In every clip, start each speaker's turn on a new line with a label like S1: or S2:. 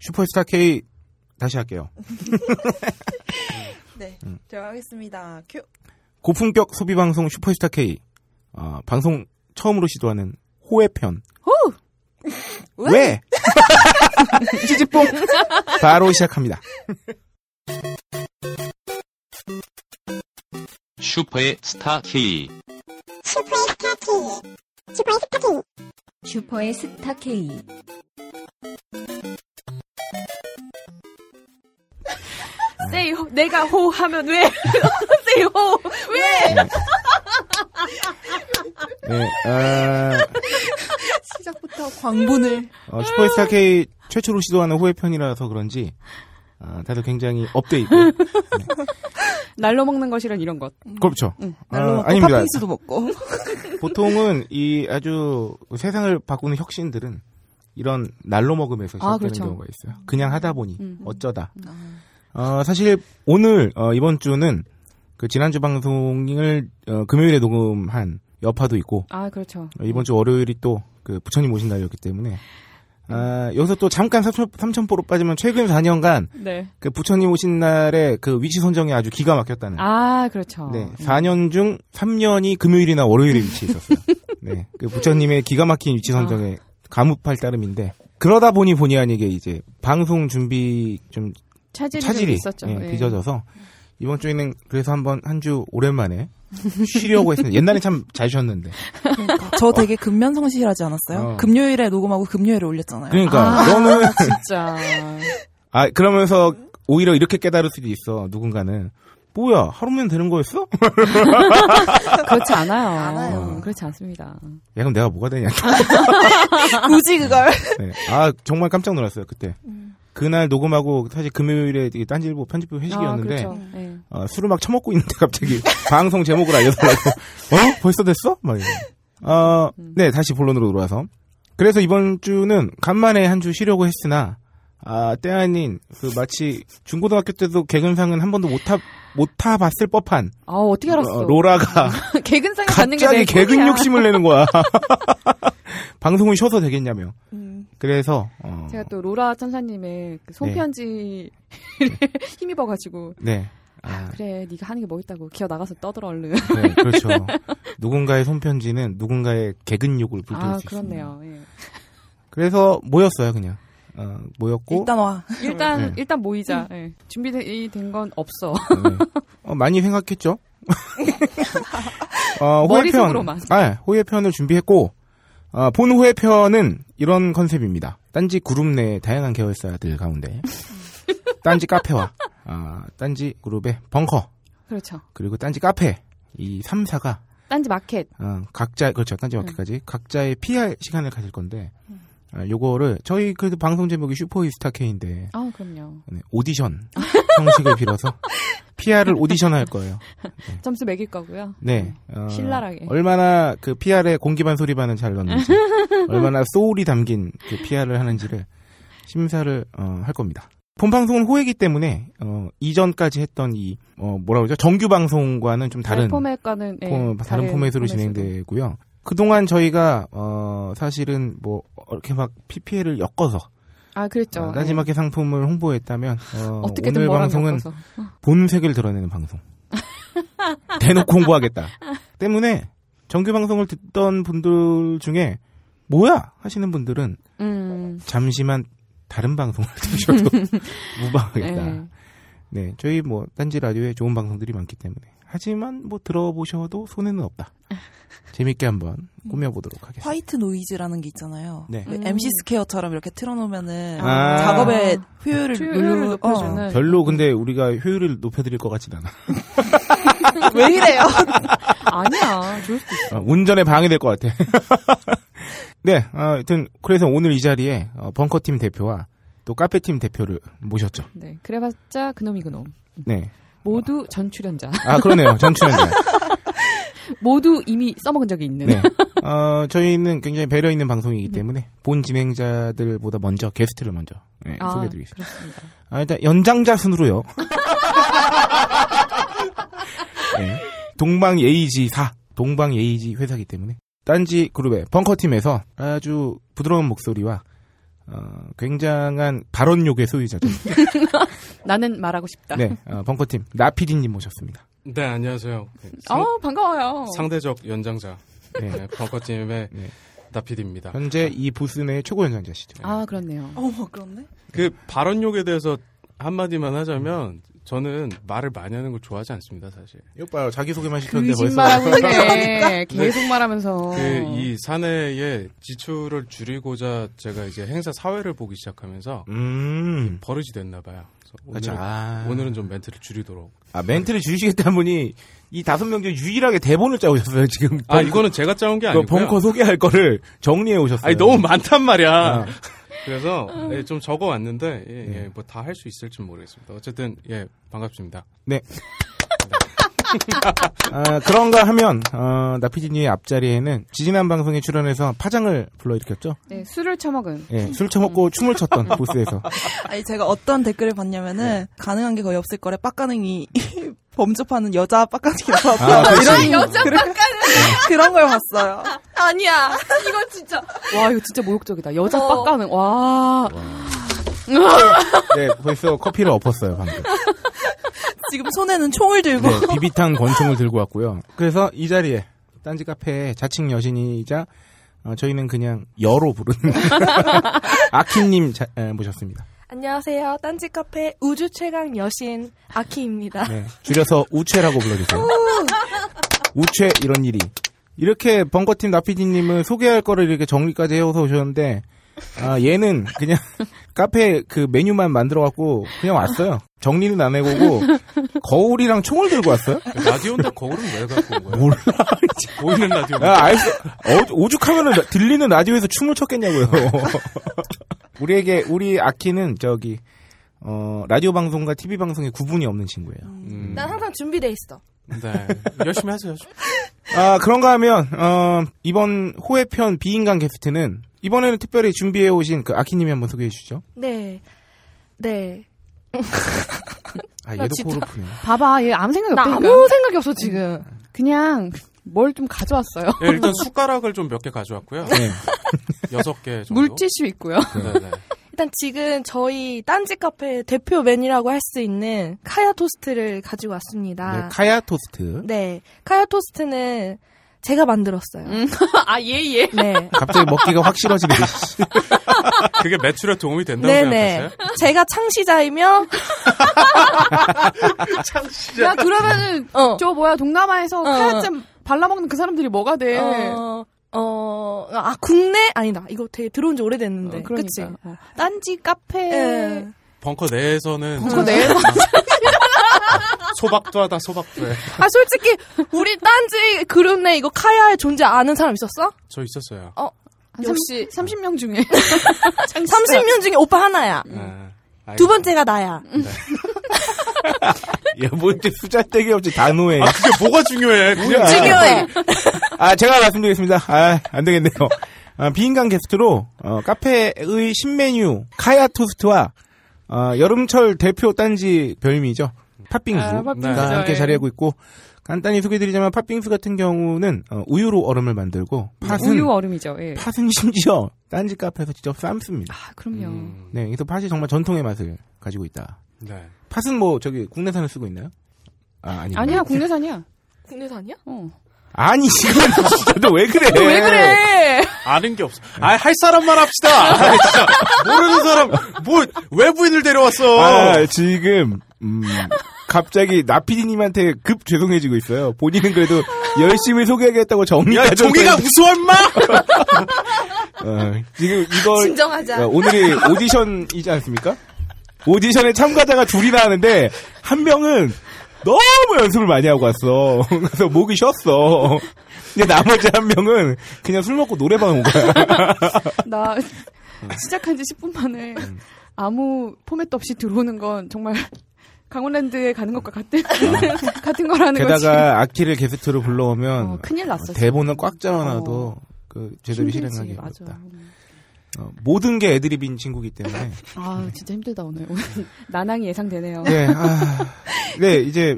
S1: 슈퍼스타 K 다시 할게요.
S2: 네, 들어가겠습니다. 큐.
S1: 고품격 소비 방송 슈퍼스타 K 아, 방송 처음으로 시도하는 호의 편.
S2: 왜?
S1: 왜? 찌찌뽕. 바로 시작합니다.
S3: 슈퍼의 스타 K.
S4: 슈퍼의 스타 K.
S5: 세이호 내가 호 하면 왜 세이호 왜
S1: 네, 아,
S2: 시작부터 광분을.
S1: 어, 슈퍼스타 K 최초로 시도하는 호의 편이라서 그런지 아, 다들 굉장히 업돼 있고.
S5: 날로 먹는 것이란 이런 것
S1: 그렇죠.
S2: 날로 먹고
S1: 아닙니다.
S2: 팥빙수도 먹고.
S1: 보통은 이 아주 세상을 바꾸는 혁신들은 이런 날로 먹음에서 시작되는
S5: 아, 그렇죠.
S1: 경우가 있어요. 그냥 하다 보니
S5: 음.
S1: 어쩌다. 어, 사실 오늘 어, 이번 주는 그 지난주 방송을 어, 금요일에 녹음한 여파도 있고
S5: 아 그렇죠
S1: 어, 이번 주 월요일이 또 그 부처님 오신 날이었기 때문에 아, 여기서 또 잠깐 삼천, 삼천포로 빠지면 최근 4년간
S5: 네아
S1: 그 부처님 오신 날에 그 위치 선정이 아주 기가 막혔다는
S5: 그렇죠
S1: 네, 4년 중 3년이 금요일이나 월요일에 위치해 있었어요. 네, 그 부처님의 기가 막힌 위치 선정에
S5: 아.
S1: 가무팔 따름인데 그러다 보니 본의 아니게 이제 방송 준비 좀
S5: 차질이, 좀
S1: 차질이
S5: 있었죠
S1: 예,
S5: 예.
S1: 빚어져서 이번 주에는 그래서 한번 한 주 오랜만에 쉬려고 했습니다. 옛날에 참 잘 쉬었는데 그러니까.
S2: 저 되게 근면성실하지 않았어요?
S1: 어.
S2: 금요일에 녹음하고 금요일에 올렸잖아요.
S1: 그러니까
S5: 아.
S1: 너는
S5: 진짜
S1: 아 그러면서 오히려 이렇게 깨달을 수도 있어 누군가는 뭐야 하루면 되는 거였어?
S5: 그렇지 않아요 음,
S2: 않아요.
S5: 그렇지 않습니다
S1: 야 그럼 내가 뭐가 되냐?
S2: 굳이 그걸.
S1: 네. 아 정말 깜짝 놀랐어요 그때.
S5: 음.
S1: 그날 녹음하고 사실 금요일에 이게 딴지일보 편집부 회식이었는데
S5: 아, 그렇죠. 예.
S1: 아, 술을 막 처먹고 있는데 갑자기 방송 제목을 알려달라고 어 벌써 됐어? 막 이러고 어,
S5: 음.
S1: 네 다시 본론으로 돌아와서 그래서 이번 주는 간만에 한 주 쉬려고 했으나 아, 때 아닌 그 마치 중고등학교 때도 개근상은 한 번도 못타 못 타봤을 법한
S5: 아 어떻게 알았어
S1: 어, 로라가
S5: 개근상에 받는 게
S1: 갑자기
S5: 내
S1: 개근
S5: 꿈이야.
S1: 욕심을 내는 거야 방송을 쉬어서 되겠냐며 음.
S2: 음,
S1: 그래서 어,
S5: 제가 또 로라 천사님의 그 손편지 힘입어 가지고
S1: 네 아,
S5: 그래 네가 하는 게 뭐 있다고 기어 나가서 떠들어 얼른
S1: 네, 그렇죠. 누군가의 손편지는 누군가의 개근욕을 불러올
S5: 아
S1: 수 있습니다.
S5: 그렇네요 예.
S1: 그래서 모였어요 그냥 어, 모였고
S2: 일단 와.
S5: 일단
S1: 네.
S5: 일단 모이자. 예. 준비된 건 없어.
S1: 네. 어, 많이 생각했죠. 어, 호해편,
S5: 머릿속으로만.
S1: 아, 호해편을 준비했고 어, 본 호해편은 이런 컨셉입니다. 딴지 그룹 내 다양한 계열사들 가운데 딴지 카페와 아, 딴지 그룹의 벙커
S5: 그렇죠.
S1: 그리고 딴지 카페 이 3사가
S5: 딴지 마켓.
S1: 각자 그렇죠
S5: 음.
S1: 딴지 마켓까지 각자의 PR 시간을 가질 건데 아, 요거를 저희 그 방송 제목이 슈퍼이스타 K인데
S5: 아 그럼요.
S1: 네, 오디션 형식을 빌어서 PR을 오디션할 거예요.
S5: 점수 매길 거고요.
S1: 네, 어,
S5: 음. 신랄하게.
S1: 얼마나 그 PR의 공기반 소리반을 잘 넣는지, 얼마나 소울이 담긴 그 PR을 하는지를 심사를 어, 할 겁니다. 본 방송은 호혜기 때문에 어, 이전까지 했던 이 어, 뭐라 그러죠 정규 방송과는 좀 다른
S5: 포맷과는 예,
S1: 포- 다른 포맷으로 진행되고요. 그동안 저희가 어, 사실은 뭐 이렇게 막 PPL을 엮어서
S5: 아 그랬죠.
S1: 어, 마지막에 상품을 홍보했다면 어,
S5: 어, 떻게든
S1: 오늘 방송은 본색을 드러내는 방송. 대놓고 공부하겠다. 때문에 정규 방송을 듣던 분들 중에 뭐야 하시는 분들은
S5: 음.
S1: 잠시만 다른 방송을 들으셔도 무방하겠다.
S5: 예.
S1: 네, 저희 뭐 딴지 라디오에 좋은 방송들이 많기 때문에 하지만 뭐 들어보셔도 손해는 없다. 재밌게 한번 꾸며보도록 하겠습니다.
S2: 화이트 노이즈라는 게 있잖아요.
S1: 네.
S2: 그
S5: 음.
S2: MC 스퀘어처럼 이렇게 틀어놓으면은
S1: 아.
S2: 작업의 효율을, 어.
S5: 효율을
S2: 눌러-
S5: 높여주는.
S1: 별로 근데 우리가 효율을 높여드릴 것 같진 않아.
S2: 어. 왜 이래요?
S5: 아니야. 좋을 수도 있어.
S1: 어, 운전에 방해될 것 같아. 네, 어, 하여튼 그래서 오늘 이 자리에 어, 벙커팀 대표와 또 카페팀 대표를 모셨죠.
S5: 네. 그래봤자 그놈이 그놈.
S1: 네,
S5: 모두 전 출연자.
S1: 아 그러네요, 전출연자.
S5: 모두 이미 써먹은 적이 있는.
S1: 네, 어, 저희는 굉장히 배려 있는 방송이기 때문에 본 진행자들보다 먼저 게스트를 먼저 네,
S5: 아,
S1: 소개해드리겠습니다.
S5: 그렇습니다.
S1: 아, 일단 연장자 순으로요. 네, 동방 예의지사, 동방 예의지 회사기 때문에 딴지 그룹의 벙커팀에서 아주 부드러운 목소리와 어, 굉장한 발언욕의 소유자죠.
S5: 나는 말하고 싶다.
S1: 네, 어, 벙커팀 나피디님 모셨습니다.
S4: 네, 안녕하세요. 네, 상,
S5: 어 반가워요.
S4: 대적 연장자.
S1: 네.
S4: 네, 벙커팀의
S1: 네.
S4: 나피디입니다.
S1: 현재 이 부스 내 최고 연장자시죠.
S5: 아 그렇네요.
S2: 어머 그렇네.
S4: 그 발언욕에 대해서 한마디만 하자면 저는 말을 많이 하는 걸 좋아하지 않습니다, 사실.
S1: 이거 봐요. 자기소개만 시켰는데 벌써.
S5: 거짓말하고 있네. 계속 말하면서.
S4: 그
S1: 어.
S4: 이 사내의 지출을 줄이고자 제가 이제 행사 사회를 보기 시작하면서
S1: 음.
S4: 버릇이 됐나 봐요. 그래서
S1: 그렇죠.
S4: 오늘은,
S1: 아.
S4: 오늘은 좀 멘트를 줄이도록.
S1: 아, 멘트를 주시겠다는 분이 이 다섯 명 중 유일하게 대본을 짜오셨어요, 지금.
S4: 아, 이거는 제가 짜온 게
S1: 그
S4: 아니고요.
S1: 벙커 소개할 거를 정리해 오셨어요.
S4: 아니 너무 많단 말이야.
S1: 아.
S4: 그래서 예, 좀 적어 왔는데
S1: 네.
S4: 뭐 다 할 수 있을지 모르겠습니다. 어쨌든 예 반갑습니다.
S1: 네. 아, 그런가 하면 어, 나피디님의 앞자리에는 지지난 방송에 출연해서 파장을 불러일으켰죠.
S5: 네, 술을 처먹은.
S1: 예, 술 처먹고 춤을 췄던 보스에서.
S2: 아니 제가 어떤 댓글을
S1: 네.
S2: 봤냐면은 가능한 게 거의 없을 거래. 빡가능이 범접하는 여자 빡가능이라서
S1: 아, 그렇지.
S5: 여자
S2: 그런 걸 봤어요.
S6: 아니야. 이건 진짜.
S5: 와 이거 진짜 모욕적이다. 여자
S6: 어.
S5: 빡가는 와.
S1: 네, 벌써 커피를 엎었어요, 방금.
S2: 지금 손에는 총을 들고
S1: 네, 비비탄 권총을 들고 왔고요. 그래서 이 자리에 딴지 카페의 자칭 여신이자 어, 저희는 그냥 여로 부르는 아키님 자- 에, 모셨습니다.
S6: 안녕하세요. 딴지 카페 우주 최강 여신 아키입니다.
S1: 네, 줄여서 우체라고 불러주세요. 우체 이런 일이 이렇게 벙커팀 나피디님은 소개할 거를 이렇게 정리까지 해서 오셨는데 아, 얘는 그냥 카페 그 메뉴만 만들어 갖고 그냥 왔어요. 정리는 안 해보고 거울이랑 총을 들고 왔어요.
S4: 라디오인데 거울은 왜 갖고 온 거야?
S1: 몰라.
S4: 보이는 라디오.
S1: 야, 아, 알수 어, 오죽하면 들리는 라디오에서 춤을 췄겠냐고요. 우리에게 우리 아키는 저기 어, 라디오 방송과 TV 방송의 구분이 없는 친구예요.
S4: 음,
S6: 난 항상 준비돼 있어.
S4: 네 열심히 하세요.
S1: 아 그런가 하면 어, 이번 호회편 비인간 게스트는 이번에는 특별히 준비해 오신 그 아키님이 한번 소개해 주시죠.
S6: 네. 네.
S1: 아 얘도 코르프네.
S5: 봐봐 얘 아무 생각이
S6: 나
S5: 없다니까.
S6: 아무
S5: 생각이 없어 지금. 그냥 뭘 좀 가져왔어요.
S4: 예, 일단 숟가락을 좀 몇 개 가져왔고요.
S1: 네.
S4: 여섯 개 정도.
S5: 물티슈 있고요.
S4: 네네.
S6: 일단 지금 저희 딴지 카페 대표 메뉴라고 할 수 있는 카야 토스트를 가지고 왔습니다.
S1: 네, 카야 토스트.
S6: 네. 카야 토스트는 제가 만들었어요.
S5: 아예 예.
S6: 네.
S1: 갑자기 먹기가 확 싫어지네.
S4: 그게 매출에 도움이 된다고
S6: 네네.
S4: 생각하세요?
S6: 제가 창시자이며,
S5: 야 그러면은
S6: 어.
S5: 저 뭐야 동남아에서
S6: 어.
S5: 카야잼 발라먹는 그 사람들이 뭐가 돼?
S6: 어, 어, 아, 국내? 아니다. 이거 되게 들어온 지
S5: 어,
S6: 오래됐는데. 그치?
S5: 어. 딴지 카페. 네.
S6: 예.
S4: 벙커 내에서는
S5: 그거 내
S4: 소박도 하다 소박도 해.
S6: 아 솔직히 우리 딴지 그룹 내 이거 카야의 존재 아는 사람 있었어?
S4: 저 있었어요.
S5: 역시 30명 중에
S6: 30명 중에 오빠 하나야.
S4: 네,
S6: 두 번째가 나야.
S1: 얘뭔데 수잘데기 뭐 없이 단호해.
S4: 알겠습니다. 아 그게 뭐가 중요해? 그냥
S6: 네
S1: 뭐야.
S6: 중요해.
S1: 아, 제가 말씀드리겠습니다. 아, 안 되겠네요. 아, 비인간 게스트로 어, 카페의 신메뉴 카야 토스트와 어, 여름철 대표 딴지 별미죠. 팥빙수.
S5: 아, 팥빙수죠.
S1: 가 함께
S5: 예.
S1: 자리하고 있고 간단히 소개드리자면 팥빙수 같은 경우는 어, 우유로 얼음을 만들고 팥은
S5: 우유 얼음이죠. 예.
S1: 팥은 심지어 딴지 카페에서 직접 삶습니다.
S5: 아 그럼요.
S4: 음,
S1: 네, 그래서 팥이 정말 전통의 맛을 가지고 있다.
S4: 네.
S1: 팥은 뭐 저기 국내산을 쓰고 있나요? 아, 아니.
S5: 아니야 국내산이야.
S6: 국내산이야?
S5: 어.
S1: 아니, 지금 진짜 너 왜 그래?
S5: 왜 그래?
S4: 아는 게 없어. 아, 할 사람만 합시다. 아, 진짜. 모르는 사람, 뭐, 외부인을 데려왔어.
S1: 아, 지금, 음, 갑자기 나피디님한테 급 죄송해지고 있어요. 본인은 그래도 열심히 소개하겠다고 정리가
S4: 야, 종이가 무서워, 임마!
S1: 어, 지금 이걸,
S6: 진정하자.
S1: 어, 오늘이 오디션이지 않습니까? 오디션에 참가자가 둘이나 하는데, 한 명은 너무 연습을 많이 하고 왔어. 그래서 목이 쉬었어. 근데 나머지 한 명은 그냥 술 먹고 노래방 온 거야. 음.
S5: 나 시작한 지 10분 만에 아무 포맷도 없이 들어오는 건 정말 강원랜드에 가는 것과 같은 같은 거라는 거지.
S1: 아. 게다가 아키를 게스트로 불러오면
S5: 어, 큰일 났어. 어.
S1: 대본을 꽉 짜놔도 그 제대로
S5: 힘들지,
S1: 실행하기
S5: 맞아.
S1: 어렵다. 어, 모든 게 애드립인 친구기 때문에.
S5: 아 진짜 힘들다 오늘. 오늘 난항이 예상되네요.
S1: 음. 네, 아, 네 이제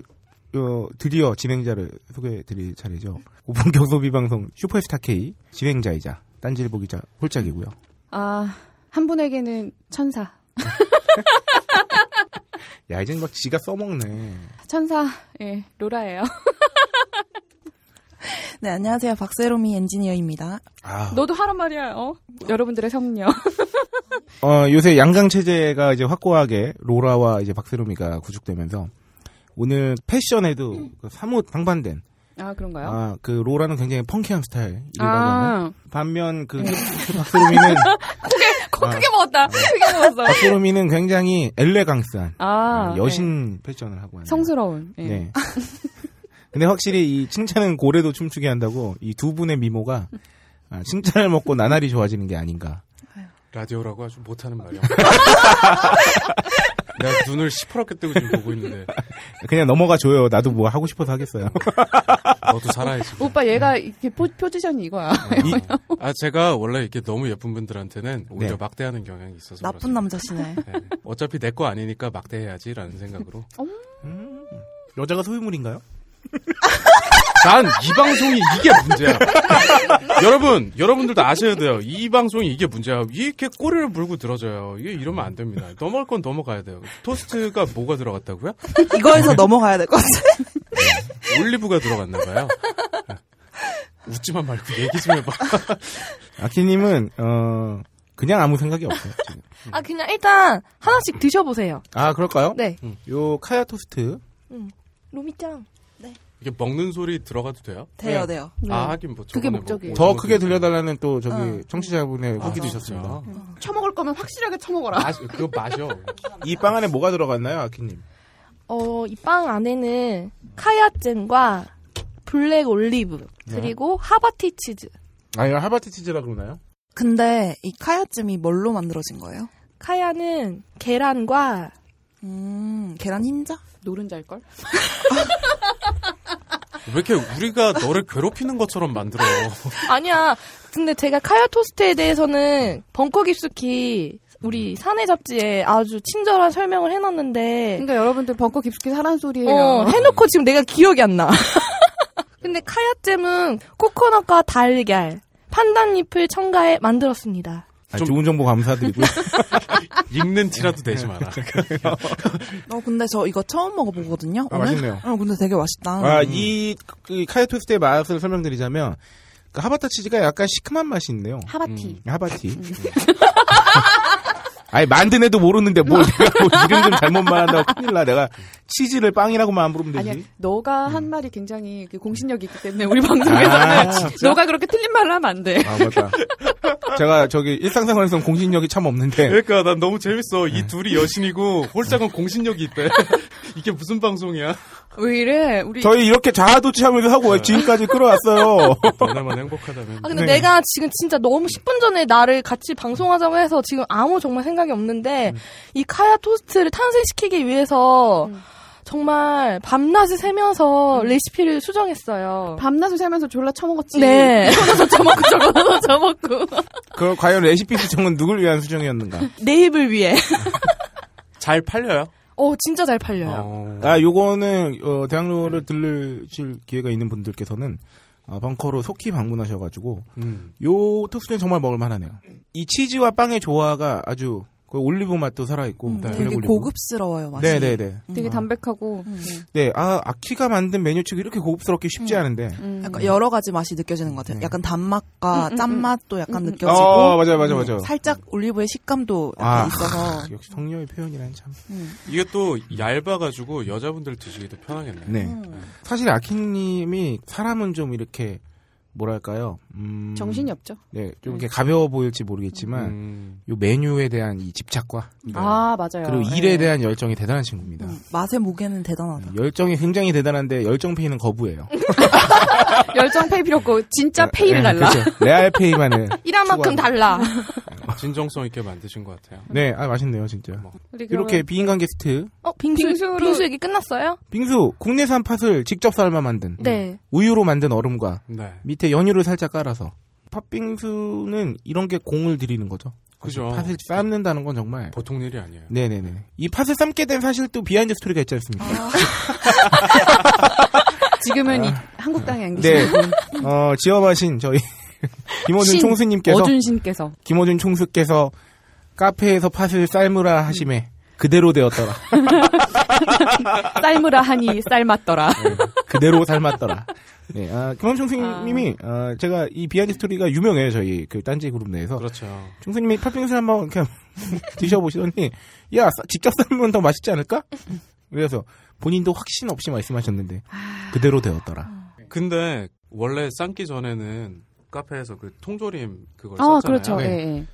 S1: 어, 드디어 진행자를 소개해드릴 차례죠. 오픈 경소비 방송 슈퍼스타 K 진행자이자 딴질보기자 홀짝이고요.
S5: 아 한 분에게는 천사.
S1: 야, 이젠 막 지가 써먹네.
S5: 천사, 예, 로라예요.
S2: 네, 안녕하세요. 박세롬이 엔지니어입니다.
S1: 아.
S5: 너도 하란 말이야, 어? 여러분들의 성녀.
S1: 어, 요새 양강 체제가 이제 확고하게 로라와 이제 박세롬이가 구축되면서 오늘 패션에도 그 사뭇 상반된
S5: 아, 그런가요?
S1: 아 그 로라는 굉장히 펑키한 스타일이라고 하는
S5: 아,
S1: 반면 그 박세롬이는
S5: 코 크게
S1: 아.
S5: 먹었다. 크게 먹었어.
S1: 박세롬이는 굉장히 엘레강스한
S5: 아,
S1: 아, 여신 패션을 하고 하는
S5: 성스러운. 예.
S1: 네. 근데 확실히 이 칭찬은 고래도 춤추게 한다고 이 두 분의 미모가 아, 칭찬을 먹고 나날이 좋아지는 게 아닌가.
S4: 라디오라고 아주 못하는 말이야. 내가 눈을 시퍼렇게 뜨고 지금 보고 있는데
S1: 그냥 넘어가 줘요. 나도 뭐 하고 싶어서 하겠어요.
S4: 너도 살아야지.
S5: 오빠 얘가 이렇게 포, 포지션이 이거야.
S4: 아 제가 원래 이렇게 너무 예쁜 분들한테는 오히려
S1: 네.
S4: 막대하는 경향이 있어서
S2: 나쁜
S4: 그렇습니다.
S2: 남자시네.
S4: 네. 어차피 내 거 아니니까 막대해야지라는 생각으로.
S1: 여자가 소유물인가요?
S4: 난 이 방송이 이게 문제야. 여러분, 여러분들도 아셔야 돼요. 이 방송이 이게 문제야. 이렇게 꼬리를 물고 들어져요. 이게 이러면 안 됩니다. 넘어갈 건 넘어가야 돼요. 토스트가 뭐가 들어갔다고요?
S2: 이거에서 넘어가야 될 것 같아.
S4: 올리브가 들어갔나 봐요. 예. 웃지만 말고 얘기 좀 해봐.
S1: 아키님은 어 그냥 아무 생각이 없어요. 지금.
S6: 아 그냥 일단 하나씩 드셔보세요.
S1: 아 그럴까요?
S6: 네.
S1: 요 카야 토스트
S6: 로미짱.
S4: 이게 먹는 소리 들어가도 돼요?
S1: 네.
S2: 돼요, 돼요.
S4: 아, 하긴 뭐
S5: 네. 그게
S4: 저번에
S5: 목적이에요.
S1: 더 크게 들려달라는 또 저기
S2: 어.
S1: 청취자분의
S4: 후기
S1: 후기도
S4: 드셨습니다.
S1: 있었습니다.
S5: 처먹을 거면 확실하게 처먹어라.
S4: 마시, 그거 마셔.
S1: 이 빵 안에 뭐가 들어갔나요, 아키님?
S6: 어, 이 빵 안에는 카야잼과 블랙 올리브 그리고 하바티 치즈.
S1: 아 이거 하바티 치즈라 그러나요?
S2: 근데 이 카야찜이 뭘로 만들어진 거예요?
S6: 카야는 계란과
S2: 음, 계란 흰자?
S5: 노른자일걸?
S4: 왜 이렇게 우리가 너를 괴롭히는 것처럼 만들어?
S6: 아니야. 근데 제가 카야 토스트에 대해서는 벙커 깊숙이 우리 사내 잡지에 아주 친절한 설명을 해놨는데
S5: 그러니까 여러분들 벙커 깊숙이 사란 소리예요.
S6: 어, 해놓고 지금 내가 기억이 안 나. 근데 카야잼은 코코넛과 달걀, 판단잎을 첨가해 만들었습니다.
S1: 아,
S4: 좀-
S1: 좋은 정보 감사드리고요.
S4: 읽는 티라도 내지 마라.
S2: 어, 근데 저 이거 처음 먹어보거든요.
S1: 아,
S2: 오늘?
S1: 맛있네요.
S2: 어, 근데 되게 맛있다.
S5: 네.
S1: 아이 네, 그, 카야 토스트의 맛을 설명드리자면 그 하바타 치즈가 약간 시큼한 맛이 있네요.
S5: 하바티.
S1: 하바티. 아니 만든 애도 모르는데 뭘 내가 뭐 이름 좀 잘못 말한다고 큰일 나. 내가 치즈를 빵이라고만 부르면 되지. 음.
S5: 아니야, 너가 한 말이 굉장히 그 공신력이 있기 때문에 우리 방송에서는
S1: 아, 진짜?
S5: 너가 그렇게 틀린 말을 하면 안 돼.
S1: 아 맞다. 제가 저기 일상생활에서는 공신력이 참 없는데
S4: 그러니까 난 너무 재밌어. 이 둘이 여신이고 홀짝은 공신력이 있대. 이게 무슨 방송이야?
S5: 왜 이래? 우리
S1: 저희 이렇게 자아도취하면서 하고
S5: 어.
S1: 왜 지금까지 끌어왔어요.
S4: 너네만 행복하다면.
S6: 아 근데
S1: 네.
S6: 내가 지금 진짜 너무 10분 전에 나를 같이 방송하자고 해서 지금 아무 정말 생각이 없는데 이 카야 토스트를 탄생시키기 위해서 정말 밤낮을 새면서 레시피를 수정했어요.
S5: 밤낮을 새면서 졸라 처먹었지.
S6: 네. 이거는 저먹고 저거는 저먹고
S1: 그 과연 레시피 수정은 누굴 위한 수정이었는가?
S6: 내 입을 위해.
S4: 잘 팔려요?
S6: 어 진짜 잘 팔려요.
S4: 네.
S1: 아 요거는 어, 대학로를 들르실 기회가 있는 분들께서는 어, 벙커로 속히 방문하셔가지고
S4: 음.
S1: 요 토스트는 정말 먹을만하네요. 이 치즈와 빵의 조화가 아주 그 올리브 맛도 살아있고
S2: 음,
S1: 블랙
S2: 되게
S1: 올리브.
S2: 고급스러워요, 맛이.
S1: 네네네.
S5: 되게 담백하고
S2: 음.
S1: 네, 아, 아키가 만든 메뉴 측이 이렇게 고급스럽게 쉽지 않은데.
S5: 음.
S2: 약간 여러 가지 맛이 느껴지는 것 같아요.
S1: 네.
S2: 약간 단맛과 짠맛도 약간 느껴지고.
S1: 어, 맞아요, 맞아요,
S2: 음,
S1: 맞아요.
S2: 살짝 올리브의 식감도 약간
S1: 아.
S2: 있어서. 음,
S1: 역시 성녀의 표현이란 참.
S4: 이게 또 얇아가지고 여자분들 드시기도 편하겠네.
S1: 네.
S2: 음.
S1: 사실 아키님이 사람은 좀 이렇게, 뭐랄까요, 음.
S5: 정신이 없죠.
S1: 네, 좀 이렇게 가벼워 보일지 모르겠지만,
S4: 음.
S1: 요 메뉴에 대한 이 집착과,
S5: 아
S1: 네.
S5: 맞아요.
S1: 그리고 일에
S5: 예.
S1: 대한 열정이 대단한 친구입니다. 음.
S2: 음, 맛의 무게는 대단하다.
S1: 열정이 굉장히 대단한데, 열정페이는 거부해요.
S5: 열정 페이 필요 없고 진짜 페이를 달라.
S1: 그렇죠. 레알페이만을.
S6: 일한 만큼
S1: 추구하는.
S6: 달라.
S4: 진정성 있게 만드신 것 같아요.
S1: 네, 아, 맛있네요, 진짜.
S5: 우리 그러면
S1: 이렇게 비인간 게스트,
S6: 어 빙수
S5: 빙수로-
S6: 빙수 얘기 끝났어요?
S1: 빙수, 국내산 팥을 직접 삶아 만든,
S6: 네.
S1: 우유로 만든 얼음과,
S4: 네.
S1: 밑에 연유를 살짝 깔아서 팥빙수는 이런 게 공을 들이는 거죠.
S4: 그죠.
S1: 팥을 삶는다는 건 정말
S4: 보통 일이 아니에요.
S1: 네네네. 이 팥을 삶게 된 사실 또 비하인드 스토리가 있지 않습니까?
S5: 지금은 이 한국 땅에 안 계신
S1: 네. 어 지어하신 저희 김어준
S5: 아. 신,
S1: 총수님께서
S5: 어준신께서
S1: 김어준 총수께서 카페에서 팥을 삶으라 하심에 그대로 되었더라.
S5: 삶으라 하니 삶았더라.
S1: 네. 그대로 닮았더라. 네, 아, 김원총 선생님이 아, 제가 이 비하인드 스토리가 유명해요 저희 그 딴지 그룹 내에서
S4: 그렇죠.
S1: 총수님이 팥빙수 한번 이렇게 드셔보시더니 야 싸- 직접 삶으면 더 맛있지 않을까? 그래서 본인도 확신 없이 말씀하셨는데 그대로 되었더라.
S4: 근데 원래 삶기 전에는 카페에서 그 통조림 그걸
S5: 아,
S4: 썼잖아요.
S5: 그렇죠.
S1: 네.
S5: 예, 예.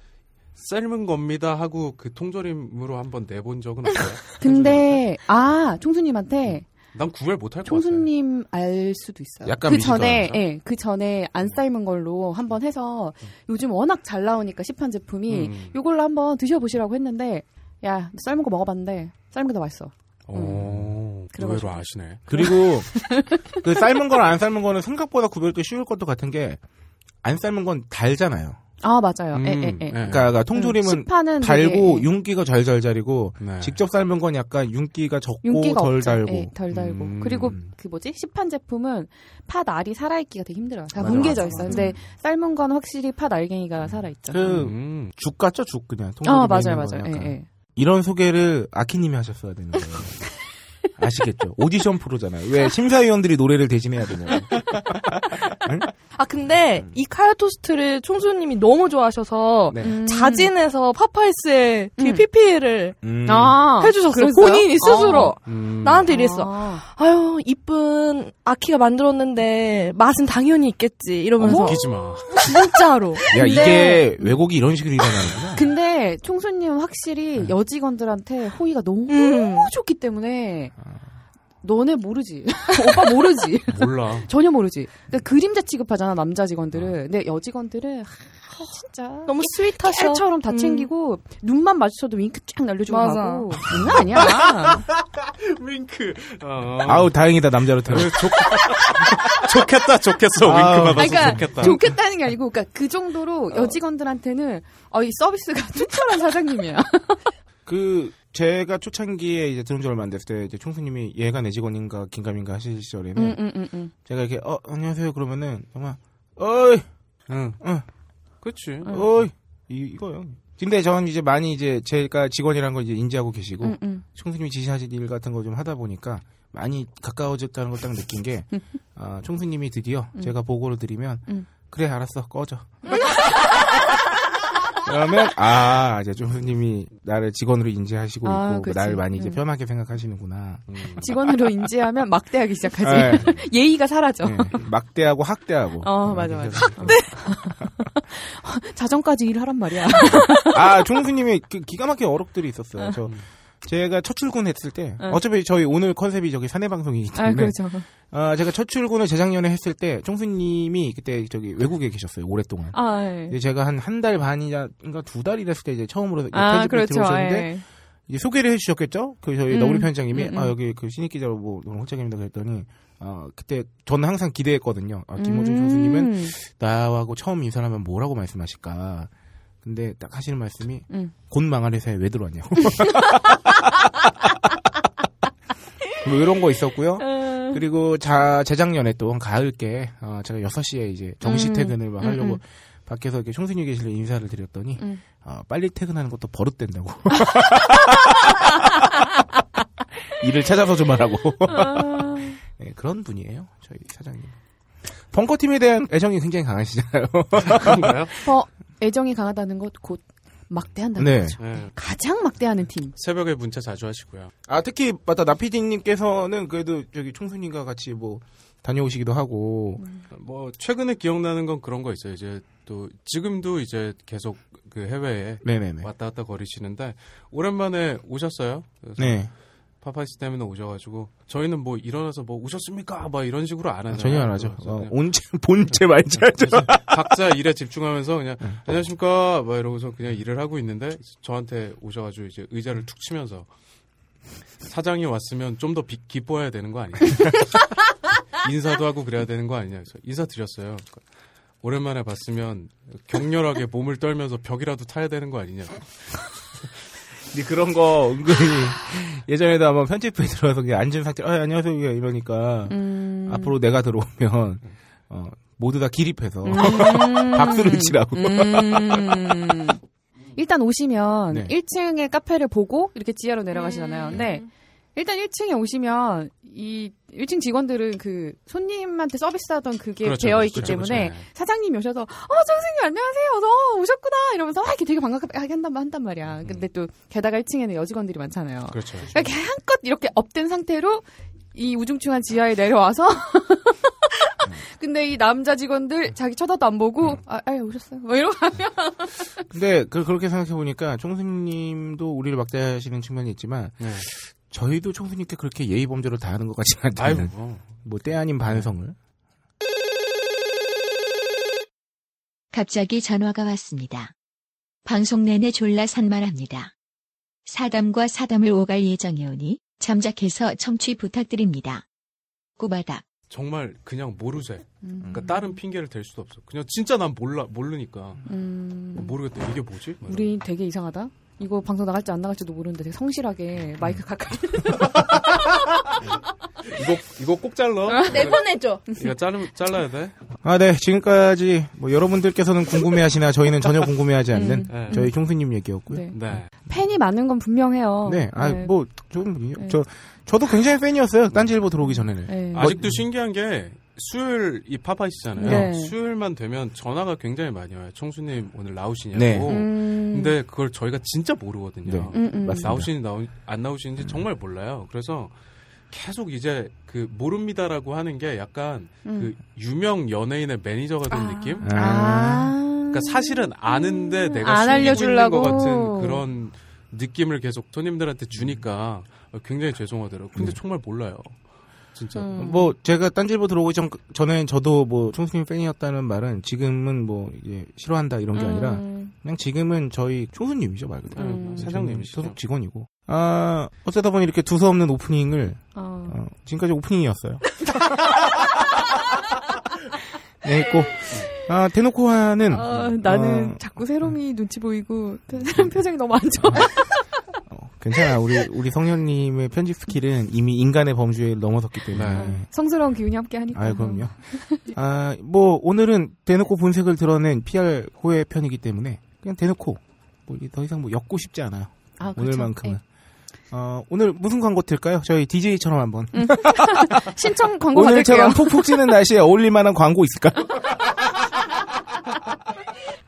S4: 삶은 겁니다 하고 그 통조림으로 한번 내본 적은 없어요.
S5: 근데 아
S1: 네,
S5: 총수님한테
S4: 난 구별 못할 것 같아요.
S5: 총수님 알 수도 있어요.
S1: 약간
S5: 그
S1: 미지근하죠?
S5: 전에 예, 그 전에 안 삶은 걸로 한번 해서
S1: 음.
S5: 요즘 워낙 잘 나오니까 시판 제품이
S4: 음.
S5: 요걸로 한번 드셔보시라고 했는데 야너 삶은 거 먹어봤는데 삶은 게
S1: 음.
S5: 더 맛있어.
S4: 오, 의외로
S5: 그래가지고.
S4: 아시네.
S1: 그리고 그 삶은 거랑 안 삶은 거는 생각보다 구별도 쉬울 것도 같은 게 안 삶은 건 달잖아요.
S5: 아 맞아요. 예,
S4: 음,
S5: 예, 예.
S4: 예.
S1: 그러니까 통조림은
S5: 시판은
S1: 달고
S5: 되게, 예,
S1: 윤기가 잘 잘 자리고
S4: 네.
S1: 직접 삶은 건 약간 윤기가 적고
S5: 윤기가
S1: 덜
S5: 없죠.
S1: 달고
S5: 예, 덜 달고
S4: 음.
S5: 그리고 그 뭐지 시판 제품은 팥 알이 살아있기가 되게 힘들어요. 다
S4: 맞아,
S5: 뭉개져
S4: 맞아,
S5: 있어요.
S4: 맞아.
S5: 근데 삶은 건 확실히 팥 알갱이가 살아있죠.
S1: 그
S4: 음.
S1: 죽 같죠 죽 그냥 통조림
S5: 아 맞아요, 맞아요. 예, 예.
S1: 이런 소개를 아키님이 하셨어야 되는 거예요. 아시겠죠? 오디션 프로잖아요. 왜 심사위원들이 노래를 대신해야 되냐고.
S6: 아 근데 이 카야 토스트를 총수님이 너무 좋아하셔서
S1: 음. 네.
S5: 음.
S6: 자진해서 파파이스에 그
S5: 음.
S6: PP를
S1: 음.
S5: 아,
S6: 해주셨어요.
S5: 그랬어요?
S6: 본인이 스스로
S1: 아,
S5: 어.
S4: 음.
S6: 나한테 이랬어.
S5: 아.
S6: 아유 이쁜 아키가 만들었는데 맛은 당연히 있겠지
S1: 어,
S6: 이러면서
S4: 웃기지 마.
S6: 진짜로.
S1: 야
S6: 근데-
S1: 이게 왜곡이 이런 식으로 일어나는구나.
S5: 그 근데 총수님 확실히 여직원들한테 호의가 너무
S6: 음.
S5: 좋기 때문에 너네 모르지. 오빠 모르지.
S4: 몰라.
S5: 전혀 모르지. 그러니까 그림자 취급하잖아 남자 직원들은. 근데 여직원들은 하, 진짜
S6: 너무 스윗하셔.
S5: 깨알처럼 다
S6: 음.
S5: 챙기고 눈만 마주쳐도 윙크 쫙 날려주고
S6: 맞아.
S5: 가고 장난 아니야.
S4: 윙크. 어.
S1: 아우 다행이다 남자로 태어.
S4: 좋겠다, 좋겠어.
S1: 아우.
S4: 윙크 받아서
S5: 아니, 그러니까
S4: 좋겠다.
S5: 좋겠다는 게 아니고, 그러니까 그 정도로 여직원들한테는 어, 이 서비스가 투철한 사장님이야.
S1: 그 제가 초창기에 이제 드론 줄 얼마 안 됐을 때 이제 총수님이 얘가 내 직원인가 긴가민가 하실 시절에는
S5: 음, 음, 음, 음.
S1: 제가 이렇게 어 안녕하세요 그러면은 정말 어이
S4: 응.
S1: 응.
S4: 그치.
S5: 음.
S1: 어이 이, 이거요. 근데 저는 이제 많이 이제 제가 직원이라는 걸 이제 인지하고 계시고
S5: 음, 음.
S1: 총수님이 지시하신 일 같은 걸 좀 하다 보니까 많이 가까워졌다는 걸 딱 느낀 게 아, 총수님이 드디어 제가 보고를 드리면
S5: 음.
S1: 그래 알았어 꺼져 그러면 아 이제 총수님이 나를 직원으로 인지하시고
S5: 아,
S1: 있고
S5: 그치.
S1: 나를 많이 이제
S5: 음.
S1: 편하게 생각하시는구나
S4: 음.
S5: 직원으로 인지하면 막대하기 시작하지.
S1: 네.
S5: 예의가 사라져.
S1: 네, 막대하고 학대하고
S5: 어, 맞아, 맞아.
S1: 학대
S5: 자정까지 일하란 말이야.
S1: 아, 종수님이 그 기가 막힌 어록들이
S5: 아.
S1: 있었어요. 저 제가 첫 출근했을 때
S5: 응.
S1: 어차피 저희 오늘 컨셉이 저기 사내 방송이기 때문에
S5: 아, 그렇죠.
S1: 아, 제가 첫 출근을 재작년에 했을 때 총수님이 그때 저기 외국에 계셨어요 오랫동안.
S5: 아, 예.
S1: 근데 제가 한 한 달 반이라든가 두 달이 됐을 때 이제 처음으로
S5: 아,
S1: 편집을
S5: 그렇죠.
S1: 들어오셨는데
S5: 예.
S1: 이제 소개를 해주셨겠죠? 그 저희
S5: 음,
S1: 너구리 편장님이
S5: 음, 음.
S1: 아 여기 그 신입 기자로 뭐 너무 호짝입니다 그랬더니 아 그때 저는 항상 기대했거든요. 아, 김호준 총수님은
S5: 음.
S1: 나하고 처음 인사를 하면 뭐라고 말씀하실까? 근데 딱 하시는 말씀이
S5: 음.
S1: 곧 망할 회사에 왜 들어왔냐고. 뭐 이런 거 있었고요. 그리고 자 재작년에 또 가을께 어, 제가 6시에 이제 정시
S5: 음.
S1: 퇴근을 막
S5: 음,
S1: 하려고
S5: 음.
S1: 밖에서 이렇게 총수님 계실래 인사를 드렸더니
S5: 음.
S1: 어, 빨리 퇴근하는 것도 버릇된다고. 일을 찾아서 좀 하라고. 네, 그런 분이에요. 저희 사장님. 벙커팀에 대한 애정이 굉장히 강하시잖아요.
S4: 그런가요?
S5: 어, 애정이 강하다는 것 곧 막대한다는
S1: 네.
S5: 거죠.
S4: 네.
S5: 가장 막대하는 팀.
S4: 새벽에 문자 자주 하시고요.
S1: 아 특히 맞다 나피디님께서는 그래도 저기 총수님과 같이 뭐 다녀오시기도 하고
S4: 뭐 최근에 기억나는 건 그런 거 있어요. 이제 또 지금도 이제 계속 그 해외에
S1: 네네네
S4: 왔다 갔다 거리시는데 오랜만에 오셨어요. 그래서
S1: 네
S4: 파파이스 때문에 오셔가지고 저희는 뭐 일어나서 뭐 오셨습니까? 막 이런 식으로 안 하잖아요.
S1: 전혀 안 하죠
S4: 그래서
S1: 어,
S4: 그냥
S1: 온체 본체 말지 하죠
S4: 그래서 각자 일에 집중하면서 그냥 안녕하십니까 막 이러고서 그냥 일을 하고 있는데 저한테 오셔가지고 이제 의자를 툭 치면서 사장이 왔으면 좀 더 기뻐해야 되는 거 아니냐 인사도 하고 그래야 되는 거 아니냐 그래서 인사 드렸어요 그러니까 오랜만에 봤으면 격렬하게 몸을 떨면서 벽이라도 타야 되는 거 아니냐
S1: 근데 네, 그런 거 은근히 예전에도 한번 편집부에 들어와서 그냥 앉은 상태 아 안녕하세요 이게 이러니까
S5: 음.
S1: 앞으로 내가 들어오면 어, 모두 다 기립해서 박수를 치라고
S5: 음. 일단 오시면
S4: 네.
S5: 1층의 카페를 보고 이렇게 지하로 내려가시잖아요. 근데 일단 1층에 오시면 이 1층 직원들은 그 손님한테 서비스하던 그게
S4: 그렇죠,
S5: 되어 있기
S4: 그렇죠,
S5: 때문에
S4: 그렇죠.
S5: 사장님이 오셔서 어 선생님 안녕하세요 너 오셨구나 이러면서 막 이렇게 되게 반갑게 한단, 한단 말이야. 근데 또 게다가 1층에는 여직원들이 많잖아요.
S4: 음. 그렇죠.
S5: 이렇게 한껏 이렇게 업된 상태로 이 우중충한 지하에 내려와서
S4: 음.
S5: 근데 이 남자 직원들 자기 쳐다도 안
S4: 네.
S5: 보고 아, 아 오셨어요 뭐 이러고
S1: 근데 그, 그렇게 생각해 보니까 총수님도 우리를 막대하시는 측면이 있지만
S4: 네.
S1: 저희도 총수님께 그렇게 예의 범죄를 다하는 것 같지는 않다는
S4: 아이고.
S1: 뭐때 아닌 반성을.
S7: 갑자기 전화가 왔습니다. 방송 내내 졸라 산만합니다. 사담과 사담을 오갈 예정이오니 잠작해서 청취 부탁드립니다. 꾸바닥.
S4: 정말 그냥 모르쇠.
S5: 음.
S4: 그러니까 다른 핑계를 댈 수도 없어. 그냥 진짜 난 몰라 모르니까
S5: 음,
S4: 모르겠다. 이게 뭐지? 뭐
S5: 우리 되게 이상하다 이거 방송 나갈지 안 나갈지도 모르는데 되게
S1: 음.
S5: 성실하게 마이크 가까이
S4: 이런. 이거 이거 꼭
S5: 어?
S4: 잘라.
S5: 네,
S6: 내보내줘.
S4: 이거 자르 잘라야 돼.
S1: 아, 네. 지금까지 뭐 여러분들께서는 궁금해하시나 저희는 전혀 궁금해하지 않는
S4: 네.
S1: 저희 총수님 얘기였고요.
S5: 음. 네.
S4: 네.
S5: 팬이 많은 건 분명해요
S1: 네, 아,
S5: 네.
S1: 뭐, 좀, 저, 저도 굉장히 팬이었어요. 딴지일보 들어오기 전에는.
S5: 네.
S4: 아직도 신기한 게 수요일 이 파파이시잖아요.
S5: 네.
S4: 수요일만 되면 전화가 굉장히 많이 와요. 청수님 오늘 나오시냐고.
S1: 네.
S5: 음.
S4: 근데 그걸 저희가 진짜 모르거든요.
S1: 네.
S5: 음, 음.
S1: 맞습니다. 음.
S4: 나오시는지 나오, 안 나오시는지 정말 몰라요. 그래서 계속 이제 그 모릅니다라고 하는 게 약간
S5: 음.
S4: 그 유명 연예인의 매니저가 된
S5: 아.
S4: 느낌?
S1: 아.
S4: 그러니까 사실은 아는데
S5: 음,
S4: 내가
S5: 안
S4: 숨기고 있는 것
S5: 알려주려고.
S4: 같은 그런 느낌을 계속 손님들한테 주니까 굉장히 죄송하더라고요. 근데
S1: 네.
S4: 정말 몰라요. 진짜.
S5: 음.
S1: 뭐, 제가 딴지일보 들어오기 전, 전에 저도 뭐, 총수님 팬이었다는 말은 지금은 뭐, 이제 싫어한다 이런 게 아니라,
S5: 음.
S1: 그냥 지금은 저희 총수님이죠, 말 그대로.
S5: 음.
S4: 네, 사장님이시죠.
S1: 소속 직원이고. 아, 어쩌다 보니 이렇게 두서없는 오프닝을,
S5: 어.
S1: 어, 지금까지 오프닝이었어요. 네, 있고. 아, 대놓고 하는.
S5: 아, 나는
S1: 어,
S5: 자꾸 새롬이 눈치 보이고
S1: 음.
S5: 새롬 표정이 너무 안 좋아.
S1: 어, 괜찮아. 우리 우리 성현님의 편집 스킬은 이미 인간의 범주에 넘어섰기 때문에.
S4: 네.
S5: 성스러운 기운이 함께 하니까.
S1: 아, 그럼요. 아, 뭐 오늘은 대놓고 본색을 드러낸 PR 호의 편이기 때문에 그냥 대놓고 뭐 이게 더 이상 뭐 엮고 싶지 않아요.
S5: 아, 그렇죠.
S1: 오늘만큼은. 어, 오늘 무슨 광고 틀까요? 저희 DJ처럼 한번.
S5: 네. 신청 광고 받을게요.
S1: 오늘처럼 폭폭 찌는 날씨에 어울릴 만한 광고 있을까요?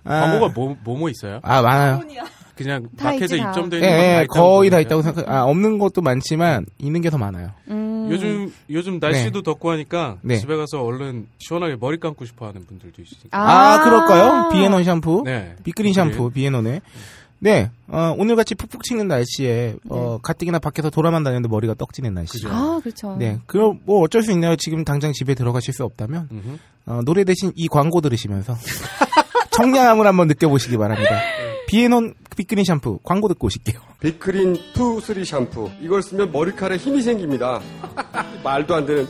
S1: 아,
S4: 광고가 뭐, 뭐, 뭐 있어요?
S1: 아, 많아요.
S4: 그냥
S5: 다
S4: 마켓에
S5: 있지, 다.
S4: 입점되어
S1: 예,
S4: 있는 건다
S1: 예,
S4: 있다고
S1: 거의 다
S4: 보는데요.
S1: 있다고 생각. 아, 없는 것도 많지만 있는 게 더 많아요.
S5: 음.
S4: 요즘 요즘 날씨도 덥고 하니까
S1: 네.
S4: 집에 가서 얼른 시원하게 머리 감고 싶어 하는 분들도 있으니까.
S1: 아, 그럴까요? 비앤원 샴푸.
S5: 뭐?
S4: 네.
S1: 빅그린 샴푸 비에노네. 네, 어, 오늘같이 푹푹 치는 날씨에 어, 가뜩이나 밖에서 돌아만 다녔는데 머리가 떡지는 날씨.
S4: 그죠.
S5: 네. 아, 그렇죠.
S1: 네, 그럼 뭐 어쩔 수 있나요? 지금 당장 집에 들어가실 수 없다면
S4: 음흠.
S1: 어, 노래 대신 이 광고 들으시면서 청량함을 한번 느껴보시기 바랍니다. 비에논 빅그린 샴푸 광고 듣고 오실게요.
S8: 비크린 투 쓰리 샴푸 이걸 쓰면 머리카락에 힘이 생깁니다 말도 안 되는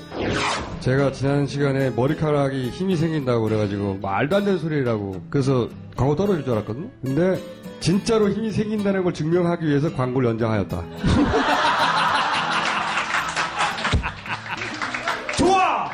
S8: 제가 지난 시간에 머리카락이 힘이 생긴다고 그래가지고 말도 안 되는 소리라고 그래서 광고 떨어질 줄 알았거든요 근데 진짜로 힘이 생긴다는 걸 증명하기 위해서 광고를 연장하였다
S9: 좋아!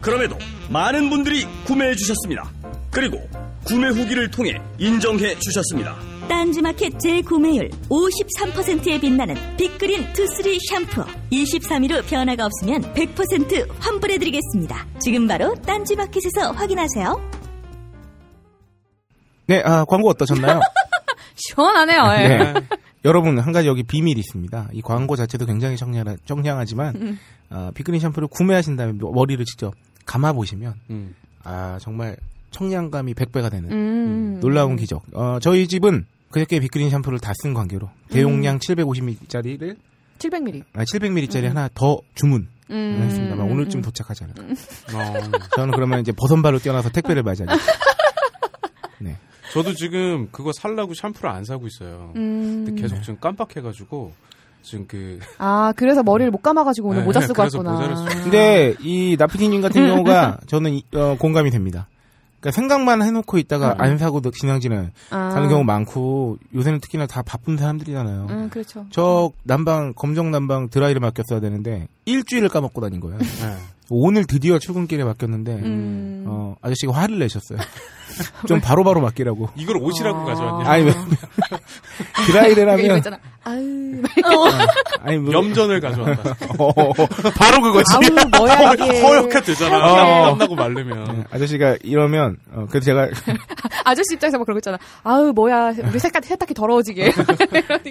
S9: 그럼에도 많은 분들이 구매해 주셨습니다. 그리고 구매 후기를 통해 인정해 주셨습니다.
S10: 딴지마켓 재구매율 53%에 빛나는 빅그린 투쓰리 샴푸 23일 후 변화가 없으면 100% 환불해드리겠습니다 지금 바로 딴지마켓에서 확인하세요
S1: 네, 아, 광고 어떠셨나요?
S5: 시원하네요. 예.
S1: 네. 여러분 한 가지 여기 비밀이 있습니다. 이 광고 자체도 굉장히 청량, 청량하지만
S5: 음.
S1: 어, 빅그린 샴푸를 구매하신 다음에 머리를 직접 감아 보시면
S4: 음.
S1: 아 정말 청량감이 100배가 되는
S5: 음.
S1: 놀라운 기적. 어, 저희 집은 그저께 빅그린 샴푸를 다 쓴 관계로
S5: 음.
S1: 대용량 750ml짜리를
S5: 700ml.
S1: 아, 700ml짜리 하나 더 주문
S5: 음.
S1: 했습니다. 만 오늘쯤 도착하지 않을까.
S4: 어.
S1: 저는 그러면 이제 버선발로 뛰어나서 택배를 맞아야 돼.
S4: 저도 지금 그거 살라고 샴푸를 안 사고 있어요.
S5: 음.
S4: 근데 계속 지금 깜빡해가지고 지금 그
S5: 아, 그래서 머리를 못 감아가지고 오늘
S4: 네,
S5: 모자 쓰고
S4: 그래서
S5: 왔구나.
S4: 모자를 쓰고.
S1: 근데 이 나피디님 같은 경우가 저는 이- 어, 공감이 됩니다. 그러니까 생각만 해놓고 있다가 안 사고 진양진을
S5: 음. 아.
S1: 가는 경우 많고 요새는 특히나 다 바쁜 사람들이잖아요.
S5: 음, 그렇죠.
S1: 저 난방 검정 난방 드라이를 맡겼어야 되는데 일주일을 까먹고 다닌 거예요.
S4: 네.
S1: 오늘 드디어 출근길에 맡겼는데
S5: 음.
S1: 어, 아저씨가 화를 내셨어요. 좀 바로바로 맡기라고.
S4: 이걸 옷이라고
S5: 아.
S4: 가져왔냐?
S1: 아니 왜
S5: 그러니까 이거
S1: 드라이를 하면
S5: 있잖아. 아유,
S1: 아니 뭐
S4: 염전을 가져왔다.
S1: 어, 어, 어. 바로 그거지.
S5: 아우 뭐야 이게.
S4: 허옇게 되잖아.
S1: 어.
S4: 땀나고 말르면.
S1: 네, 아저씨가 이러면 어, 그래서 제가
S5: 아저씨 입장에서 막 그러고 있잖아. 아유 뭐야 우리 색깔 세탁기
S1: 어,
S5: 더러워지게.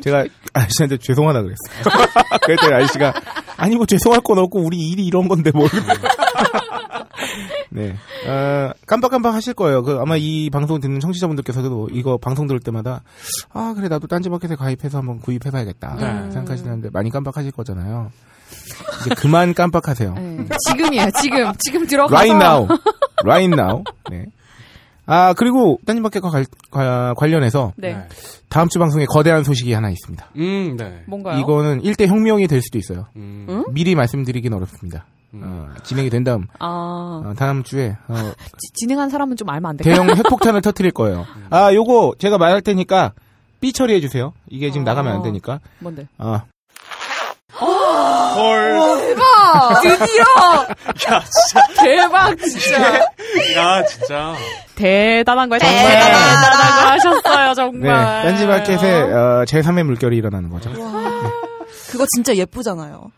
S1: 제가 아저씨한테 죄송하다 그랬어요. 그랬더니 아저씨가 아니 뭐 죄송할 건 없고 우리 일이 이런 건데 뭐. 네. 어, 깜빡깜빡 하실 거예요. 그 아마 이 방송 듣는 청취자분들께서도 이거 방송 들을 때마다 아 그래 나도 딴지마켓에 가입해서 한번 구입해봐야겠다
S4: 네.
S1: 생각하시는데 많이 깜빡하실 거잖아요. 이제 그만 깜빡하세요.
S5: 네, 지금이야 지금 지금 들어가서.
S1: Right now. Right now. 네. 아 그리고 딴지마켓과 갈- 과- 관련해서
S5: 네.
S1: 다음 주 방송에 거대한 소식이 하나 있습니다.
S4: 음, 네.
S5: 뭔가요?
S1: 이거는 1대 혁명이 될 수도 있어요.
S4: 음.
S5: 응?
S1: 미리 말씀드리긴 어렵습니다. 어, 진행이 된 다음
S5: 아
S1: 어, 다음 주에 어,
S5: 지- 진행한 사람은 좀 알면 안 될까?
S1: 대형 핵폭탄을 터트릴 거예요. 아 요거 제가 말할 테니까 삐 처리해 주세요. 이게 지금
S5: 어.
S1: 나가면 안 되니까.
S5: 뭔데?
S1: 아
S4: 헐.
S5: 대박! 아, 드디어! 대박 진짜.
S4: 야, 진짜.
S5: 대단한 거야 정말. 대단한 거 하셨어요
S1: 네,
S5: 정말.
S1: 딴지마켓에 어, 제3의 물결이 일어나는 거죠.
S2: 그거 진짜 예쁘잖아요.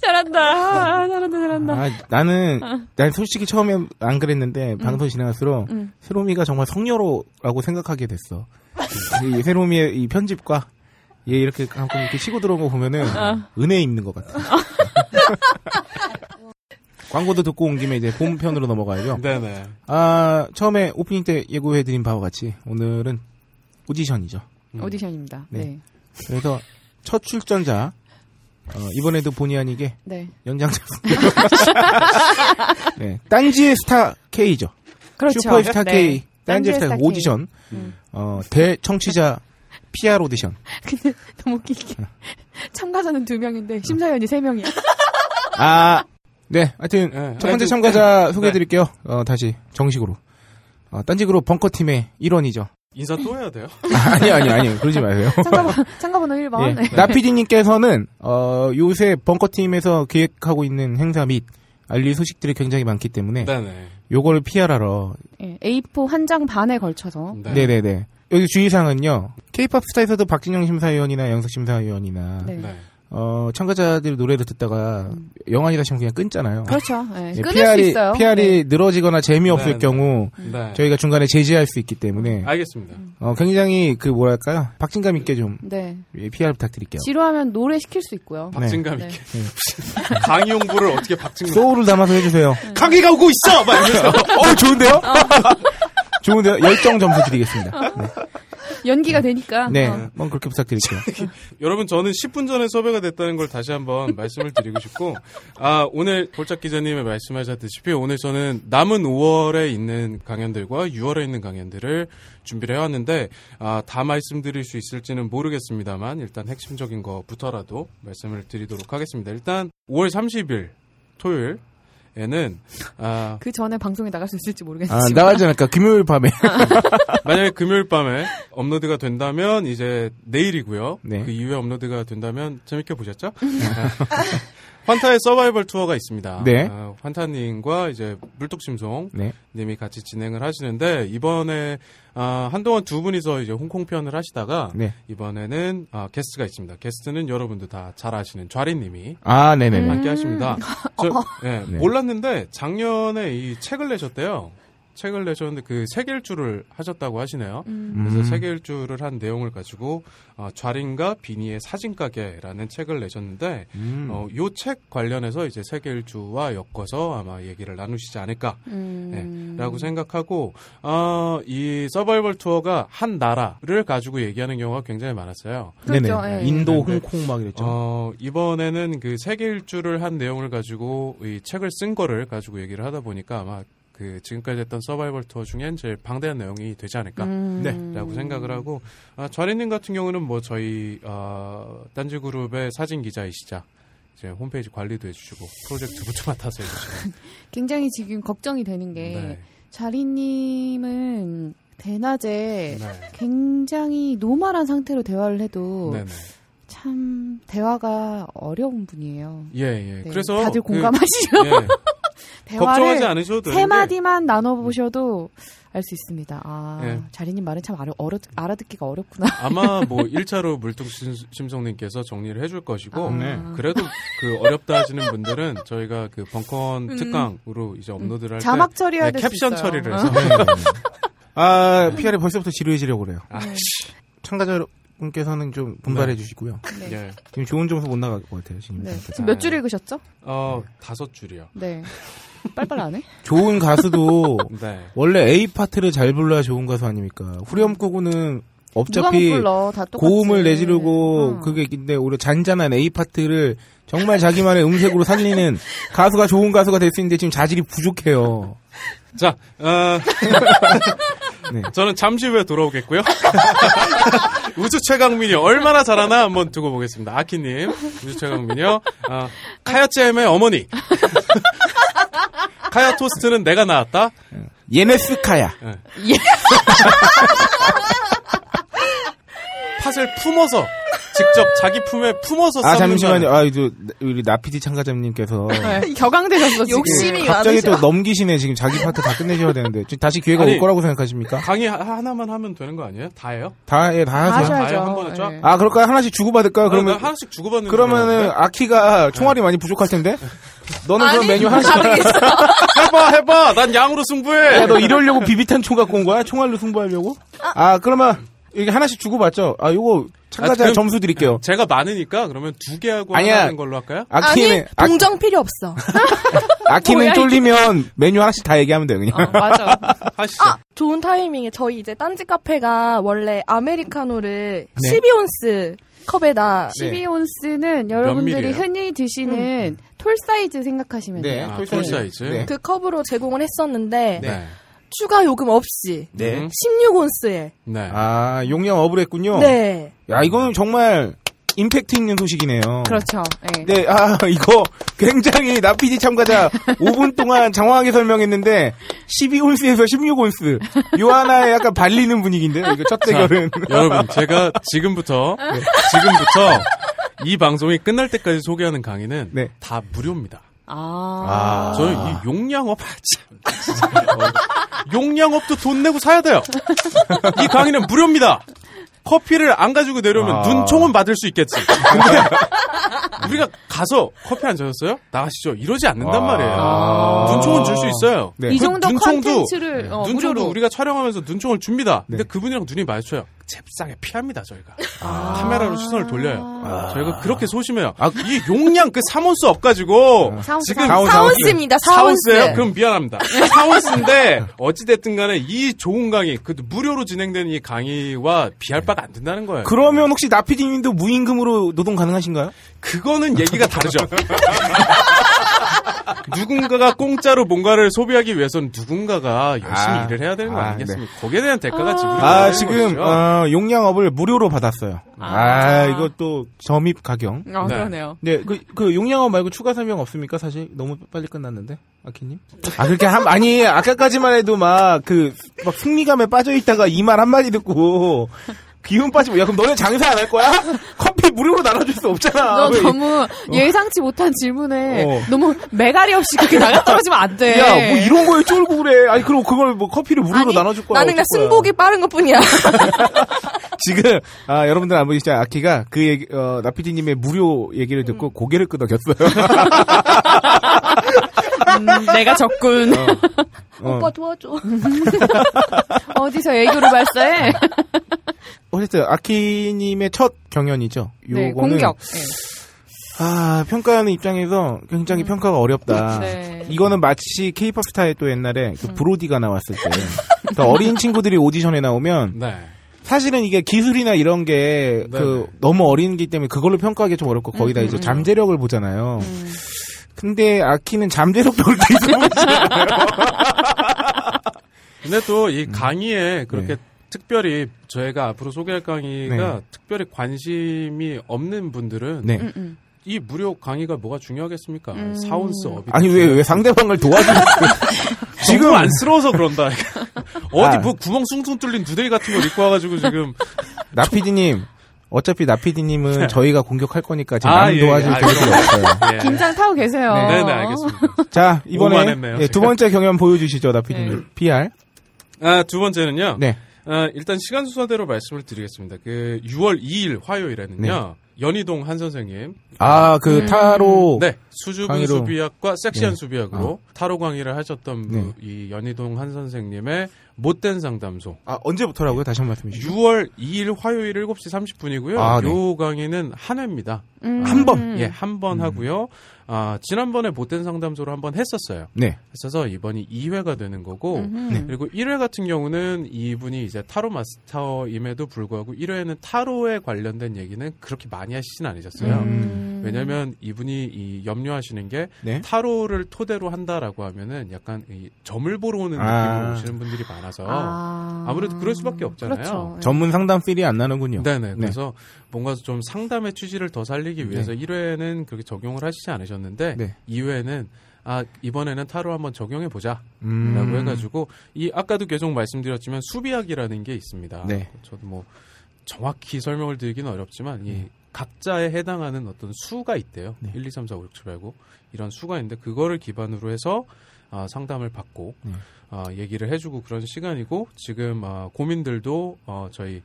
S5: 잘한다. 아, 잘한다 잘한다.
S1: 아, 나는 난 솔직히 처음에 안 그랬는데 방송 진행할수록
S5: 음.
S1: 세로미가 정말 성녀로라고 생각하게 됐어. 이 세로미의 이 편집과 얘 이렇게 가끔 이렇게 치고 들어온 거 보면은 은혜 입는 것 같아. 광고도 듣고 온 김에 이제 본편으로 넘어가야죠.
S4: 네네.
S1: 아 처음에 오프닝 때 예고해드린 바와 같이 오늘은 오디션이죠.
S5: 오디션입니다.
S1: 네.
S5: 네.
S1: 그래서 첫 출전자 어, 이번에도 본의 아니게
S5: 네.
S1: 연장자. 네, 딴지의 스타 K죠.
S5: 그렇죠.
S1: 슈퍼스타
S5: 네.
S1: K, 딴지의
S5: 딴지의
S1: 스타
S5: 스타
S1: K
S5: K.
S1: 오디션,
S4: 음.
S1: 어, 대청취자 PR 오디션.
S5: 근데 너무 웃기게.
S1: 음.
S5: 참가자는 두 명인데 심사위원이 세 명이야.
S1: 아, 네, 하여튼
S4: 네,
S1: 첫 번째
S4: 하여튼-
S1: 참가자 소개해드릴게요. 어, 다시 정식으로. 어, 딴지그룹 벙커팀의 일원이죠.
S4: 인사 또 해야 돼요?
S1: 아니요, 아니요, 아니요. 그러지 마세요.
S5: 참가번호, 참가번호 1번.
S1: 예. 나피디님께서는 어, 요새 벙커팀에서 기획하고 있는 행사 및 알릴 소식들이 굉장히 많기 때문에
S4: 네네.
S1: 요거를 PR하러
S5: 예, A4 한 장 반에
S4: 음,
S5: 걸쳐서.
S1: 네. 네네 여기 주의사항은요. K-팝 스타에서도 박진영 심사위원이나 영석 심사위원이나
S5: 네.
S4: 네.
S1: 어, 참가자들 노래를 듣다가 영환이다 싶으면 그냥 끊잖아요.
S5: 그렇죠. 예, 끊을
S1: PR이,
S5: 수 있어요.
S1: PR이 늘어지거나 재미없을
S4: 네, 네.
S1: 경우
S4: 네. 아,
S1: 저희가 중간에 제지할 수 있기 때문에
S4: 알겠습니다.
S1: 어, 굉장히 그 뭐랄까요 박진감 있게 좀
S5: 네.
S1: 예, PR 부탁드릴게요.
S5: 지루하면 노래 시킬 수 있고요.
S4: 박진감
S5: 네.
S4: 있게. 강의 홍보를 어떻게 박진감.
S1: 소울을 담아서 해주세요.
S5: 네.
S4: 강의가 오고 있어! 막 이러면서.
S1: 어 좋은데요? 좋은데요? 열정 점수 드리겠습니다. 네,
S5: 연기가 되니까.
S1: 네,
S5: 어.
S1: 한번 그렇게 부탁드릴게요.
S4: 여러분 저는 10분 전에 섭외가 됐다는 걸 다시 한번 말씀을 드리고 싶고 아 오늘 볼짝 기자님의 말씀하셨듯이 오늘 저는 남은 5월에 있는 강연들과 6월에 있는 강연들을 준비를 해왔는데 아, 다 말씀드릴 수 있을지는 모르겠습니다만 일단 핵심적인 거부터라도 말씀을 드리도록 하겠습니다. 일단 5월 30일 토요일에는 아,
S5: 그 전에 방송에 나갈 수
S1: 아,
S5: 있을지 모르겠지만.
S1: 나가지 않을까? 금요일 밤에.
S4: 만약에 금요일 밤에 업로드가 된다면 이제 내일이고요.
S1: 네.
S4: 그 이후에 업로드가 된다면 재밌게 보셨죠? 아, 환타의 서바이벌 투어가 있습니다.
S1: 네.
S4: 아, 환타님과 이제 물뚝심송
S1: 네.
S4: 님이 같이 진행을 하시는데 이번에 아, 한동안 두 분이서 이제 홍콩 편을 하시다가
S1: 네.
S4: 이번에는 아, 게스트가 있습니다. 게스트는 여러분도 다 잘 아시는 좌리님이
S1: 아, 네네네.
S5: 음.
S4: 함께 하십니다. 저, 예,
S1: 네.
S4: 몰랐는데 작년에 이 책을 내셨대요. 책을 내셨는데 그 세계 일주를 하셨다고 하시네요. 그래서
S1: 음.
S4: 세계 일주를 한 내용을 가지고 어, 좌린과 비니의 사진가게라는 책을 내셨는데
S1: 음.
S4: 어, 요책 관련해서 이제 세계 일주와 엮어서 아마 얘기를 나누시지 않을까
S5: 음.
S4: 아, 네. 라고 생각하고 어, 이 서바이벌 투어가 한 나라를 가지고 얘기하는 경우가 굉장히 많았어요.
S5: 그렇죠.
S1: 네네.
S5: 예.
S1: 인도,
S4: 네, 네.
S1: 홍콩 막 이랬죠.
S4: 어, 이번에는 그 세계 일주를 한 내용을 가지고 이 책을 쓴 거를 가지고 얘기를 하다 보니까 아마 그 지금까지 했던 서바이벌 투어 중엔 제일 방대한 내용이 되지 않을까.
S5: 음.
S4: 네, 라고 생각을 하고 아, 좌리님 같은 경우는 뭐 저희 어, 딴지 그룹의 사진 기자이시자 이제 홈페이지 관리도 해주시고 프로젝트부터 맡아서 해주시고
S5: 굉장히 지금 걱정이 되는 게
S4: 네.
S5: 자리님은 대낮에
S4: 네.
S5: 굉장히 노멀한 상태로 대화를 해도
S4: 네네.
S5: 참 대화가 어려운 분이에요.
S4: 예,
S5: 네,
S4: 예. 그래서
S5: 다들
S4: 그-
S5: 공감하시죠.
S4: 예, 걱정하지
S5: 대화를
S4: 않으셔도 되는데
S5: 세 마디만 나눠보셔도 알 수 있습니다. 아
S4: 예.
S5: 자리님 말은 참 어려, 어려, 알아듣기가 어렵구나.
S4: 아마 뭐 1차로 물뚝심성님께서 정리를 해줄 것이고
S5: 아. 네.
S4: 그래도 그 어렵다 하시는 분들은 저희가 그 벙커원 특강으로 이제 업로드를 할
S5: 음.
S4: 때
S5: 자막 처리해야 될수
S4: 아, 네. 캡션
S5: 있어요.
S4: 처리를
S5: 어.
S4: 해서
S1: 네. 아, PR이 벌써부터 지루해지려고 그래요.
S4: 아,
S1: 참가자 여러분께서는 좀 분발해 주시고요.
S4: 예.
S1: 지금 좋은 점수 못 나갈 것 같아요, 지금.
S5: 네.
S1: 상태가.
S5: 지금 몇 줄 읽으셨죠?
S4: 어 다섯 줄이요.
S5: 네. 빨빨 안 해?
S1: 좋은 가수도
S4: 네.
S1: 원래 A 파트를 잘 불러야 좋은 가수 아닙니까? 후렴구는
S5: 음. 누가 못
S1: 어차피
S5: 불러? 다 똑같이.
S1: 고음을 내지르고
S5: 어.
S1: 그게 있는데 오히려 잔잔한 A 파트를 정말 자기만의 음색으로 살리는 가수가 좋은 가수가 될 수 있는데 지금 자질이 부족해요.
S4: 자, 어,
S1: 네.
S4: 저는 잠시 후에 돌아오겠고요. 우주 최강민이 얼마나 잘하나 한번 두고 보겠습니다. 아키님, 우주 최강민이요. 어, 카야잼의 어머니. 카야 토스트는 내가 나왔다.
S1: 예네스카야.
S4: 팥을 품어서 직접 자기 품에 품어서
S1: 아
S4: 삶는
S1: 잠시만요.
S4: 거는
S1: 아 이제 우리 나피디 참가자님께서 그
S5: 네, 격앙되셨어 지금.
S2: 욕심이
S1: 갑자기
S2: 많으셔.
S1: 또 넘기시네 지금 자기 파트 다 끝내셔야 되는데 지금 다시 기회가
S4: 아니.
S1: 올 거라고 생각하십니까?
S4: 강의 하- 하나만 하면 되는 거 아니에요? 다예요?
S1: 다 예 다
S5: 다
S1: 하세요.
S5: 하셔야죠.
S4: 아예 한 번에 쫙?
S5: 예.
S1: 아 그럴까요? 하나씩 주고 받을까요?
S4: 그러면
S1: 아, 그러면
S4: 아, 하나씩 주고받는
S1: 그러면은
S4: 거예요. 네.
S1: 아키가 총알이 많이 부족할 텐데 너는 그럼 메뉴 하나씩 네.
S4: 해봐 해봐 난 양으로 승부해
S1: 야, 너 이러려고 비비탄 총 갖고 온 거야? 총알로 승부하려고? 아, 그러면, 이게 하나씩 주고받죠? 아, 요거, 참가자
S4: 아, 그럼-
S1: 점수 드릴게요.
S4: 제가 많으니까 그러면 두 개 하고
S1: 아니야.
S4: 하는 걸로 할까요?
S1: 아키는,
S6: 아니 동정 필요 없어.
S1: 아, 키는
S6: 뭐야,
S1: 쫄리면 메뉴 하나씩 다 얘기하면 돼요, 그냥.
S5: 어, 맞아.
S4: 하시죠.
S6: 좋은 타이밍에 저희 이제 딴지 카페가 원래 아메리카노를
S1: 네.
S6: 12온스 컵에다
S5: 네. 12온스는
S4: 밀이에요?
S5: 여러분들이 흔히 드시는 톨 사이즈 생각하시면 돼요.
S4: 아,
S1: 톨
S4: 톨 사이즈.
S1: 네.
S6: 그 컵으로 제공을 했었는데
S4: 네.
S6: 추가 요금 없이
S1: 네.
S4: 음.
S6: 16온스에
S4: 네.
S1: 아, 용량 업을 했군요.
S6: 네
S1: 야, 이거는 정말, 임팩트 있는 소식이네요.
S5: 그렇죠. 예.
S1: 네, 아, 이거 굉장히 나피디 참가자 5분 동안 장황하게 설명했는데 12온스에서 16온스 요 하나에 약간 발리는 분위기인데요. 이거 첫
S4: 자,
S1: 대결은
S4: 아, 여러분, 제가 지금부터,
S1: 아.
S4: 네, 지금부터 이 방송이 끝날 때까지 소개하는 강의는
S1: 네.
S4: 다 무료입니다.
S5: 아.
S4: 저는 이 용량업, 아, 참. 어, 용량업도 돈 내고 사야 돼요. 이 강의는 무료입니다. 커피를 안 가지고 내려오면
S1: 아.
S4: 눈총은 받을 수 있겠지. 근데 우리가 가서 커피 안 주셨어요? 나가시죠. 이러지 않는단 말이에요.
S1: 아.
S4: 눈총은 줄 수 있어요.
S1: 네.
S5: 이 정도
S4: 눈총도-
S5: 컨텐츠를 어,
S4: 눈총도 네.
S5: 무료로
S4: 우리가 촬영하면서 눈총을 줍니다. 근데
S1: 네.
S4: 그분이랑 눈이 마주쳐요. 잽싸게 피합니다 저희가. 카메라로 시선을 돌려요. 저희가 그렇게 소심해요. 이 용량 그 3온스 업 가지고
S5: 사온스,
S4: 지금
S1: 사온스.
S6: 사온스입니다 네.
S4: 사온스예요?
S6: 사온스
S4: 그럼 미안합니다. 사온스인데 어찌 됐든 간에 이 좋은 강의 그 무료로 진행되는 이 강의와 비할 바가 안 된다는 거예요.
S1: 그러면 혹시 나피디님도 무임금으로 노동 가능하신가요?
S4: 그거는 얘기가 다르죠. 누군가가 공짜로 뭔가를 소비하기 위해서는 누군가가 열심히
S1: 아.
S4: 일을 해야 되는 거
S1: 아,
S4: 아, 니겠습니까 거기에 대한 대가가 지불이
S1: 아,
S4: 되는
S1: 지금
S4: 거죠.
S1: 어, 용량업을 무료로 받았어요. 아, 이것도 점입 가경.
S5: 어,
S4: 네.
S5: 그러네요.
S1: 네, 그, 그 용량업 말고 추가 설명 없습니까? 사실 너무 빨리 끝났는데 아키님. 아 그렇게 함 아니 아까까지만 해도 막 그 막 승리감에 빠져 있다가 이 말 한마디 듣고 기운 빠지고 야 그럼 너네 장사 안 할 거야? 커피 무료로 나눠줄 수 없잖아.
S5: 너
S1: 왜-
S5: 너무 예상치 못한 질문에
S1: 어.
S5: 너무 매가리 없이 그렇게 나가 떨어지면 안 돼.
S1: 야, 뭐 이런 거에 쫄고 그래. 아니 그럼 그걸 뭐 커피를 무료로 나눠줄 거야.
S6: 나는 그냥
S1: 어쩔 거야.
S6: 승복이 빠른 것뿐이야
S1: 지금 아 여러분들 안 보이시죠? 아키가 그 얘기 어, 나피디님의 무료 얘기를 듣고
S6: 음.
S1: 고개를 끄덕였어요.
S5: 음, 내가 적군.
S1: 어.
S6: 오빠 도와줘
S5: 어디서 애교를 발사해?
S1: 아, 어쨌든 아키님의 첫 경연이죠.
S5: 네,
S1: 요거는
S5: 공격. 네.
S1: 아 평가하는 입장에서 굉장히 평가가 어렵다.
S5: 네.
S1: 아, 이거는 마치 케이팝 스타의 또 옛날에 그 브로디가 나왔을 때 그러니까 어린 친구들이 오디션에 나오면
S4: 네.
S1: 사실은 이게 기술이나 이런 게 그 너무 어린기 때문에 그걸로 평가하기 좀 어렵고 거기다 이제 잠재력을 보잖아요. 근데 아키는 잠재력도 그렇게 있어
S4: 근데 또 이
S1: 음.
S4: 강의에 그렇게
S1: 네.
S4: 특별히 저희가 앞으로 소개할 강의가 특별히 관심이 없는 분들은
S1: 네.
S4: 이 무료 강의가 뭐가 중요하겠습니까?
S5: 음.
S4: 사온스 업이
S1: 아니 왜 왜 상대방을 도와주는
S4: 지금 안쓰러워서 그런다. 어디
S1: 아.
S4: 뭐 구멍 숭숭 뚫린 두대기 같은 걸 입고 와가지고 지금
S1: 나피디님 어차피 나피디님은 저희가 공격할 거니까 지금
S4: 아,
S1: 남
S4: 예,
S1: 도와줄
S4: 예,
S1: 필요 없어요.
S4: 예.
S5: 아, 긴장 타고 계세요.
S4: 네, 네, 알겠습니다.
S1: 자
S4: 오만
S1: 이번에
S4: 했네요,
S1: 예,
S4: 제가.
S1: 두 번째 경연 보여주시죠 나피디님
S5: 네.
S1: PR.
S4: 아, 두 번째는요.
S1: 네.
S4: 어, 일단 시간 순서대로 말씀을 드리겠습니다. 그 6월 2일 화요일에는요.
S1: 네.
S4: 연희동 한 선생님,
S1: 아 그 타로
S4: 네 수줍은
S1: 강의로.
S4: 수비학과 섹시한
S1: 네.
S4: 수비학으로 타로 강의를 하셨던 분, 이 연희동 한 선생님의 못된 상담소.
S1: 아, 언제부터라고요? 다시 한 번 말씀해 주시죠.
S4: 6월 2일 화요일 7시 30분이고요.
S1: 네. 아, 네.
S4: 요 강의는 한 회입니다.
S5: 음.
S1: 한 번. 음.
S4: 예, 한 번 하고요. 아, 지난번에 못된 상담소로 한 번 했었어요.
S1: 네.
S4: 했어서 이번이 2회가 되는 거고
S5: 음.
S4: 그리고 1회 같은 경우는 이분이 이제 타로 마스터임에도 불구하고 1회는 타로에 관련된 얘기는 그렇게 많이 하시진 않으셨어요.
S1: 음.
S5: 음.
S4: 왜냐면 이분이 이 염려하시는 게
S1: 네.
S4: 타로를 토대로 한다라고 하면은 약간 이 점을 보러 오는
S1: 아.
S4: 느낌으로 오시는 분들이 많아서
S5: 아.
S4: 아무래도 그럴 수밖에 없잖아요.
S5: 그렇죠.
S1: 전문 상담 필이 안 나는군요.
S4: 네네. 그래서 뭔가 좀 상담의 취지를 더 살리기 위해서 1회는 그렇게 적용을 하시지 않으셨는데
S1: 네.
S4: 2회는 아 이번에는 타로 한번 적용해 보자라고
S1: 음.
S4: 해가지고 이 아까도 계속 말씀드렸지만 수비학이라는 게 있습니다.
S1: 네.
S4: 저도 뭐 정확히 설명을 드리기는 어렵지만 이 각자에 해당하는 어떤 수가 있대요.
S1: 네.
S4: 1, 2, 3, 4, 5, 6, 7, 8, 9 이런 수가 있는데 그거를 기반으로 해서 아, 상담을 받고
S1: 네.
S4: 아, 얘기를 해주고 그런 시간이고 지금 아, 고민들도 어, 저희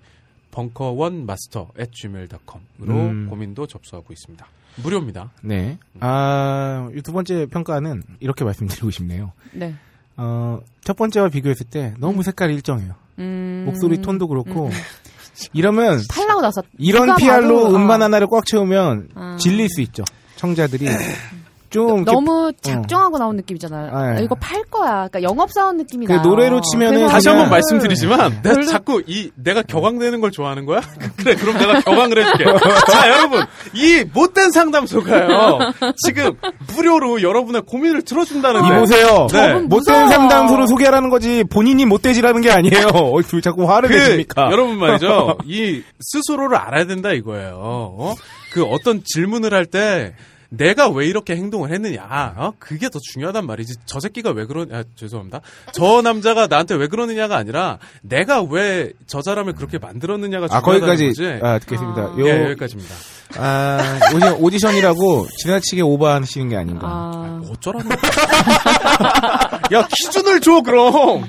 S4: 벙커원 마스터 at gmail.com으로
S1: 음.
S4: 고민도 접수하고 있습니다. 무료입니다.
S1: 네. 아, 이두 번째 평가는 이렇게 말씀드리고 싶네요.
S5: 네.
S1: 어, 첫 번째와 비교했을 때 너무 색깔이 일정해요.
S5: 음.
S1: 목소리 톤도 그렇고. 이러면
S5: 팔라고 나서
S1: 이런
S5: 누가
S1: PR로
S5: 봐도,
S1: 음반
S5: 어.
S1: 하나를 꽉 채우면
S5: 아.
S1: 질릴 수 있죠. 청자들이 좀 이렇게 어.
S5: 너무 작정하고 나온 느낌이잖아요.
S1: 아, 예.
S5: 아, 이거 팔 거야. 그러니까 영업사원 느낌이
S1: 그
S5: 나요.
S1: 노래로 치면은
S5: 그래서
S4: 다시
S1: 그냥-
S4: 한번
S1: 네.
S4: 말씀드리지만 내가
S5: 별로-
S4: 자꾸 이 내가 격앙되는 걸 좋아하는 거야? 그래 그럼 내가 격앙을 해줄게. 자 여러분 이 못된 상담소가요. 지금 무료로 여러분의 고민을 들어준다는데
S1: 아, 이보세요.
S4: 네.
S1: 못된
S4: 저분
S5: 무서워.
S1: 상담소로 소개하라는 거지 본인이 못되지라는 게 아니에요. 어, 둘 자꾸 화를 내십니까?
S4: 그 여러분 말이죠. 이 스스로를 알아야 된다 이거예요. 어? 그 어떤 질문을 할 때 내가 왜 이렇게 행동을 했느냐. 어? 그게 더 중요하단 말이지. 저 새끼가 왜 그러 아, 죄송합니다. 저 남자가 나한테 왜 그러느냐가 아니라 내가 왜 저 사람을 그렇게 만들었느냐가
S1: 아
S4: 중요하다는
S1: 거기까지
S4: 거지.
S1: 아, 듣겠습니다.
S5: 아.
S1: 요
S4: 예, 여기까지입니다.
S1: 아, 오디션, 오디션이라고 지나치게 오버하시는 게 아닌가.
S5: 아,
S4: 어쩌라는 거야? 야 기준을 줘 그럼.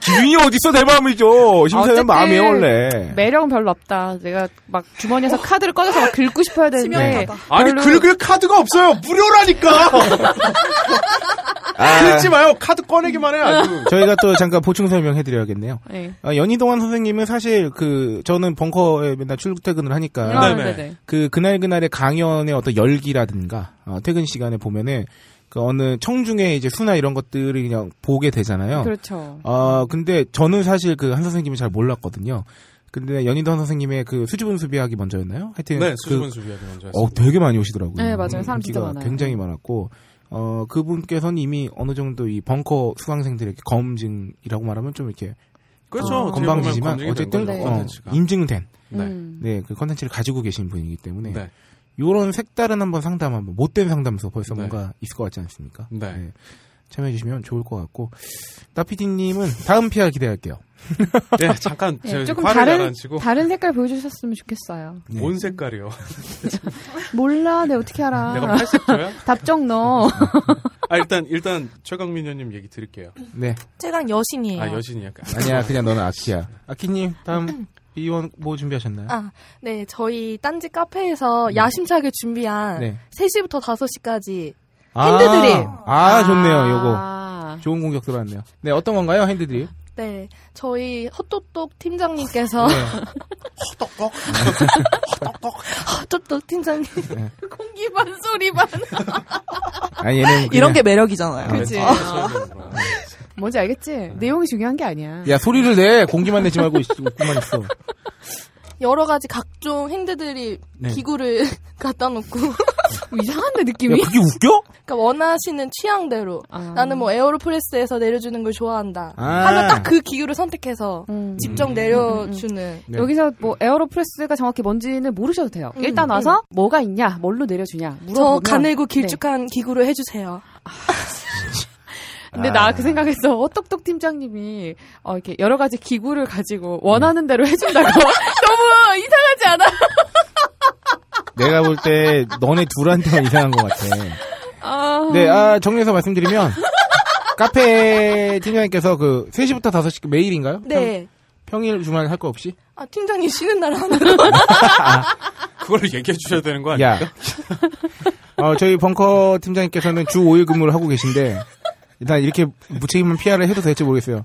S1: 기준이 어딨어, 대마음이죠. 심사위원
S5: 어쨌든
S1: 마음이 원래.
S5: 매력은 별로 없다. 내가 막
S6: 어.
S5: 주머니에서 카드를 꺼내서 막 긁고 싶어야 되는데
S2: 치명타다.
S4: 아니
S5: 별로-
S4: 긁을 카드가 없어요. 무료라니까. 긁지 마요. 카드 꺼내기만 해 아주.
S1: 아. 저희가 또 잠깐 보충 설명해드려야겠네요.
S5: 네.
S1: 아, 연희동환 선생님은 사실 그, 저는 벙커에 맨날 출퇴근을 하니까.
S5: 아,
S4: 네네.
S5: 네네.
S1: 그 그날 그날의 강연의 어떤 열기라든가 어, 퇴근 시간에 보면은 그 어느 청중의 이제 수나 이런 것들을 그냥 보게 되잖아요.
S5: 그렇죠.
S1: 아 근데 저는 사실 그 한 선생님을 잘 몰랐거든요. 근데 연인도 한 선생님의 그 수줍은 수비하기 먼저였나요? 하여튼
S4: 네,
S1: 그
S4: 수줍은 수비하기 먼저 했습니다.
S1: 어, 되게 많이 오시더라고요.
S5: 네, 맞아요. 사람
S1: 인기가
S5: 진짜 많아요.
S1: 굉장히 많았고, 어, 그분께서는 이미 어느 정도 이 벙커 수강생들의 검증이라고 말하면 좀 이렇게
S4: 그렇죠.
S5: 어,
S4: 어떻게 보면
S1: 건방지지만
S4: 검증이 된
S1: 어쨌든
S4: 거죠,
S5: 네.
S1: 어,
S4: 컨텐츠가.
S1: 인증된
S4: 네.
S5: 음.
S1: 네, 그 컨텐츠를 가지고 계신 분이기 때문에
S4: 네.
S1: 요런 색다른 한번 상담 한번 못된 상담소 벌써
S4: 네.
S1: 뭔가 있을 것 같지 않습니까?
S4: 네.
S1: 참여해 주시면 좋을 것 같고 따피디님은 다음 PR 기대할게요.
S4: 예, 잠깐
S5: 네,
S4: 제가
S5: 조금
S4: 화를
S5: 다른
S4: 가라앉히고
S5: 다른 색깔 보여주셨으면 좋겠어요.
S1: 네.
S4: 뭔 색깔이요?
S5: 몰라, 내가 어떻게 알아?
S4: 내가 팔색조야?
S5: 답정 넣어.
S4: 아 일단 일단 최강민 의원님 얘기 드릴게요.
S1: 네,
S6: 최강 여신이에요.
S4: 아 여신이야.
S1: 아니야 그냥 너는 아키야. 아키님 다음 비원 뭐 준비하셨나요?
S6: 아, 네, 저희 딴지 카페에서 야심차게 준비한
S1: 네.
S6: 3시부터 5시까지
S1: 아,
S6: 핸드드립.
S1: 아, 좋네요, 요거.
S5: 아.
S1: 좋은 공격 들어왔네요. 네, 어떤 건가요, 핸드드립?
S6: 네, 저희 헛똑똑 팀장님께서
S1: 네.
S4: 떡떡.
S6: 헛똑똑 팀장님
S4: 네.
S6: 공기반 소리반
S1: 아, 얘는
S2: 이런
S1: 그냥-
S2: 게 매력이잖아요.
S1: 아,
S5: 그치. 뭔지 알겠지? 내용이 중요한 게 아니야.
S1: 야 소리를 내 공기만 내지 말고 있- 웃고만 있어.
S6: 여러 가지 각종 핸드들이
S1: 네.
S6: 기구를 갖다 놓고
S5: 뭐 이상한데
S1: 야
S5: 느낌이.
S1: 그게 웃겨?
S6: 그러니까 원하시는 취향대로
S5: 아.
S6: 나는 뭐 에어로프레스에서 내려주는 걸 좋아한다
S1: 아.
S6: 하면 딱 그 기구를 선택해서
S5: 음.
S6: 직접 내려주는
S1: 네.
S5: 여기서 뭐 에어로프레스가 정확히 뭔지는 모르셔도 돼요.
S6: 음,
S5: 일단 와서 뭐가 있냐, 뭘로 내려주냐
S6: 저
S5: 물어보면.
S6: 가늘고 길쭉한 기구로 해주세요
S5: 네. 근데 나 그 생각했어. 어떡똑 팀장님이 어, 이렇게 여러 가지 기구를 가지고 원하는 대로 해준다고 너무 이상하지 않아?
S1: 내가 볼 때 너네 둘한테만 이상한 것 같아.
S6: 아,
S1: 네, 아, 정리해서 말씀드리면 카페 팀장님께서 그 3시부터 5시 매일인가요?
S6: 네.
S1: 평, 일 주말 할 거 없이?
S6: 아, 팀장님 쉬는 날 하는 거.
S4: 그걸 얘기해 주셔야 되는 거
S1: 야.
S4: 아니에요?
S1: 어, 저희 벙커 팀장님께서는 주 5일 근무를 하고 계신데 일단 이렇게 무책임한 피아를 해도 될지 모르겠어요.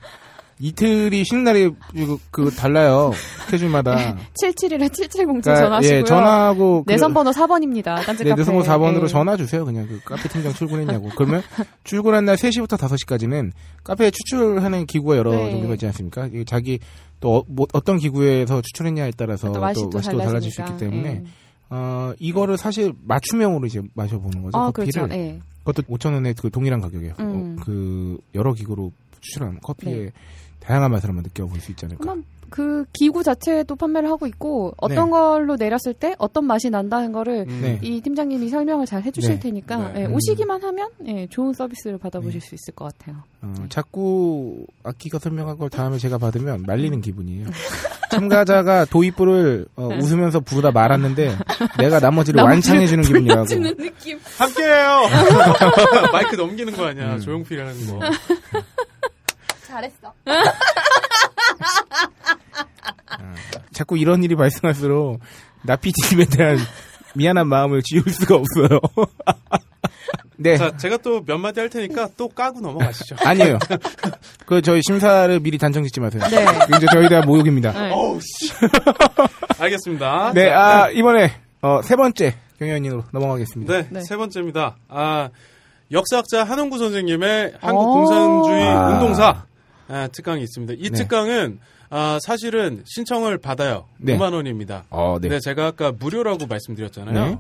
S1: 이틀이 쉬는 날이 그, 그 달라요. 스케줄마다.
S5: 771에 7707
S1: 그러니까,
S5: 전화하시고요.
S1: 예, 전화하고 그-
S5: 내선 번호 4번입니다. 딴지
S1: 네,
S5: 카페.
S1: 내성호 4번으로
S5: 네.
S1: 전화 주세요. 그냥 그 카페 팀장 출근했냐고. 그러면 출근한 날 3시부터 5시까지는 카페에 추출하는 기구가 여러
S5: 네.
S1: 종류가 있지 않습니까? 이게 자기 또 어, 뭐, 어떤 기구에서 추출했냐에 따라서
S5: 또
S1: 또
S5: 맛이
S1: 맛이
S5: 또
S1: 또 달라질 수 있기
S5: 달라지니까.
S1: 때문에
S5: 예.
S1: 어, 이거를 사실 맞춤형으로 이제 마셔보는 거죠.
S5: 아,
S1: 커피를.
S5: 그렇죠. 예.
S1: 그것도 5천 원의 그 동일한 가격이에요. 어,
S5: 음.
S1: 그 여러 기구로 추출한 커피의
S5: 네.
S1: 다양한 맛을 한번 느껴볼 수 있지 않을까.
S5: 그만 그 기구 자체도 판매를 하고 있고 어떤
S1: 네.
S5: 걸로 내렸을 때 어떤 맛이 난다는 거를
S4: 음.
S1: 네.
S5: 이 팀장님이 설명을 잘 해주실
S1: 네.
S5: 테니까
S4: 네.
S5: 예,
S1: 음. 네.
S5: 오시기만 하면 예, 좋은 서비스를 받아보실 수 있을 것 같아요.
S1: 어, 자꾸 아키가 설명한 걸 다음에 제가 받으면 말리는 기분이에요. 참가자가 도입부를 어, 웃으면서 부르다 말았는데 내가 나머지를 완창해주는 기분이라고.
S6: 느낌.
S4: 함께해요. 마이크 넘기는 거 아니야?
S1: 음.
S4: 조용필 하는 거.
S6: 잘했어.
S1: 자꾸 이런 일이 발생할수록 나피디님에 대한 미안한 마음을 지울 수가 없어요. 네.
S4: 자, 제가 또 몇 마디 할 테니까 또 까고 넘어가시죠.
S1: 아니에요. 그 저희 심사를 미리 단정 짓지 마세요.
S5: 네.
S1: 굉장히 저희에 대한 모욕입니다.
S5: 네.
S4: 알겠습니다.
S1: 네,
S4: 자,
S1: 아 이번에 어, 세 번째 경연인으로 넘어가겠습니다.
S4: 네,
S5: 네.
S4: 세 번째입니다. 아, 역사학자 한홍구 선생님의
S5: 오.
S4: 한국 공산주의
S1: 아.
S4: 운동사 아, 특강이 있습니다. 이
S1: 네.
S4: 특강은 아, 사실은 신청을 받아요.
S1: 네.
S4: 5만 원입니다.
S1: 어, 네.
S4: 근데 제가 아까 무료라고 말씀드렸잖아요.
S1: 네.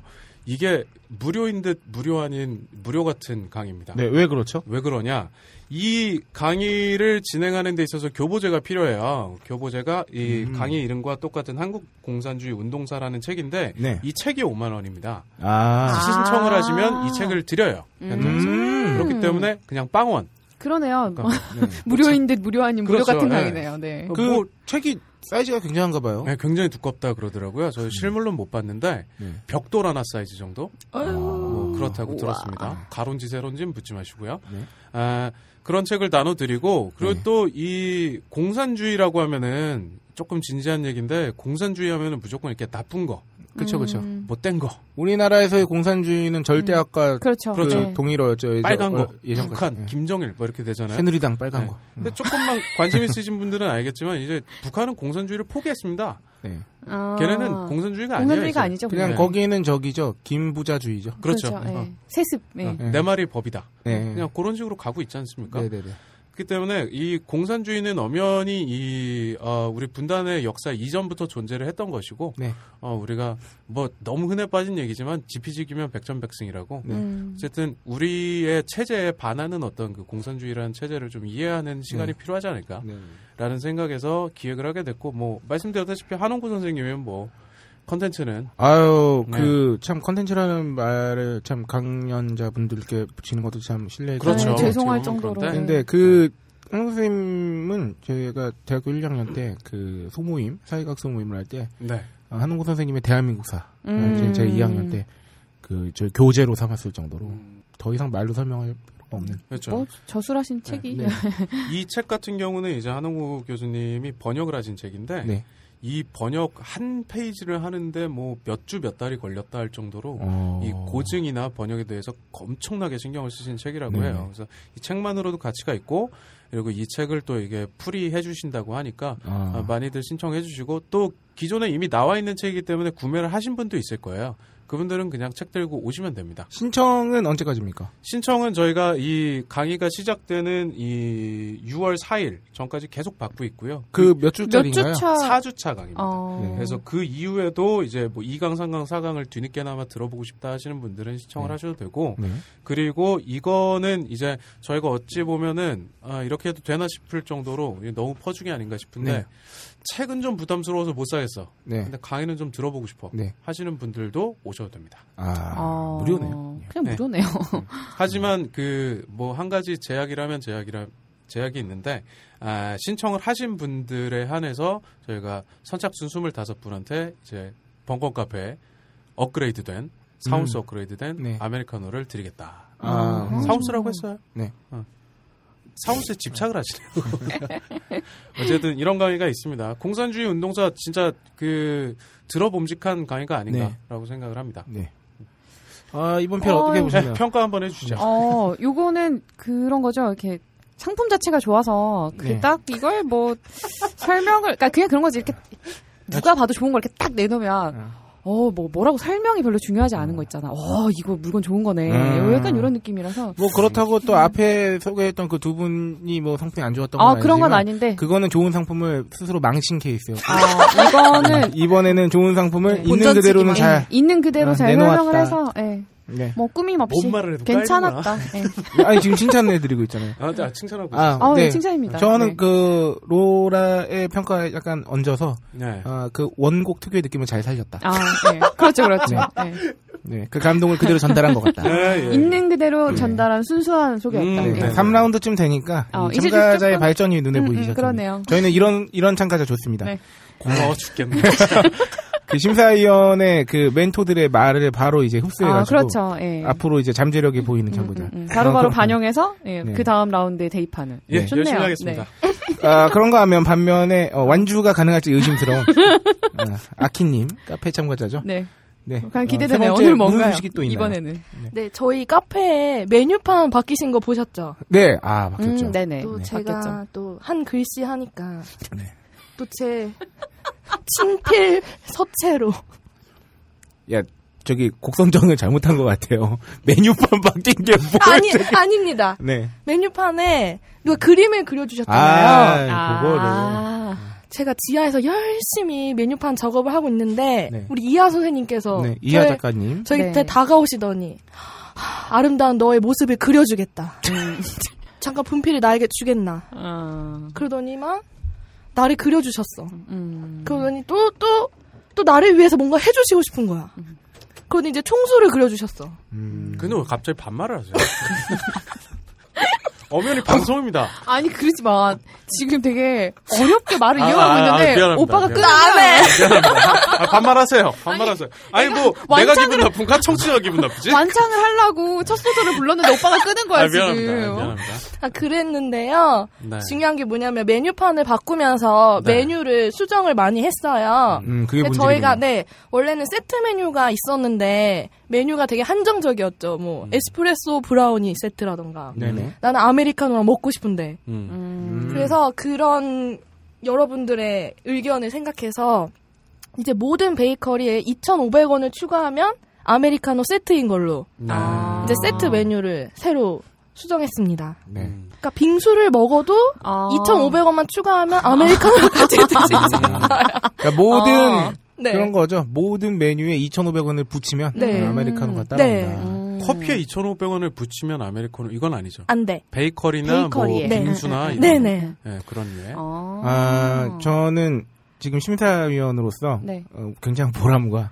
S4: 이게 무료인 듯 무료 아닌 무료 같은 강의입니다.
S1: 네, 왜 그렇죠?
S4: 왜 그러냐? 이 강의를 진행하는 데 있어서 교보제가 필요해요. 교보제가 이
S1: 음.
S4: 강의 이름과 똑같은 한국 공산주의 운동사라는 책인데
S1: 네.
S4: 이 책이 5만 원입니다.
S1: 아,
S4: 신청을 하시면 이 책을 드려요. 현장에서.
S1: 음.
S4: 그렇기 때문에 그냥 빵원.
S5: 뭐, 그러네요.
S4: 그러니까, 네.
S5: 무료인 듯 무료 아닌 무료
S4: 그렇죠.
S5: 같은
S4: 예.
S5: 강의네요. 네.
S1: 그 책이 사이즈가 굉장한가 봐요.
S4: 뭐 네, 굉장히 두껍다 그러더라고요. 저 실물로 못 봤는데
S1: 음. 네.
S4: 벽돌 하나 사이즈 정도 뭐 그렇다고 들었습니다. 가론지 세론지는 묻지 마시고요.
S1: 네.
S4: 아, 그런 책을 나눠드리고 그리고
S1: 네.
S4: 또 이 공산주의라고 하면은 조금 진지한 얘기인데 공산주의 하면은 무조건 이렇게 나쁜 거,
S1: 그쵸, 그쵸.
S4: 못된 거,
S1: 우리나라에서의 공산주의는 절대 아까 그
S5: 그렇죠.
S4: 음. 그렇죠.
S5: 네.
S1: 동일어였죠. 예전-
S4: 빨간 거,
S1: 어, 예전까지.
S4: 북한,
S1: 예.
S4: 김정일 뭐 이렇게 되잖아요.
S1: 새누리당 빨간
S4: 네.
S1: 거.
S4: 근데 조금만 관심 있으신 분들은 알겠지만 이제 북한은 공산주의를 포기했습니다.
S1: 네.
S5: 아.
S4: 걔네는 공산주의가 아니에요.
S5: 공산주의가
S4: 이제.
S5: 아니죠.
S1: 그냥
S4: 음. 네.
S1: 거기에는 저기죠. 김부자주의죠.
S4: 그렇죠.
S5: 예.
S4: 어.
S5: 세습. 예.
S4: 어, 내 말이 법이다.
S1: 네.
S4: 그냥 그러니까. 그런 식으로 가고 있지 않습니까?
S1: 네네네.
S4: 그렇기 때문에 이 공산주의는 엄연히 이 어, 우리 분단의 역사 이전부터 존재를 했던 것이고
S1: 네.
S4: 어, 우리가 뭐 너무 흔해 빠진 얘기지만 지피지기면 백전백승이라고
S1: 네.
S5: 음.
S4: 어쨌든 우리의 체제에 반하는 어떤 그 공산주의라는 체제를 좀 이해하는 시간이 필요하지 않을까라는
S1: 네.
S4: 생각에서 기획을 하게 됐고 뭐 말씀드렸다시피 한홍구 선생님은 뭐 컨텐츠는
S1: 아유,
S4: 네.
S1: 그 참 컨텐츠라는 말을 참 강연자분들께 붙이는 것도 참 실례.
S4: 그렇죠.
S5: 네, 죄송할
S4: 지금은
S5: 정도로.
S4: 그런데
S1: 근데 그 홍 선생님은 저희가 대학교 1, 2학년 때 그 소모임, 사회학 소모임을 할 때 아,
S4: 네.
S1: 한웅구 선생님의 대한민국사
S5: 음.
S1: 아, 제 2학년 때그 저 교재로 삼았을 정도로 더 이상 말로 설명할 필요가 없는
S4: 그렇죠.
S5: 뭐 저술하신 책이
S1: 네.
S4: 이 책 같은 경우는 이제 한홍구 교수님이 번역을 하신 책인데
S1: 네.
S4: 이 번역 한 페이지를 하는데 뭐 몇 주 몇 달이 걸렸다 할 정도로
S1: 어.
S4: 이 고증이나 번역에 대해서 엄청나게 신경을 쓰신 책이라고
S1: 네.
S4: 해요. 그래서 이 책만으로도 가치가 있고 그리고 이 책을 또 이게 풀이해 주신다고 하니까
S1: 아.
S4: 아, 많이들 신청해 주시고 또 기존에 이미 나와 있는 책이기 때문에 구매를 하신 분도 있을 거예요. 그분들은 그냥 책 들고 오시면 됩니다.
S1: 신청은 언제까지입니까?
S4: 신청은 저희가 이 강의가 시작되는 이 6월 4일 전까지 계속 받고 있고요.
S1: 그 몇
S5: 몇
S1: 주짜리인가요?
S5: 주차
S4: 4주차 강의입니다.
S5: 어.
S1: 네.
S4: 그래서 그 이후에도 이제 뭐 2강, 3강, 4강을 뒤늦게나마 들어보고 싶다 하시는 분들은 신청을
S1: 네.
S4: 하셔도 되고
S1: 네.
S4: 그리고 이거는 이제 저희가 어찌 보면은 아, 이렇게 해도 되나 싶을 정도로 이게 너무 퍼주기 아닌가 싶은데
S1: 네.
S4: 책은 좀 부담스러워서 못 사겠어.
S1: 네.
S4: 근데 강의는 좀 들어보고 싶어.
S1: 네.
S4: 하시는 분들도 오셔도 됩니다.
S1: 아,
S5: 어.
S1: 무료네요.
S5: 그냥
S4: 네.
S5: 무료네요.
S1: 음.
S4: 하지만 그 뭐 한 가지 제약이라면 제약이라 제약이 있는데 아, 신청을 하신 분들에 한해서 저희가 선착순 25분한테 이제 벙커 카페 업그레이드된 사운스
S1: 음.
S4: 업그레이드된
S1: 네.
S4: 아메리카노를 드리겠다.
S1: 아,
S4: 사운스라고 했어요.
S1: 네.
S4: 어. 사운스에 집착을 하시네요. 어쨌든 이런 강의가 있습니다. 공산주의 운동사 진짜 그 들어봄직한 강의가 아닌가라고 생각을 합니다.
S1: 네. 아, 이번 편 어떻게
S5: 어,
S1: 보셨나요?
S4: 네, 평가 한번 해주시죠.
S5: 어, 요거는 그런 거죠. 이렇게 상품 자체가 좋아서
S1: 네.
S5: 그딱 이걸 뭐 설명을 그러니까 그냥 그런 거지 이렇게 누가
S1: 그렇죠.
S5: 봐도 좋은 걸 이렇게 딱
S1: 네.
S5: 내놓으면 어 뭐 뭐라고 설명이 별로 중요하지 않은 거 있잖아. 어 이거 물건 좋은 거네. 뭐
S1: 음.
S5: 약간 이런 느낌이라서
S1: 뭐 그렇다고 또 앞에 소개했던 그 두 분이 뭐 상품이 안 좋았던 건
S5: 아 그런 건
S1: 아니지만
S5: 아닌데
S1: 그거는 좋은 상품을 스스로 망친 케이스요.
S5: 아, 이거는
S1: 이번에는 좋은 상품을
S2: 네.
S1: 있는 그대로는
S2: 본전치기만
S1: 잘.
S5: 있는 그대로
S1: 아,
S5: 잘
S1: 내놓았다.
S5: 설명을 해서 예.
S1: 네.
S5: 뭐 꾸밈 없이
S4: 뭔 말을 해도
S5: 괜찮았다. 예.
S1: 아니 지금 칭찬해드리고 있잖아요.
S4: 아, 네, 칭찬하고.
S1: 아,
S5: 아우,
S1: 네.
S5: 칭찬입니다.
S1: 저는
S5: 네.
S1: 그 로라의 평가에 약간 얹어서
S4: 네.
S1: 아, 그 원곡 특유의 느낌을 잘 살렸다.
S5: 아, 예. 그렇죠, 그렇죠. 예.
S1: 네, 그 감동을 그대로 전달한 것 같다.
S5: 음,
S4: 네, 예.
S5: 있는 그대로 전달한 순수한 소개였다.
S4: 음,
S5: 예.
S1: 네,
S4: 네.
S1: 3라운드쯤 되니까
S5: 어,
S1: 이
S5: 이제
S1: 참가자의
S5: 조금-
S1: 발전이 눈에
S5: 음, 음,
S1: 보이죠.
S5: 그러네요.
S1: 저희는 이런 이런 참가자 좋습니다.
S5: 네.
S4: 고마워 죽겠네.
S1: 그 심사위원의 그 멘토들의 말을 바로 이제
S5: 아,
S1: 흡수해가지고
S5: 그렇죠. 예.
S1: 앞으로 이제 잠재력이 보이는 참가자. 어,
S5: 음, 음. 바로바로 반영해서
S1: 네.
S5: 그 다음 라운드에 대입하는.
S4: 예,
S5: 좋네요.
S4: 열심히 하겠습니다.
S5: 네.
S1: 아, 그런가 하면 반면에 어, 완주가 가능할지 의심스러운 아, 아키님 카페 참가자죠.
S5: 네.
S1: 네.
S4: 아,
S5: 그냥
S1: 세
S5: 기대되네요.
S1: 번째
S5: 오늘
S1: 무슨
S5: 뭔가요?
S1: 소식이 또 있나요?
S5: 이번에는.
S6: 네, 저희 카페에 메뉴판 바뀌신 거 보셨죠?
S1: 네, 아 바뀌었죠.
S5: 음, 네네.
S6: 또
S1: 네.
S6: 제가 또 한 글씨 하니까
S1: 네.
S6: 또 제 친필 서체로
S1: 야, 저기 곡선정을 잘못한 것 같아요. 메뉴판 바뀐 게 뭐야?
S6: 아니 아닙니다.
S1: 네.
S6: 메뉴판에 누가 그림을 그려주셨잖아요.
S1: 아, 그거를.
S6: 제가 지하에서 열심히 메뉴판 작업을 하고 있는데
S1: 네.
S6: 우리 이하 선생님께서
S1: 네, 이하
S6: 저의,
S1: 작가님.
S6: 저희
S5: 네.
S6: 곁에 다가오시더니 "하, 아름다운 너의 모습을 그려주겠다. 잠깐 분필을 나에게 주겠나.
S5: 아,
S6: 그러더니만 나를 그려주셨어.
S5: 음.
S6: 그러더니 또 또 또 나를 위해서 뭔가 해주시고 싶은 거야.
S5: 음.
S6: 그러더니 이제 총수를 그려주셨어.
S1: 음.
S4: 근데 왜 갑자기 반말을 하세요? 엄연히 방송입니다.
S5: 아니 그러지 마. 지금 되게 어렵게 말을
S4: 아,
S5: 이어가고
S4: 아, 아,
S5: 있는데
S4: 미안합니다.
S5: 오빠가
S4: 미안합니다.
S5: 끊는 거야.
S4: 미안합니다. 아, 반말하세요. 반말하세요. 아니, 뭐, 내가
S5: 완창으로-
S4: 기분 나쁜가? 청취자가 기분 나쁘지?
S5: 완창을 하려고 첫 소절을 불렀는데 오빠가 끄는 거야
S4: 아,
S5: 지금.
S4: 미안합니다. 미안합니다.
S6: 아 그랬는데요.
S4: 네.
S6: 중요한 게 뭐냐면 메뉴판을 바꾸면서
S4: 네.
S6: 메뉴를 수정을 많이 했어요.
S1: 음, 그게
S6: 근데
S1: 문제.
S6: 저희가 네 원래는 세트 메뉴가 있었는데 메뉴가 되게 한정적이었죠.
S4: 음.
S6: 뭐 에스프레소 브라우니 세트라던가
S1: 네네.
S6: 나는 아메리카노랑 먹고 싶은데
S4: 음.
S5: 음.
S6: 그래서 그런 여러분들의 의견을 생각해서 이제 모든 베이커리에 2,500원을 추가하면 아메리카노 세트인 걸로
S4: 네.
S5: 아.
S6: 이제 세트 메뉴를 새로 수정했습니다.
S1: 네.
S6: 그러니까 빙수를 먹어도
S5: 아.
S6: 2,500원만 추가하면 아메리카노 같이 드실 수 있어요.
S1: 그러니까 모든
S5: 아,
S6: 네.
S1: 그런 거죠. 모든 메뉴에 2,500원을 붙이면
S6: 네.
S1: 아메리카노가
S5: 음.
S1: 따라온다.
S5: 음.
S4: 커피에 2,500원을 붙이면 아메리카노, 이건 아니죠.
S6: 안 돼.
S4: 베이커리나
S5: 베이커리에.
S4: 뭐
S5: 네.
S4: 빙수나 이런
S6: 네네.
S4: 예, 그런 류의
S5: 아.
S1: 아, 저는 지금 심사위원으로서
S5: 네.
S1: 어, 굉장히 보람과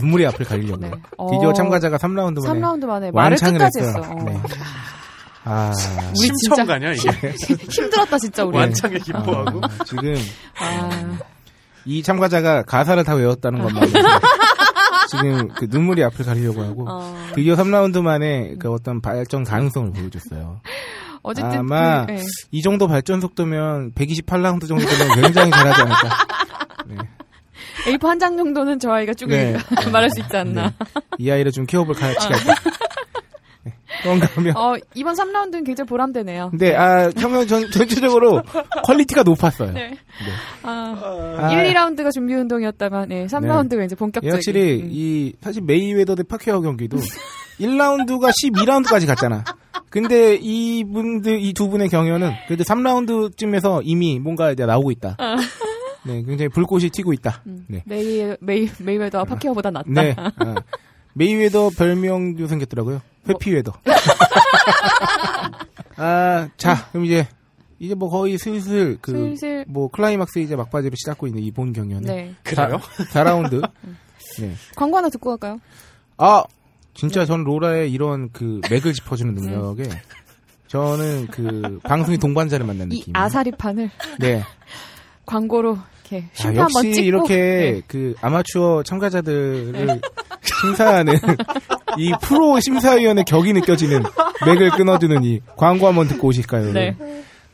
S1: 눈물이 앞을 가리려고 요
S5: 네. 어.
S1: 디디어 참가자가 3라운드 만에
S5: 3라운드 만에 말을
S1: 완창을
S5: 끝까지
S1: 했어요.
S5: 했어. 어.
S1: 네. 아,
S4: 심청가냐 이게
S5: 힘들었다 진짜 우리.
S4: 완창에 뭐 기뻐하고
S1: 아, 지금
S5: 아.
S1: 이 참가자가 가사를 다 외웠다는 것만 해도 지금 그 눈물이 앞을 가리려고 하고 드디어 3라운드 만에 그 어떤 발전 가능성을 보여줬어요.
S5: 어쨌든
S1: 아마
S5: 그, 예.
S1: 이 정도 발전 속도면 128라운드 정도 되면 굉장히 잘하지 않을까.
S5: A4 한 장 정도는 저 아이가 쭉
S1: 네.
S5: 읽- 말할 수 있지 않나.
S1: 이 아이를 좀 키워볼 가치가 있다. 네, 그런가 하면.
S5: 어, 이번 3라운드는 굉장히 보람되네요.
S1: 근데, 아, 평면 전, 전체적으로 퀄리티가 높았어요.
S5: 네. 아,
S1: 아,
S5: 1, 2라운드가 준비 운동이었다면 네, 3라운드가 이제
S1: 예,
S5: 본격적인
S1: 확실히
S5: 음.
S1: 이 사실 메이웨더 대 파키아오 경기도 1라운드가 12라운드까지 갔잖아. 근데 이분들 이 두 분의 경연은 그래도 3라운드쯤에서 이미 뭔가 이제 나오고 있다.
S5: 어.
S1: 네, 굉장히 불꽃이 튀고 있다.
S5: 음.
S1: 네.
S5: 메이 메이 메이웨더와 파키아보다 낫다.
S1: 네. 아, 메이웨더 별명도 생겼더라고요. 회피웨더. 아, 자, 그럼 이제 이제 뭐 거의 슬슬 그 뭐
S5: 슬슬.
S1: 클라이막스 이제 막바지를 시작하고 있는 이번 경연은
S5: 네.
S4: 그래요?
S1: 4라운드. 네.
S5: 광고 하나 듣고 갈까요?
S1: 아
S5: 네.
S1: 진짜 전 로라의 이런 그 맥을 짚어주는 능력에 저는 그 방송이 동반자를 만난
S5: 이
S1: 느낌.
S5: 아사리판을
S1: 네.
S5: 광고로 이렇게
S1: 아,
S5: 쉼표 한번
S1: 역시
S5: 찍고 네.
S1: 이렇게 그 아마추어 참가자들을 심사하는 이 프로 심사위원의 격이 느껴지는 맥을 끊어주는 이 광고 한번 듣고 오실까요?
S11: 네.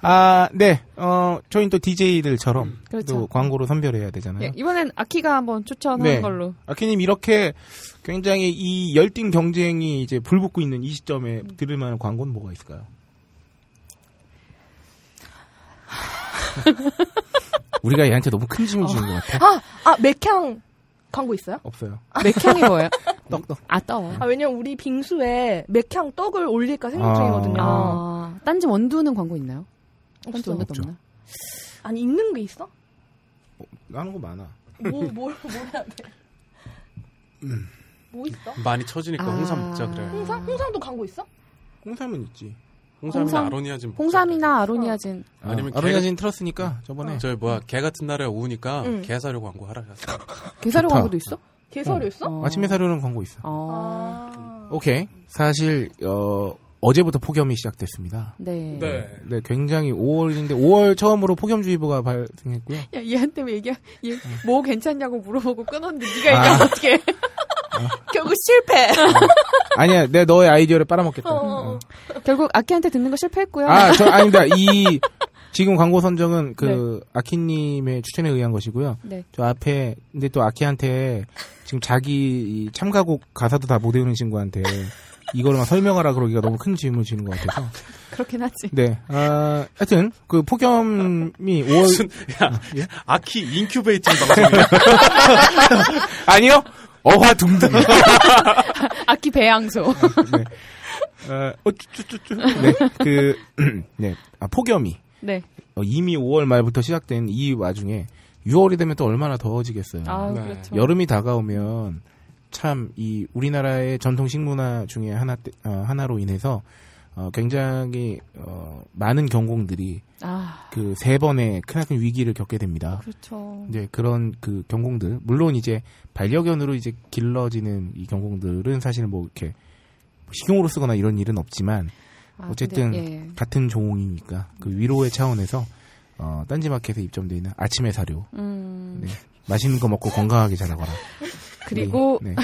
S1: 아, 네. 어, 저희는 또 DJ들처럼 또
S5: 그렇죠.
S1: 광고로 선별해야 되잖아요.
S5: 예, 이번엔 아키가 한번 추천하는
S1: 네.
S5: 걸로.
S1: 아키님 이렇게 굉장히 이 열띤 경쟁이 이제 불붙고 있는 이 시점에 들을 만한 광고는 뭐가 있을까요? 우리가 얘한테 너무 큰 짐을 주는 것 같아.
S6: 아, 아, 맥향 광고 있어요?
S1: 없어요.
S5: 맥향이 뭐예요?
S1: 떡떡. 네.
S5: 아, 떠.
S6: 아, 왜냐면 우리 빙수에 맥향 떡을 올릴까 생각
S1: 아.
S6: 중이거든요. 아.
S5: 아, 딴지 원두는 광고 있나요? 딴지
S6: 없어.
S5: 원두 없나?
S6: 아니, 있는 게 있어?
S1: 하는 거 많아.
S6: 뭐, 뭘, 뭘 해야 돼? 뭐 있어?
S4: 많이 쳐지니까 홍삼 먹자 그래.
S6: 홍삼? 홍삼도 광고 있어?
S1: 홍삼은 있지.
S4: 홍삼이나
S5: 홍삼?
S4: 아로니아진 먹자.
S5: 홍삼이나 아로니아진.
S1: 아,
S4: 아니면
S1: 로니아
S4: 걔가-
S1: 진 틀었으니까 저번에
S4: 저희 뭐야 개 같은 날에 우니까
S6: 응.
S4: 개 사료 광고 하라 했어.
S5: 게사료
S1: 좋다.
S5: 광고도 있어?
S6: 개설이 있어?
S5: 어.
S1: 아침에 사료는 광고 있어.
S5: 어.
S6: 아.
S1: 오케이. 사실 어 어제부터 폭염이 시작됐습니다.
S5: 네.
S4: 네.
S1: 네, 굉장히 5월인데 5월 처음으로 폭염주의보가 발생했고요.
S5: 야, 얘한테 왜 얘기야? 얘 뭐 괜찮냐고 물어보고 끊었는데 네가 얘기하면
S1: 어. 아.
S5: 어떻게 해?
S2: 결국 실패.
S1: 아니야, 내 너의 아이디어를 빨아먹겠다.
S6: 어.
S1: 어.
S5: 결국 아키한테 듣는 거 실패했고요.
S1: 아, 저 아닙니다. 이 지금 광고 선정은 그 아키님의 추천에 의한 것이고요.
S5: 네.
S1: 저 앞에 근데 또 아키한테 지금 자기 이 참가곡 가사도 다 못 외우는 친구한테 이걸 막 설명하라 그러기가 너무 큰 짐을 지는 것 같아서.
S5: 그렇긴 하지.
S1: 네. 아, 하여튼 그 폭염이 5월
S4: 무슨 야 아키 인큐베이팅 방송이야.
S1: 아니요. 어화둥둥.
S5: 아키 배양소.
S1: 네. 어, 어, 쭈쭈쭈쭈. 네. 그 네. 아, 폭염이
S5: 네.
S1: 어, 이미 5월 말부터 시작된 이 와중에 6월이 되면 또 얼마나 더워지겠어요.
S5: 아,
S4: 네.
S5: 그렇죠.
S1: 여름이 다가오면 참 이 우리나라의 전통 식문화 중에 하나 때- 어, 하나로 인해서 어, 굉장히 어, 많은 경공들이
S5: 아,
S1: 그 세 번의 크나큰 위기를 겪게 됩니다.
S5: 그렇죠.
S1: 이제 그런 그 경공들 물론 이제 반려견으로 이제 길러지는 이 경공들은 사실 뭐 이렇게 식용으로 쓰거나 이런 일은 없지만
S5: 아,
S1: 어쨌든 네.
S5: 근데, 예.
S1: 같은 종이니까 그 위로의 차원에서 어, 딴지마켓에 입점돼 있는 아침의 사료
S5: 음.
S1: 네. 맛있는 거 먹고 건강하게 자라거라.
S5: 그리고
S1: 네,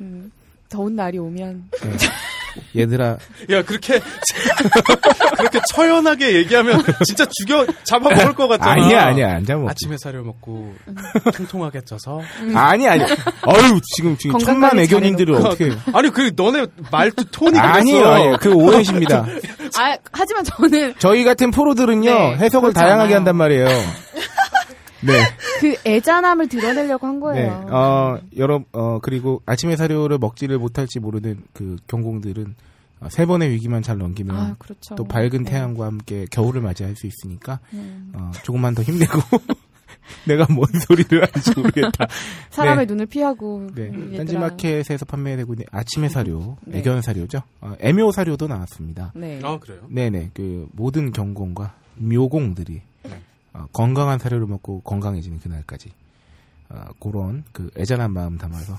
S5: 음, 더운 날이 오면
S1: 네. 얘들아
S4: 야 그렇게 그렇게 처연하게 얘기하면 진짜 죽여 잡아 먹을 것 같잖아.
S1: 아니야 아니야 안 잡아
S4: 아침에 사료 먹고 통통하게 쪄서
S1: 아니 아니 어유 지금 지금
S5: 건강
S1: 천만
S5: 관리
S1: 애견인들을
S4: 잘해놓고.
S1: 어떻게
S4: 아니 그 너네 말투 톤이
S1: 아니요 아니요
S4: 그랬어.
S1: 그
S4: 네.
S1: 오해십니다.
S5: 아, 하지만 저는
S1: 저희 같은 프로들은요
S5: 네,
S1: 해석을
S5: 그렇지
S1: 다양하게
S5: 않아요.
S1: 한단 말이에요. 네.
S5: 그 애잔함을 드러내려고 한
S1: 네,
S5: 거예요.
S1: 어, 여러, 어, 그리고 아침에 사료를 먹지를 못할지 모르는 그 경공들은 어, 세 번의 위기만 잘 넘기면
S5: 아, 그렇죠.
S1: 또 밝은
S5: 네.
S1: 태양과 함께 겨울을 맞이할 수 있으니까
S5: 음.
S1: 어, 조금만 더 힘내고 내가 뭔 소리를 하는지 모르겠다.
S5: 사람의 눈을 피하고
S1: 네,
S5: 음, 얘들아.
S1: 딴지마켓에서 판매되고 있는 아침의 사료,
S5: 네.
S1: 애견 사료죠. 어, 애묘 사료도 나왔습니다.
S5: 네.
S4: 아 그래요?
S1: 네네, 그 모든 경공과 묘공들이
S5: 네.
S1: 어, 건강한 사료를 먹고 건강해지는 그날까지 어, 그런 그 애잔한 마음 담아서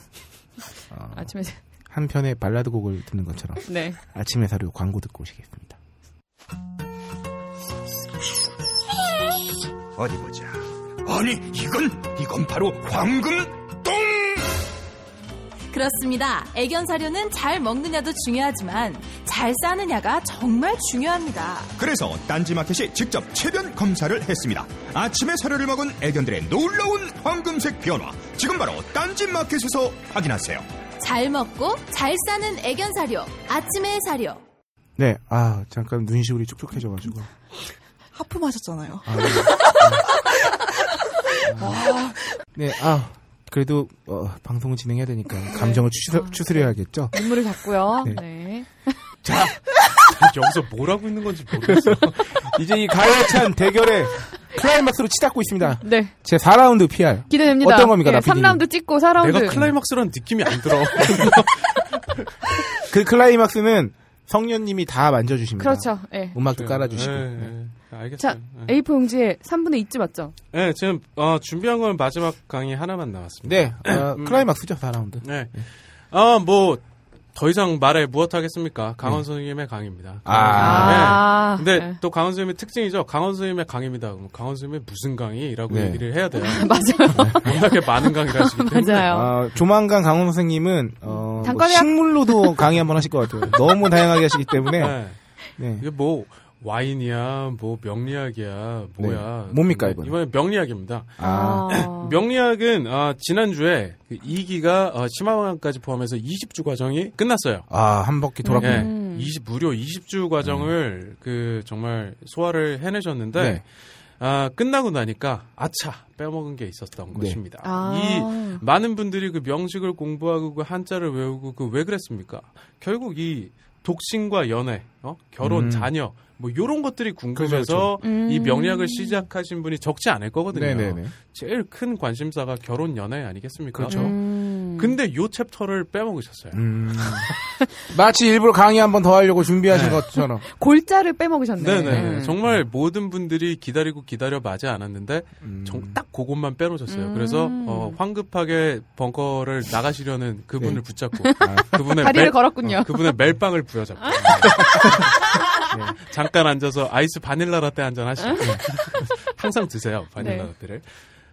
S1: 어,
S5: 아침에
S1: 한 편의 발라드 곡을 듣는 것처럼
S5: 네.
S1: 아침의 사료 광고 듣고 오시겠습니다.
S9: 어디 보자. 아니 이건 이건 바로 황금 똥.
S6: 그렇습니다. 애견 사료는 잘 먹느냐도 중요하지만 잘 싸느냐가 정말 중요합니다.
S9: 그래서 딴지마켓이 직접 체변 검사를 했습니다. 아침에 사료를 먹은 애견들의 놀라운 황금색 변화. 지금 바로 딴지마켓에서 확인하세요.
S6: 잘 먹고 잘 싸는 애견 사료. 아침의 사료.
S1: 네, 아 잠깐 눈시울이 촉촉해져가지고
S2: 하품하셨잖아요.
S1: 아, 네. 아, 네, 아 그래도 어, 방송을 진행해야 되니까
S5: 네.
S1: 감정을
S5: 아.
S1: 추스, 추스려야겠죠.
S5: 눈물을 잡고요.
S1: 네.
S5: 네.
S4: 여기서 뭘 하고 있는 건지 모르겠어.
S1: 이제 이 가열찬 대결의 클라이막스로 치닫고 있습니다.
S5: 네.
S1: 제 4라운드 PR.
S5: 기대됩니다.
S1: 어떤 겁니까, 나피디님?
S5: 3라운드 찍고 4라운드.
S4: 내가 클라이막스라는 느낌이 안 들어.
S1: 그 클라이막스는 성년님이 다 만져주십니다.
S5: 그렇죠. 예.
S1: 음악도 깔아주시고. 네.
S4: 네.
S5: 자,
S4: 알겠어요. 네.
S5: A4 용지에 3분의 2쯤 맞죠?
S4: 네, 지금 어, 준비한 건 마지막 강의 하나만 남았습니다.
S1: 네, 어, 클라이막스죠, 4라운드.
S4: 네. 아, 뭐, 더 이상 말해 무엇하겠습니까? 강원
S1: 네.
S4: 선생님의 강입니다.
S1: 아.
S6: 아.
S4: 근데
S6: 네.
S4: 또 강원 선생님의 특징이죠. 강원 선생님의 강입니다. 그럼 강원 선생님의 무슨 강이라고
S1: 네.
S4: 얘기를 해야 돼요.
S6: 맞아요.
S4: 워낙에 많은 강의를 하시기
S5: 예.
S4: 때문에.
S6: 맞아요.
S1: 아, 조만간 강원 선생님은 어, 뭐
S6: 단과대학-
S1: 식물로도 강의 한번 하실 것 같아요. 너무 다양하게 하시기 때문에
S4: 네.
S1: 네.
S4: 이게 뭐 와인이야, 뭐 명리학이야, 뭐야.
S1: 네. 뭡니까, 이번엔?
S4: 이번에 명리학입니다.
S1: 아,
S4: 명리학은 아, 지난주에 2기가 어, 심화반까지 포함해서 20주 과정이 끝났어요.
S1: 아, 한 바퀴 돌았군요. 음.
S4: 예,
S6: 음.
S4: 20, 무료 20주 과정을 그 정말 소화를 해내셨는데
S1: 네.
S4: 아, 끝나고 나니까 아차 빼먹은 게
S1: 네.
S4: 있었던 것입니다.
S6: 아.
S4: 이 많은 분들이 그 명식을 공부하고 그 한자를 외우고 그 왜 그랬습니까? 결국 이 독신과 연애, 어? 결혼,
S1: 음. 그렇죠,
S4: 자녀 뭐 요런 것들이 궁금해서 이
S6: 음.
S4: 명리학을 시작하신 분이 적지 않을 거거든요.
S1: 네네네.
S4: 제일 큰 관심사가 결혼 연애 아니겠습니까?
S1: 그렇죠.
S6: 음.
S4: 근데 요 챕터를 빼먹으셨어요.
S1: 음. 마치 일부러 강의 한번 더 하려고 준비하신
S4: 네.
S1: 것처럼.
S5: 골자를 빼먹으셨네.
S4: 네네. 정말 모든 분들이 기다리고 기다려 마지 않았는데
S1: 음.
S4: 정- 딱 그것만 빼놓으셨어요.
S5: 음.
S4: 그래서 어, 황급하게 벙커를 나가시려는 그분을
S1: 네.
S4: 붙잡고
S1: 아. 네.
S4: 그분의
S5: 다리를
S4: 멜-
S5: 걸었군요.
S4: 어, 그분의 멜빵을 부여잡고 잠깐 앉아서 아이스 바닐라 라떼 한 잔 하시고 항상 드세요 바닐라
S5: 네.
S4: 라떼를.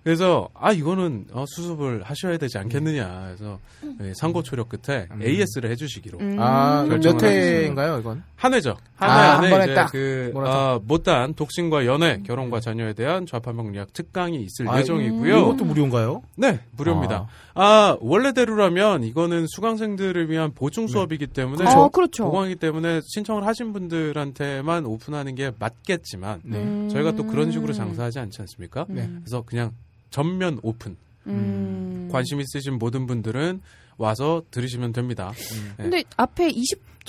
S4: 그래서 아 이거는 어, 수습을 하셔야 되지 않겠느냐 해서
S5: 음.
S4: 예, 상고초력 끝에
S1: 음.
S4: AS를 해주시기로
S1: 아, 이건 몇
S4: 결정을
S1: 회인가요, 이건?
S4: 한 회죠. 한
S1: 아,
S4: 회
S1: 한
S4: 안에
S1: 번에
S4: 이제
S1: 딱
S4: 그
S1: 몰아서.
S4: 아, 못다한 독신과 연애, 결혼과 자녀에 대한 좌파명리학 특강이 있을
S1: 아,
S4: 예정이고요.
S1: 이것도 무료인가요?
S4: 네, 무료입니다. 아, 원래대로라면 이거는 수강생들을 위한 보충
S1: 네.
S4: 수업이기 때문에
S5: 어, 그렇죠.
S4: 보강이기 때문에 신청을 하신 분들한테만 오픈하는 게 맞겠지만
S1: 네.
S5: 음.
S4: 저희가 또 그런 식으로 장사하지 네. 않지 않습니까? 그래서 그냥 전면 오픈.
S5: 음.
S4: 관심 있으신 모든 분들은 와서 들으시면 됩니다. 네.
S5: 근데 앞에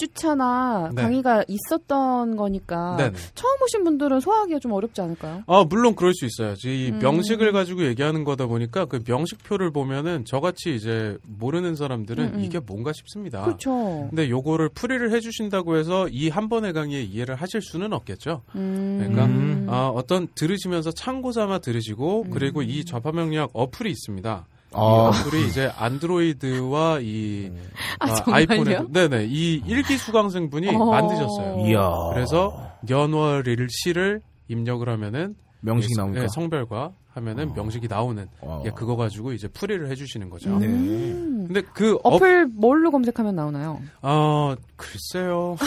S5: 20주차나
S4: 네.
S5: 강의가 있었던 거니까
S4: 네네.
S5: 처음 오신 분들은 소화하기가 좀 어렵지 않을까요?
S4: 아, 물론 그럴 수 있어요. 이
S5: 음.
S4: 명식을 가지고 얘기하는 거다 보니까 그 명식표를 보면은 저같이 이제 모르는 사람들은
S5: 음, 음.
S4: 이게 뭔가 싶습니다.
S5: 그렇죠.
S4: 근데 요거를 풀이를 해주신다고 해서 이 한 번의 강의에 이해를 하실 수는 없겠죠.
S5: 음. 음.
S4: 그러니까
S1: 음.
S4: 아, 어떤 들으시면서 참고 삼아 들으시고 그리고 이 좌파명리학 어플이 있습니다.
S1: 아.
S4: 이 어플이 이제 안드로이드와 이
S5: 아,
S4: 이
S5: 정말요?
S4: 폰에 네네 이 일기 수강생분이
S5: 어.
S4: 만드셨어요.
S1: 이야.
S4: 그래서 연월일 시를 입력을 하면은
S1: 명식이
S4: 예,
S1: 나오니까.
S4: 예, 성별과 하면은 명식이 나오는
S1: 어.
S4: 예, 그거 가지고 이제 풀이를 해주시는 거죠.
S1: 네.
S4: 근데 그 어,
S5: 음. 어플 뭘로 검색하면 나오나요?
S4: 어, 글쎄요.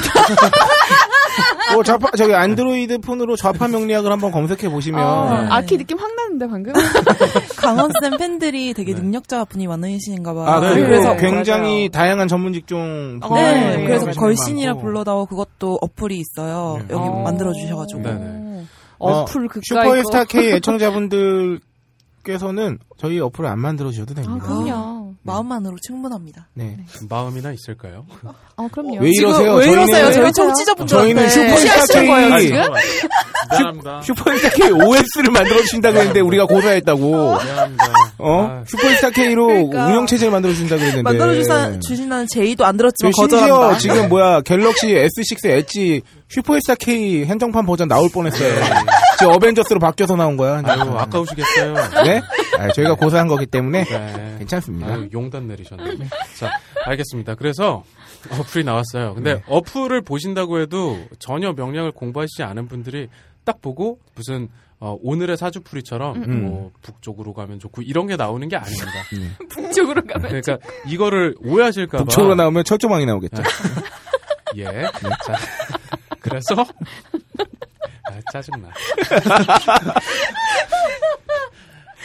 S1: 어, 좌파, 저기 안드로이드 폰으로 좌파 명리학을 한번 검색해 보시면.
S5: 아,
S2: 네.
S5: 아키 느낌 확 나는데 방금.
S2: 강원쌤 팬들이 되게
S4: 네.
S2: 능력자 분이 많으신가 봐요.
S1: 아, 그리고
S2: 그래서
S1: 굉장히 다양한 전문 직종.
S2: 맞아요.
S1: 분야에
S2: 네,
S1: 전문가분들이
S2: 그래서
S1: 많고.
S2: 걸신이라 불러다오 그것도 어플이 있어요.
S1: 네.
S2: 여기
S5: 어.
S2: 만들어 주셔가지고.
S4: 네네.
S5: 어플 극과
S1: 슈퍼스타 K 애청자분들께서는 저희 어플을 안 만들어 주셔도
S5: 아,
S1: 됩니다.
S5: 그럼요.
S2: 마음만으로 충분합니다.
S1: 네.
S4: 마음이나 있을까요?
S5: 아, 그럼요.
S1: 왜 이러세요?
S2: 왜
S1: 저희는-
S2: 이러세요? 저희
S5: 저희는-
S1: 저희는
S2: 네. 청취자분들한테
S1: 슈퍼스타 K
S4: 아,
S1: 아,
S4: 잠깐만. 미안합니다.
S1: 슈퍼스타 K OS를 만들어 주신다고 했는데 우리가 고사했다고.
S4: 미안합니다.
S1: 어?
S4: 아,
S1: 슈퍼스타 K로
S2: 그러니까.
S1: 운영 체제를 만들어 주신다고 했는데.
S2: 만들어 주신다는 제의도 안
S1: 저
S2: 들었지만
S1: 네. 심지어
S2: 거절한다.
S1: 지금 뭐야 갤럭시 S6 엣지 슈퍼스타 K 행정판 버전 나올 뻔했어요. 지금 어벤져스로 바뀌어서 나온 거야.
S4: 아유, 아까우시겠어요.
S1: 네? 아, 저희가 고사한 거기 때문에
S4: 네.
S1: 괜찮습니다.
S4: 아유, 용단 내리셨네. 자, 알겠습니다. 그래서 어플이 나왔어요.
S1: 네.
S4: 근데 어플을 보신다고 해도 전혀 명량을 공부하시지 않은 분들이 딱 보고 무슨 어, 오늘의 사주풀이처럼
S1: 음.
S4: 뭐 북쪽으로 가면 좋고 이런 게 나오는 게 아닙니다.
S5: 쪽으로 가면.
S4: 그러니까 이거를 오해하실까 네, 봐.
S1: 북쪽으로 나오면 철조망이 나오겠죠.
S4: 예. 자, 그래서 아, 짜증나.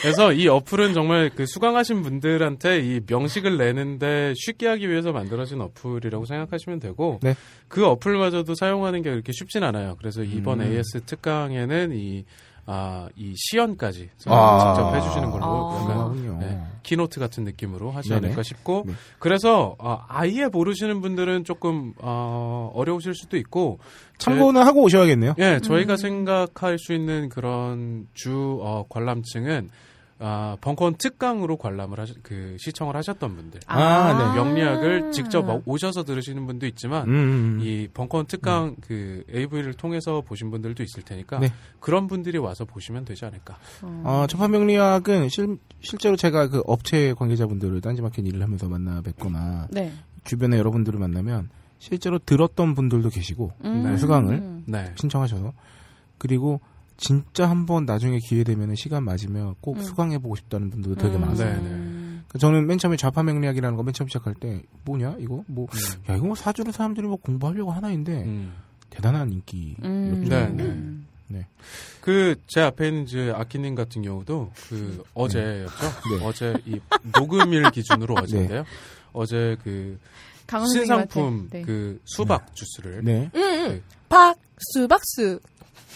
S4: 그래서 이 어플은 정말 그 수강하신 분들한테 이 명식을 내는데 쉽게 하기 위해서 만들어진 어플이라고 생각하시면 되고
S1: 네.
S4: 그 어플마저도 사용하는 게 그렇게 쉽진 않아요. 그래서
S1: 음.
S4: 이번 AS 특강에는 이 아, 이 시연까지
S1: 아.
S4: 직접 해주시는 걸로
S5: 아.
S4: 약간
S1: 그렇군요.
S4: 네, 키노트 같은 느낌으로 하지
S1: 네네.
S4: 않을까 싶고
S1: 네.
S4: 그래서 어, 아예 모르시는 분들은 조금 어, 어려우실 수도 있고
S1: 참고는 하고 오셔야겠네요.
S4: 예 저희가 생각할 수 있는 그런 주 어, 관람층은 아, 벙커원 특강으로 관람을 하셨, 그 시청을 하셨던 분들
S1: 아,
S4: 명리학을 직접 오셔서 들으시는 분도 있지만
S1: 음.
S4: 이 벙커원 특강 그 AV를 통해서 보신 분들도 있을 테니까
S1: 네.
S4: 그런 분들이 와서 보시면 되지 않을까.
S1: 어, 첫판명리학은 실, 실제로 제가 그 업체 관계자분들을 딴지마켓 일을 하면서 만나 뵙거나
S5: 네.
S1: 주변에 여러분들을 만나면 실제로 들었던 분들도 계시고
S5: 음.
S4: 네.
S1: 수강을
S4: 네.
S1: 신청하셔서 그리고 진짜 한번 나중에 기회 되면 시간 맞으면 꼭
S5: 음.
S1: 수강해 보고 싶다는 분들도 되게 많아요. 음. 그러니까
S4: 네, 네.
S1: 저는 맨 처음에 좌파 명리학이라는 거 맨 처음 시작할 때 뭐냐 이거 뭐 야 이거 뭐 사주로 사람들이 뭐 공부하려고 하나인데
S4: 음.
S1: 대단한 인기였죠.
S5: 음.
S4: 네, 네.
S1: 네.
S4: 그 제 앞에 있는 이제 아키님 같은 경우도 그 어제였죠.
S1: 음. 네.
S4: 어제 이 녹음일 기준으로 어제인데요. 어제 그
S5: 강원
S4: 신상품
S5: 네.
S4: 그 수박 주스를
S1: 네.
S6: 음,
S4: 네.
S6: 음. 박수, 박수.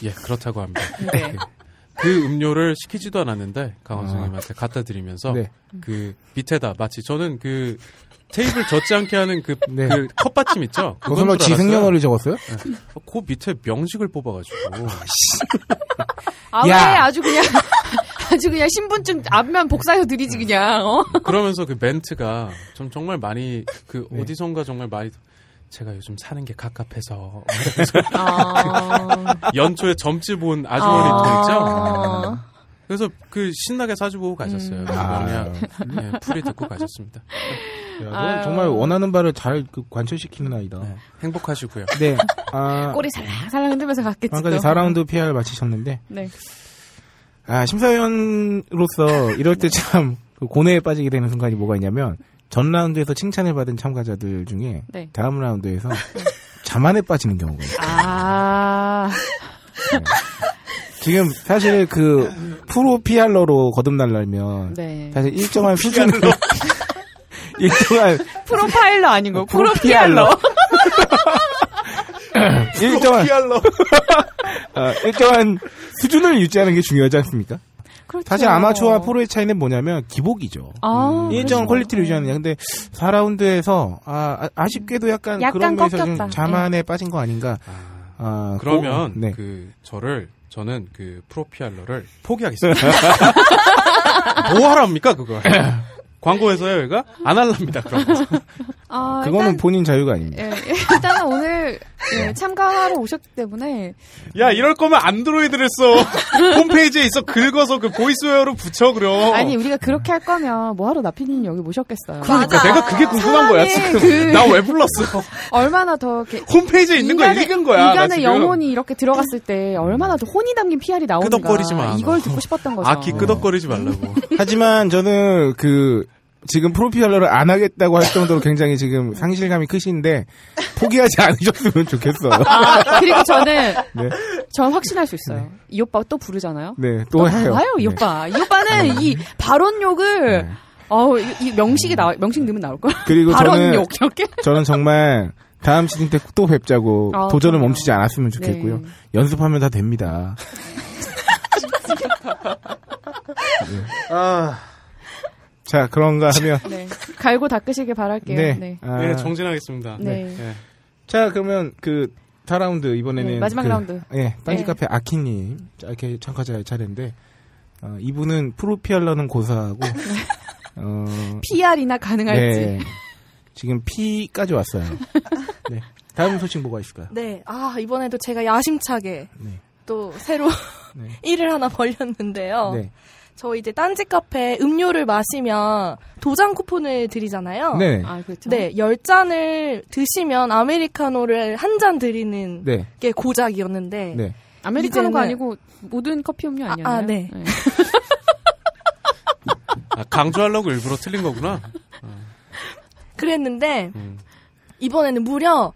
S4: 예 그렇다고 합니다.
S5: 네.
S4: 그 음료를 시키지도 않았는데 강원
S1: 아.
S4: 선생님한테 갖다 드리면서
S1: 네.
S4: 그 밑에다 마치 저는 그 테이블 젖지 않게 하는 그,
S1: 네.
S4: 그 컵받침 있죠.
S1: 그걸로
S4: 그건 줄 알았어요.
S1: 지승용어를 적었어요?
S4: 그 밑에 명식을 뽑아가지고
S5: 아예
S1: 야.
S5: 아주 그냥 아주 그냥 신분증 앞면 복사해서 드리지 그냥. 어?
S4: 그러면서 그 멘트가 좀 정말 많이 그
S1: 네.
S4: 어디선가 정말 많이 제가 요즘 사는 게 갑갑해서
S5: 아.
S4: 연초에 점집 온
S1: 그
S4: 아주머니 돈 있죠.
S5: 아.
S4: 그래서 그 신나게 사주보고 가셨어요.
S5: 음.
S1: 아.
S4: 그냥 예, 풀이 듣고 가셨습니다.
S1: 야, 넌
S5: 아유.
S1: 정말 원하는 바를 잘그 관철시키는 아이다.
S4: 네, 행복하시고요.
S1: 네. 아,
S5: 꼬리 살랑살랑 흔들면서 갔겠지.
S1: 방금까지
S5: 또.
S1: 4라운드 PR 마치셨는데,
S5: 네.
S1: 아, 심사위원으로서 이럴 때 참그 고뇌에 빠지게 되는 순간이 뭐가 있냐면, 전 라운드에서 칭찬을 받은 참가자들 중에,
S5: 네.
S1: 다음 라운드에서 자만에 빠지는 경우가 있어요.
S5: 아.
S1: 지금 사실 그 프로 PR러로 거듭날려면,
S5: 네.
S1: 사실 일정한 수준으로, 일정한
S5: 프로파일러 아니고
S1: 네. 프로
S5: 프로피알러.
S1: 일정한 어, 일정한 수준을 유지하는 게 중요하지 않습니까?
S5: 그렇죠.
S1: 사실 아마추어와 프로의 차이는 뭐냐면 기복이죠.
S5: 아,
S1: 일정한
S5: 그렇죠.
S1: 퀄리티를 유지하느냐. 근데 4라운드에서 아, 쉽게도 약간,
S5: 약간
S1: 그런 면에서 좀
S5: 꺾였다.
S1: 자만에 빠진 거 아닌가.
S4: 아,
S1: 아,
S4: 그러면
S1: 꼭- 네.
S4: 그 저를 저는 그 프로피알러를 포기하겠습니다. 뭐 하랍니까 그걸? 광고에서요, 여기가 안 할랍니다. 그런 거.
S5: 아,
S1: 그거는
S5: 일단,
S1: 본인 자유가 아닙니다.
S5: 예, 일단은 오늘 예, 참가하러 오셨기 때문에
S4: 야 이럴 거면 안드로이드를 써 홈페이지에 있어 긁어서 그 보이스웨어로 붙여 그럼.
S5: 아니 우리가 그렇게 할 거면 뭐하러 나피님 여기 모셨겠어요.
S4: 그러니까 내가 그게 궁금한 거야
S5: 사람의
S4: 지금.
S5: 그-
S4: 나 왜 불렀어?
S5: 얼마나 더 이렇게
S4: 홈페이지에 있는 거 읽은 거야. 나
S5: 인간의
S4: 지금.
S5: 영혼이 이렇게 들어갔을 때 얼마나 더 혼이 담긴 PR이 나오는가.
S4: 끄덕거리지 마,
S5: 이걸
S4: 너.
S5: 듣고 싶었던 거죠.
S4: 아기 끄덕거리지 말라고.
S1: 하지만 저는 그 지금 프로피알러를 안 하겠다고 할 정도로 굉장히 지금 상실감이 크신데 포기하지 않으셨으면 좋겠어요.
S5: 아, 그리고 저는
S1: 네.
S5: 전 확신할 수
S4: 네.
S5: 있어요. 이 오빠 또 부르잖아요.
S1: 네, 또 해요.
S5: 어, 봐요, 이
S1: 네.
S5: 오빠. 이 오빠는 이 발언욕을
S1: 네.
S5: 어우 이, 이 명식이 나와 명식 넣으면 나올 걸.
S1: 그리고 저는
S5: 발언욕 이렇게.
S1: 저는 정말 다음 시즌 때 또 뵙자고
S5: 아,
S1: 도전을
S5: 그럼요.
S1: 멈추지 않았으면 좋겠고요.
S5: 네.
S1: 연습하면 다 됩니다. 네. 아, 자 그런가 하면
S5: 네. 갈고 닦으시길 바랄게요.
S1: 네.
S5: 네. 네.
S1: 아,
S4: 네 정진하겠습니다.
S5: 네.
S4: 네.
S1: 자 그러면 그 4라운드 이번에는
S5: 네, 마지막
S1: 그,
S5: 라운드.
S1: 예, 딴지
S5: 네.
S1: 카페 아키님 자, 이렇게 참가자의 차례인데 어, 이분은 프로피알러는 고사하고 어,
S5: PR이나 가능할지.
S1: 네. 지금 P까지 왔어요. 네. 다음 소식 뭐가 있을까요?
S6: 네. 아, 이번에도 제가 야심차게
S1: 네.
S6: 또 새로
S1: 네.
S6: 일을 하나 벌렸는데요.
S5: 어.
S1: 네.
S6: 저 이제 딴지 카페 음료를 마시면 도장 쿠폰을 드리잖아요.
S1: 네.
S5: 아 그렇죠.
S6: 네, 10잔을 드시면 아메리카노를 한 잔 드리는
S1: 네.
S6: 게 고작이었는데
S1: 네.
S5: 아메리카노가
S6: 이제는-
S5: 아니고 모든 커피 음료 아니었나요?
S6: 아, 네.
S4: 아, 강조하려고 일부러 틀린 거구나.
S6: 그랬는데
S4: 음.
S6: 이번에는 무려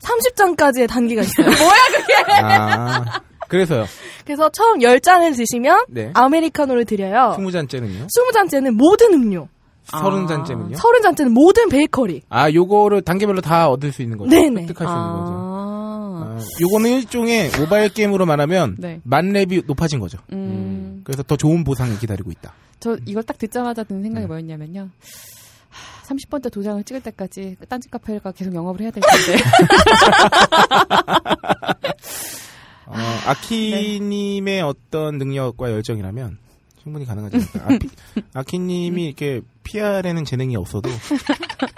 S6: 30잔까지의 단계가 있어요.
S1: 아, 그래서요.
S6: 그래서 처음 10잔을 드시면
S1: 네.
S6: 아메리카노를
S5: 어.
S6: 드려요.
S1: 스무 잔째는요?
S6: 20잔째는 모든 음료,
S5: 아.
S1: 서른 잔째는요?
S6: 30잔째는 모든 베이커리.
S1: 아, 요거를 단계별로 다 얻을 수 있는 거죠.
S6: 네네.
S1: 획득할 수 있는 거죠.
S5: 아.
S1: 아, 요거는 일종의 모바일 게임으로 말하면
S5: 네.
S1: 만 렙이 높아진 거죠.
S5: 음.
S1: 그래서 더 좋은 보상이 기다리고 있다.
S5: 저 이걸 딱 듣자마자 드는
S1: 네.
S5: 생각이 뭐였냐면요. 30번째 도장을 찍을 때까지 딴지 카페가 계속 영업을 해야 될 텐데. 아,
S1: 어,
S5: 네.
S1: 아키님의 어떤 능력과 열정이라면 충분히 가능하지 않을까. 아, 키님이 이렇게 PR에는 재능이 없어도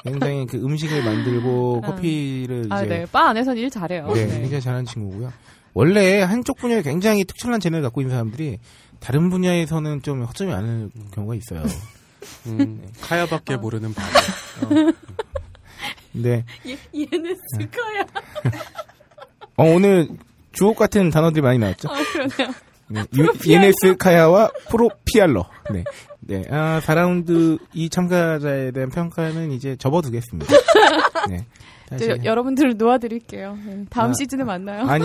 S1: 굉장히 그 음식을 만들고 커피를
S5: 아,
S1: 이제
S5: 네. 바 안에서는 일 잘해요.
S1: 네,
S5: 네.
S1: 굉장히 잘하는 친구고요. 원래 한쪽 분야에 굉장히 특출난 재능을 갖고 있는 사람들이 다른 분야에서는 좀 허점이 많은 경우가 있어요.
S5: 네. 아.
S4: 음, 카야밖에 모르는 바보.
S1: 네.
S5: 얘, 얘는 스카야.
S1: 어, 오늘 주옥 같은 단어들이 많이 나왔죠.
S5: 어, 그러네요.
S1: 네. 유- 예네스 카야와 프로피알러. 네. 네. 아, 4라운드 이 참가자에 대한 평가는 이제 접어두겠습니다. 네. 다시-
S5: 이제 여러분들을 놓아드릴게요. 네, 다음
S1: 아,
S5: 시즌에 만나요.
S1: 아니,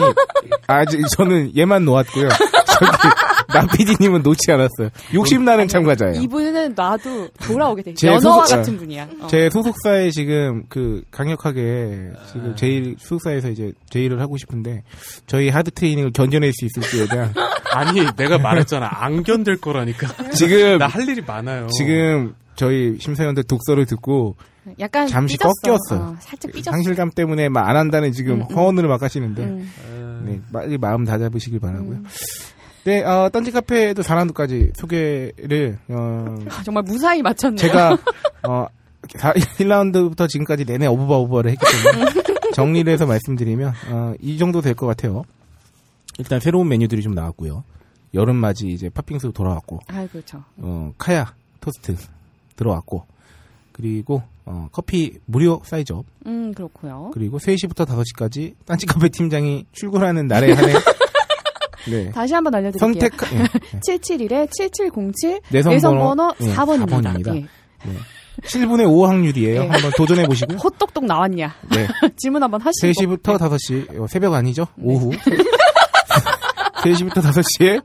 S1: 아직 저는 얘만 놓았고요. 저기, 나피디님은 놓지 않았어요. 욕심나는 참가자예요.
S5: 네. 이분은 놔도 돌아오게 돼.
S1: 제
S5: 연어와
S1: 소속-
S5: 같은 분이야. 어.
S1: 제 소속사에 지금 그 강력하게
S5: 아.
S1: 지금 제일 소속사에서 이제 제의를 하고 싶은데 저희 하드 트레이닝을 견뎌낼 수 있을지에 대한
S4: 아니 내가 말했잖아 안 견딜 거라니까.
S1: 지금
S4: 나 할 일이 많아요.
S1: 지금 저희 심사위원들 독서를 듣고
S5: 네. 약간
S1: 잠시
S5: 삐졌어.
S1: 꺾였어요.
S5: 어, 살짝 삐졌어.
S1: 상실감 때문에 막 안 한다는 지금 허언을 막 하시는데
S5: 음.
S1: 네, 빨리 마음 다잡으시길 바라고요. 네, 어, 딴지 카페에도 4라운드까지 소개를 어,
S5: 아, 정말 무사히 마쳤네요.
S1: 제가 어 1라운드부터 지금까지 내내 어부바오바를 했기 때문에 정리를 해서 말씀드리면 어, 이 정도 될 것 같아요. 일단 새로운 메뉴들이 좀 나왔고요. 여름맞이 이제 팥빙수 돌아왔고
S5: 아, 그렇죠.
S1: 어, 카야 토스트 들어왔고 그리고 어, 커피 무료 사이즈업
S5: 음, 그렇고요.
S1: 그리고 3시부터 5시까지 딴지 카페 팀장이 출근하는 날에 한해 네.
S5: 다시 한번 알려드릴게요.
S1: 선택 네, 네.
S5: 771에 7707
S1: 내선
S5: 내선
S1: 번호,
S5: 번호
S1: 예,
S5: 4번입니다.
S1: 4번입니다. 7분의 5 확률이에요.
S5: 네.
S1: 한번 도전해 보시고요.
S5: 호똑똑 나왔냐?
S1: 네.
S5: 질문 한번 하시고.
S1: 3시부터 5시, 어, 새벽 아니죠?
S5: 네.
S1: 오후. 3시부터 5시에,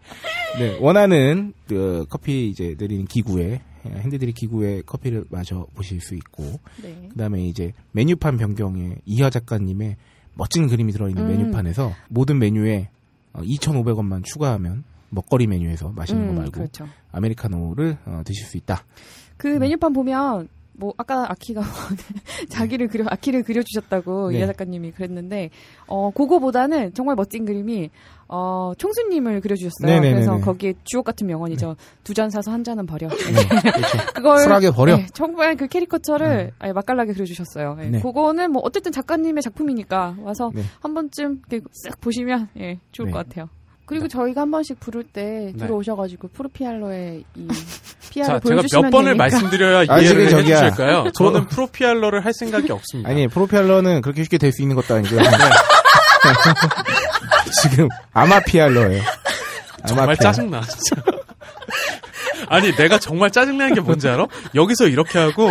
S1: 네, 원하는, 그, 커피 이제 내리는 기구에, 예, 핸드드립 기구에 커피를 마셔보실 수 있고,
S5: 네.
S1: 그 다음에 이제 메뉴판 변경에 이하 작가님의 멋진 그림이 들어있는
S5: 음.
S1: 메뉴판에서 모든 메뉴에 어, 2,500원만 추가하면 먹거리 메뉴에서 마시는
S5: 음,
S1: 거 말고
S5: 그렇죠.
S1: 아메리카노를 어, 드실 수 있다.
S5: 그 메뉴판 보면 뭐 아까 아키가 자기를 그려 아키를 그려주셨다고
S1: 네.
S5: 이하 작가님이 그랬는데 어 그거보다는 정말 멋진 그림이 어 총수님을 그려주셨어요.
S1: 네네네네. 네.
S5: 그래서 거기에 주옥 같은 명언이죠. 두 잔 사서 한 잔은 버려.
S1: 그렇죠.
S5: 그걸
S1: 쿨하게 버려.
S5: 네, 정말 그 캐리커처를 아예 맛깔나게 그려주셨어요. 예,
S1: 네.
S5: 그거는 뭐 어쨌든 작가님의 작품이니까 와서
S1: 네.
S5: 한 번쯤 이렇게 쓱 보시면 예 좋을
S1: 네.
S5: 것 같아요. 그리고 저희가 한 번씩 부를 때
S4: 네.
S5: 들어오셔가지고 프로피알러의 이 피아를
S4: 자 제가 몇 번을 말씀드려야
S1: 아,
S4: 이해를
S1: 지금 저기야. 어.
S4: 해주실까요? 저는 프로피알러를 할 생각이 없습니다.
S1: 아니 프로피알러는 그렇게 쉽게 될 수 있는 것도 아니고요. 지금 아마피알러예요. 음
S4: 정말 짜증나. 진짜. 아니 내가 정말 짜증나는 게 뭔지 알아? 여기서 이렇게 하고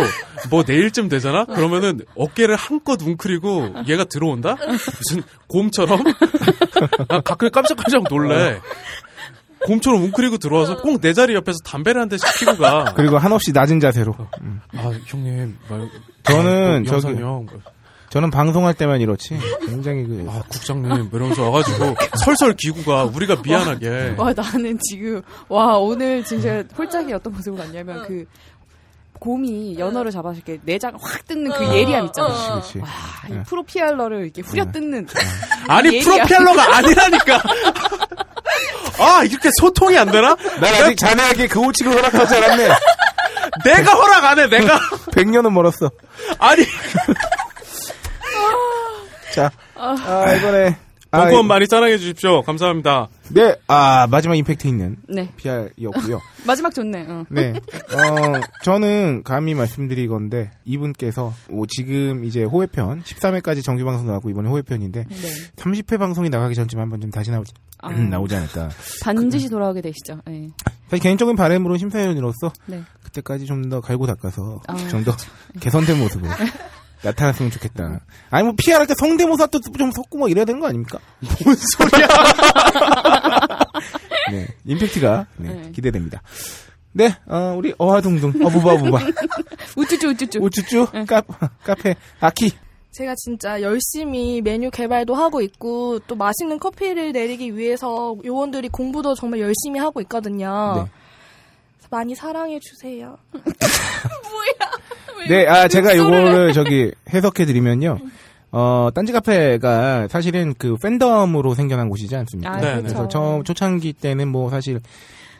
S4: 뭐 내일쯤 되잖아? 그러면은 어깨를 한껏 웅크리고 얘가 들어온다? 무슨 곰처럼? 나 가끔 깜짝깜짝 놀래. 곰처럼 웅크리고 들어와서 꼭 내 자리 옆에서 담배를 한 대씩 피고 가.
S1: 그리고 한없이 낮은 자세로. 음.
S4: 아 형님 말-
S1: 저는
S4: 아,
S1: 저기-
S4: 영상 형.
S1: 저는 방송할 때만 이렇지. 굉장히 그
S4: 아 국장님 이러면서 와가지고 설설 기구가 우리가 미안하게
S5: 와 나는 지금 와 오늘 진짜 홀짝이 어떤 모습을 봤냐면 그 곰이 연어를 잡았을 때 내장 확 뜯는
S4: 어.
S5: 그 예리함 있잖아. 요
S1: 그렇지. 네.
S5: 이 프로피알러를 이렇게 후려 뜯는
S4: 아니
S5: 예리야.
S4: 프로펠러가 아니라니까. 아 이렇게 소통이 안 되나?
S1: 난 아직 자네에게 그 호칭을 허락하지 않았네.
S4: 내가 허락 안 해. 내가
S1: 100년은 멀었어.
S4: 아니
S1: 자, 아, 이번에 아,
S4: 공권 많이 사랑해 주십시오. 감사합니다.
S1: 네, 아 마지막 임팩트 있는
S5: 네
S1: PR이었고요.
S5: 마지막 좋네. 응.
S1: 네. 어, 저는 감히 말씀드리건데, 이분께서, 오, 지금 이제 호회편, 13회까지 정규방송 나왔고, 이번에 호회편인데,
S5: 네.
S1: 30회 방송이 나가기 전쯤 한번 좀 다시 나오지, 음,
S5: 아.
S1: 나오지 않을까.
S5: 반드시 돌아오게 되시죠. 예.
S1: 사실 개인적인 바람으로 심사위원으로서,
S5: 네.
S1: 그때까지 좀 더 갈고 닦아서,
S5: 아,
S1: 좀 더 개선된 모습으로. 나타났으면 좋겠다. 아니 뭐 PR 할때 성대모사 또 좀 섞고 뭐 이래야 되는 거 아닙니까? 뭔 소리야? 네, 임팩트가 네,
S5: 네.
S1: 기대됩니다. 네, 어, 우리 어화둥둥 어부바부바
S5: 우쭈쭈 우쭈쭈. 네.
S1: 우쭈쭈 카, 카페 아키
S6: 제가 진짜 열심히 메뉴 개발도 하고 있고 또 맛있는 커피를 내리기 위해서 요원들이 공부도 정말 열심히 하고 있거든요.
S5: 어.
S1: 네.
S6: 많이 사랑해 주세요.
S1: 네, 아 제가 요거를 저기 해석해 드리면요. 어, 딴지 카페가 사실은 그 팬덤으로 생겨난 곳이지 않습니까?
S5: 아,
S4: 네, 네.
S5: 그렇죠.
S1: 그래서 처음 초창기 때는 뭐 사실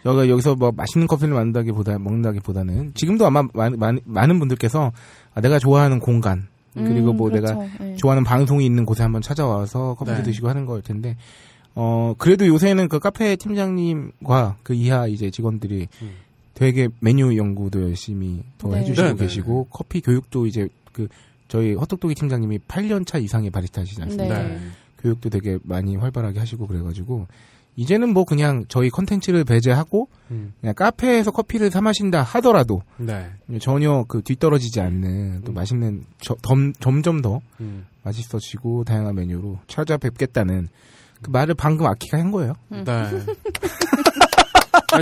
S1: 여기 여기서 뭐 맛있는 커피를 만든다기보다 먹는다기보다는 지금도 아마 많, 많, 많은 분들께서 아, 내가 좋아하는 공간 그리고
S5: 음,
S1: 뭐
S5: 그렇죠.
S1: 내가
S5: 예.
S1: 좋아하는 방송이 있는 곳에 한번 찾아와서 커피
S4: 네.
S1: 를 드시고 하는 거일 텐데 어 그래도 요새는 그 카페 팀장님과 그 이하 이제 직원들이
S4: 음.
S1: 되게 메뉴 연구도 열심히 더
S5: 네.
S1: 해주시고
S4: 네, 네,
S1: 계시고 커피 교육도 이제 그 저희 허똑똑이 팀장님이 8년 차 이상의 바리스타시지
S5: 네.
S1: 않습니까?
S4: 네.
S1: 교육도 되게 많이 활발하게 하시고 그래가지고 이제는 뭐 그냥 저희 컨텐츠를 배제하고
S4: 음.
S1: 그냥 카페에서 커피를 사 마신다 하더라도
S4: 네.
S1: 전혀 그 뒤떨어지지 않는 또
S4: 음.
S1: 맛있는 저- 덤- 점점 더
S4: 음.
S1: 맛있어지고 다양한 메뉴로 찾아뵙겠다는 그 말을 방금 아키가 한 거예요.
S4: 네. 아,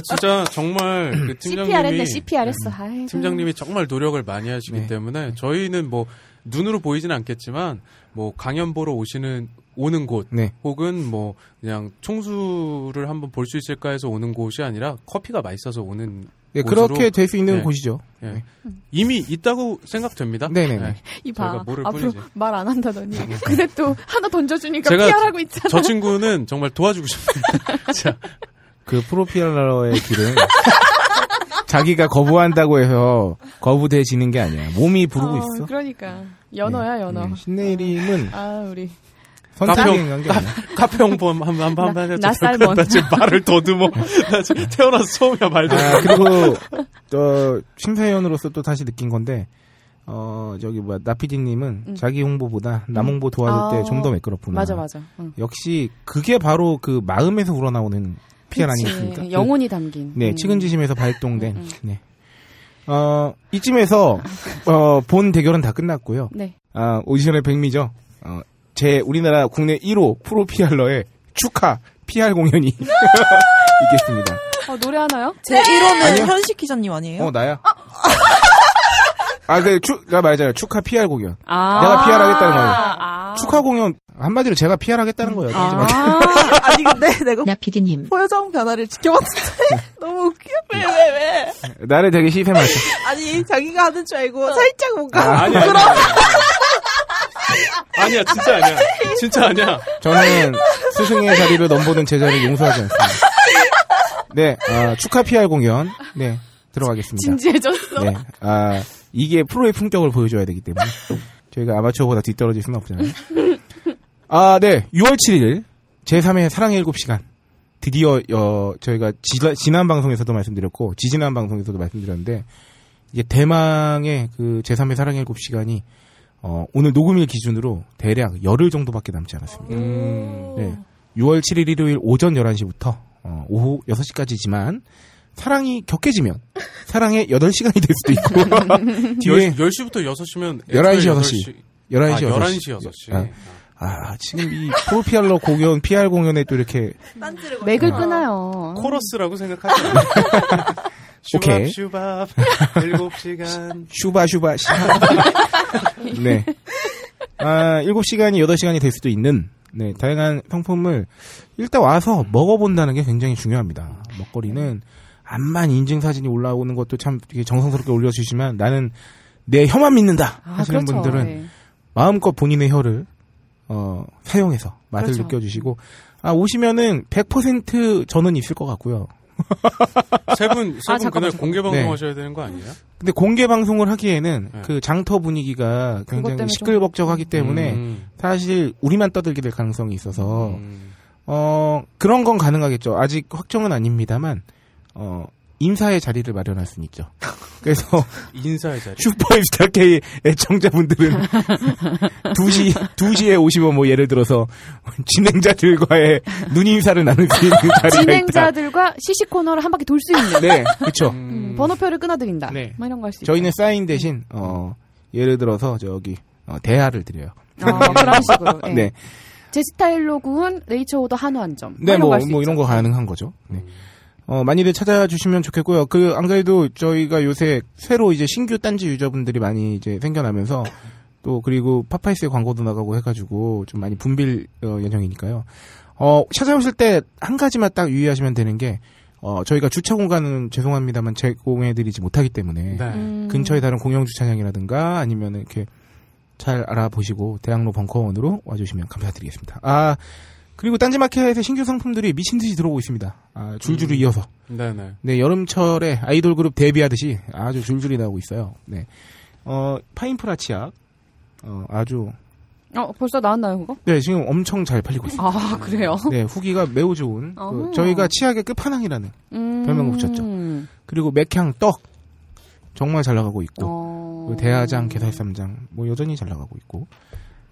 S4: 진짜 정말 그
S5: CPR 했네,
S4: 팀장님이
S5: CPR 했어. 아이고.
S4: 팀장님이 정말 노력을 많이 하시기
S1: 네.
S4: 때문에 저희는 뭐 눈으로 보이진 않겠지만 뭐 강연 보러 오시는 오는 곳
S1: 네.
S4: 혹은 뭐 그냥 총수를 한번 볼 수 있을까 해서 오는 곳이 아니라 커피가 맛있어서 오는
S1: 네,
S4: 곳으로-
S1: 그렇게 될 수 있는
S4: 네.
S1: 곳이죠.
S4: 예. 이미 있다고 생각됩니다.
S1: 네네네.
S5: 이봐
S4: 저희가 모를
S5: 앞으로
S4: 뿐이지. 네.
S5: 말 안 한다더니 근데 또 하나 던져주니까
S4: 제가
S5: PR하고 있잖아.
S4: 저 친구는 정말 도와주고 싶어요. 자,
S1: 그 프로피알러의 길은 자기가 거부한다고 해서 거부돼지는 게 아니야. 몸이 부르고
S5: 어,
S1: 있어.
S5: 그러니까 연어야 연어.
S1: 네, 신내림은
S5: 아 우리
S4: 네.
S1: 선택이 한게 아니야.
S4: 카페 홍보 한번 한번 한번 해줘.
S5: 낯살먼.
S4: 나 지금 말을 더듬어. 나 지금 태어나서 처음이야 말도.
S1: 아, 그리고 또 심사위원으로서 또 다시 느낀 건데 어 저기 뭐야 나피디님은 자기 홍보보다 남 홍보 도와줄 때
S5: 음. 아,
S1: 좀 더 매끄럽구나.
S5: 맞아 맞아. 어. 응.
S1: 역시 그게 바로 그 마음에서 우러나오는 피알 아니겠습니까?
S5: 그치. 영혼이 음, 담긴.
S1: 네,
S5: 음.
S1: 측은지심에서 발동된. 네. 어, 이쯤에서 어, 본 대결은 다 끝났고요.
S5: 네.
S1: 아, 오디션의 백미죠. 어, 제 우리나라 국내 1호 프로 피알러의 축하 PR 공연이 있겠습니다.
S5: 어, 노래 하나요?
S2: 제 1호는
S1: 아니요.
S2: 현식 기자님 아니에요?
S1: 어, 나야. 아, 그, 추, 가 말했잖아요. 축하 PR 공연.
S5: 아.
S1: 내가 PR 하겠다는 거예요.
S5: 아.
S1: 축하 공연, 한마디로 제가 PR 하겠다는 거예요. 마지막에.
S5: 아.
S2: 아니 근데 네, 내가
S7: 나피디님,
S2: 표정 변화를 지켜봤는데 너무 웃겨. 왜 왜 왜?
S1: 나를 되게 실패했어.
S2: 아니 자기가 하는 줄 알고 살짝 뭔가
S4: 아니야. 아니야, 아니야. 아니야, 진짜 아니야. 진짜 아니야.
S1: 저는 스승의 자리를 넘보는 제자를 용서하지 않습니다. 네, 아, 축하 PR 공연. 네, 들어가겠습니다.
S5: 진지해졌어.
S1: 네, 아, 이게 프로의 품격을 보여줘야 되기 때문에 저희가 아마추어보다 뒤떨어질 수는 없잖아요. 아, 네, 6월 7일 제3회 사랑의 7시간. 드디어 어, 저희가 지, 난 방송에서도 말씀드렸고 지지난 방송에서도 말씀드렸는데 이제 대망의 그 제3회 사랑의 7시간이 어, 오늘 녹음일 기준으로 대략 열흘 정도밖에 남지 않았습니다. 네. 6월 7일 일요일 오전 11시부터 어, 오후 6시까지지만 사랑이 격해지면 사랑의 8시간이 될 수도 있고 뒤에
S4: 10, 10시부터 6시면 아,
S1: 11시, 6시. 11시,
S4: 11시,
S1: 6시.
S4: 11시, 6시.
S1: 아, 아, 지금 이 프로피알러 공연, PR 공연에 또 이렇게
S2: 딴지를
S5: 맥을 끊어요.
S4: 코러스라고 생각하지 않아요.
S1: 오케이.
S4: 슈밥, 슈밥, 7시간.
S1: 슈바슈바 시간. 네. 아, 7시간이 8시간이 될 수도 있는 네, 다양한 상품을 일단 와서 먹어본다는 게 굉장히 중요합니다. 먹거리는 암만 인증 사진이 올라오는 것도 참 되게 정성스럽게 올려주시지만 나는 내 혀만 믿는다 하시는 분들은
S5: 네.
S1: 마음껏 본인의 혀를 어, 사용해서 맛을
S5: 그렇죠.
S1: 느껴주시고 아 오시면은 100% 저는 있을 것 같고요.
S4: 세 분, 세
S5: 아,
S4: 분
S5: 잠깐만,
S4: 그날 공개 방송
S1: 네.
S4: 하셔야 되는 거 아니에요?
S1: 근데 공개 방송을 하기에는
S4: 네.
S1: 그 장터 분위기가
S5: 때문에
S1: 굉장히
S5: 좀-
S1: 시끌벅적하기 때문에
S4: 음.
S1: 사실 우리만 떠들게 될 가능성이 있어서
S4: 음.
S1: 어 그런 건 가능하겠죠. 아직 확정은 아닙니다만 어 임사의 자리를 마련할 수는 있죠. 그래서
S4: 인사의 자리.
S1: 슈퍼입스타 K 애청자분들은 2시 2시에 오시면 뭐 예를 들어서 진행자들과의 눈 인사를 나눌 수 있는 자리가 있다.
S5: 진행자들과 시시 코너를 한 바퀴 돌 수 있는
S1: 네, 그렇죠.
S5: 음, 번호표를 끊어드린다.
S1: 네.
S5: 뭐 이런 거 할 수 있죠.
S1: 저희는 사인 대신 어 예를 들어서 저기 어, 대화를 드려요.
S5: 어, 그런 식으로. 네.
S1: 네.
S5: 제 스타일로 구운 레이처 오더 한우 한 점.
S1: 네,
S5: 거
S1: 뭐,
S5: 할수
S1: 뭐
S5: 있죠. 음.
S1: 이런 거 가능한 거죠. 네. 어, 많이들 찾아주시면 좋겠고요. 그, 안 그래도 저희가 요새 새로 이제 신규 딴지 유저분들이 많이 이제 생겨나면서 또 그리고 파파이스의 광고도 나가고 해가지고 좀 많이 분빌 어, 예정이니까요. 어, 찾아오실 때 한 가지만 딱 유의하시면 되는 게 어, 저희가 주차 공간은 죄송합니다만 제공해드리지 못하기 때문에
S4: 네.
S6: 음.
S1: 근처에 다른 공영 주차장이라든가 아니면 이렇게 잘 알아보시고 대학로 벙커원으로 와주시면 감사드리겠습니다. 아 그리고 딴지마켓에 신규 상품들이 미친 듯이 들어오고 있습니다. 아, 줄줄이 이어서
S4: 네네.
S1: 네 여름철에 아이돌 그룹 데뷔하듯이 아주 줄줄이 나오고 있어요. 네, 어 파인프라 치약 어, 아주
S5: 어, 벌써 나왔나요, 그거?
S1: 네 지금 엄청 잘 팔리고 있습니다.
S5: 아, 그래요?
S1: 네 후기가 매우 좋은 그
S5: 어허.
S1: 저희가 치약의 끝판왕이라는
S5: 음.
S1: 별명 붙였죠. 그리고 맥향 떡 정말 잘 나가고 있고
S5: 어.
S1: 그 대하장, 개살삼장 뭐 여전히 잘 나가고 있고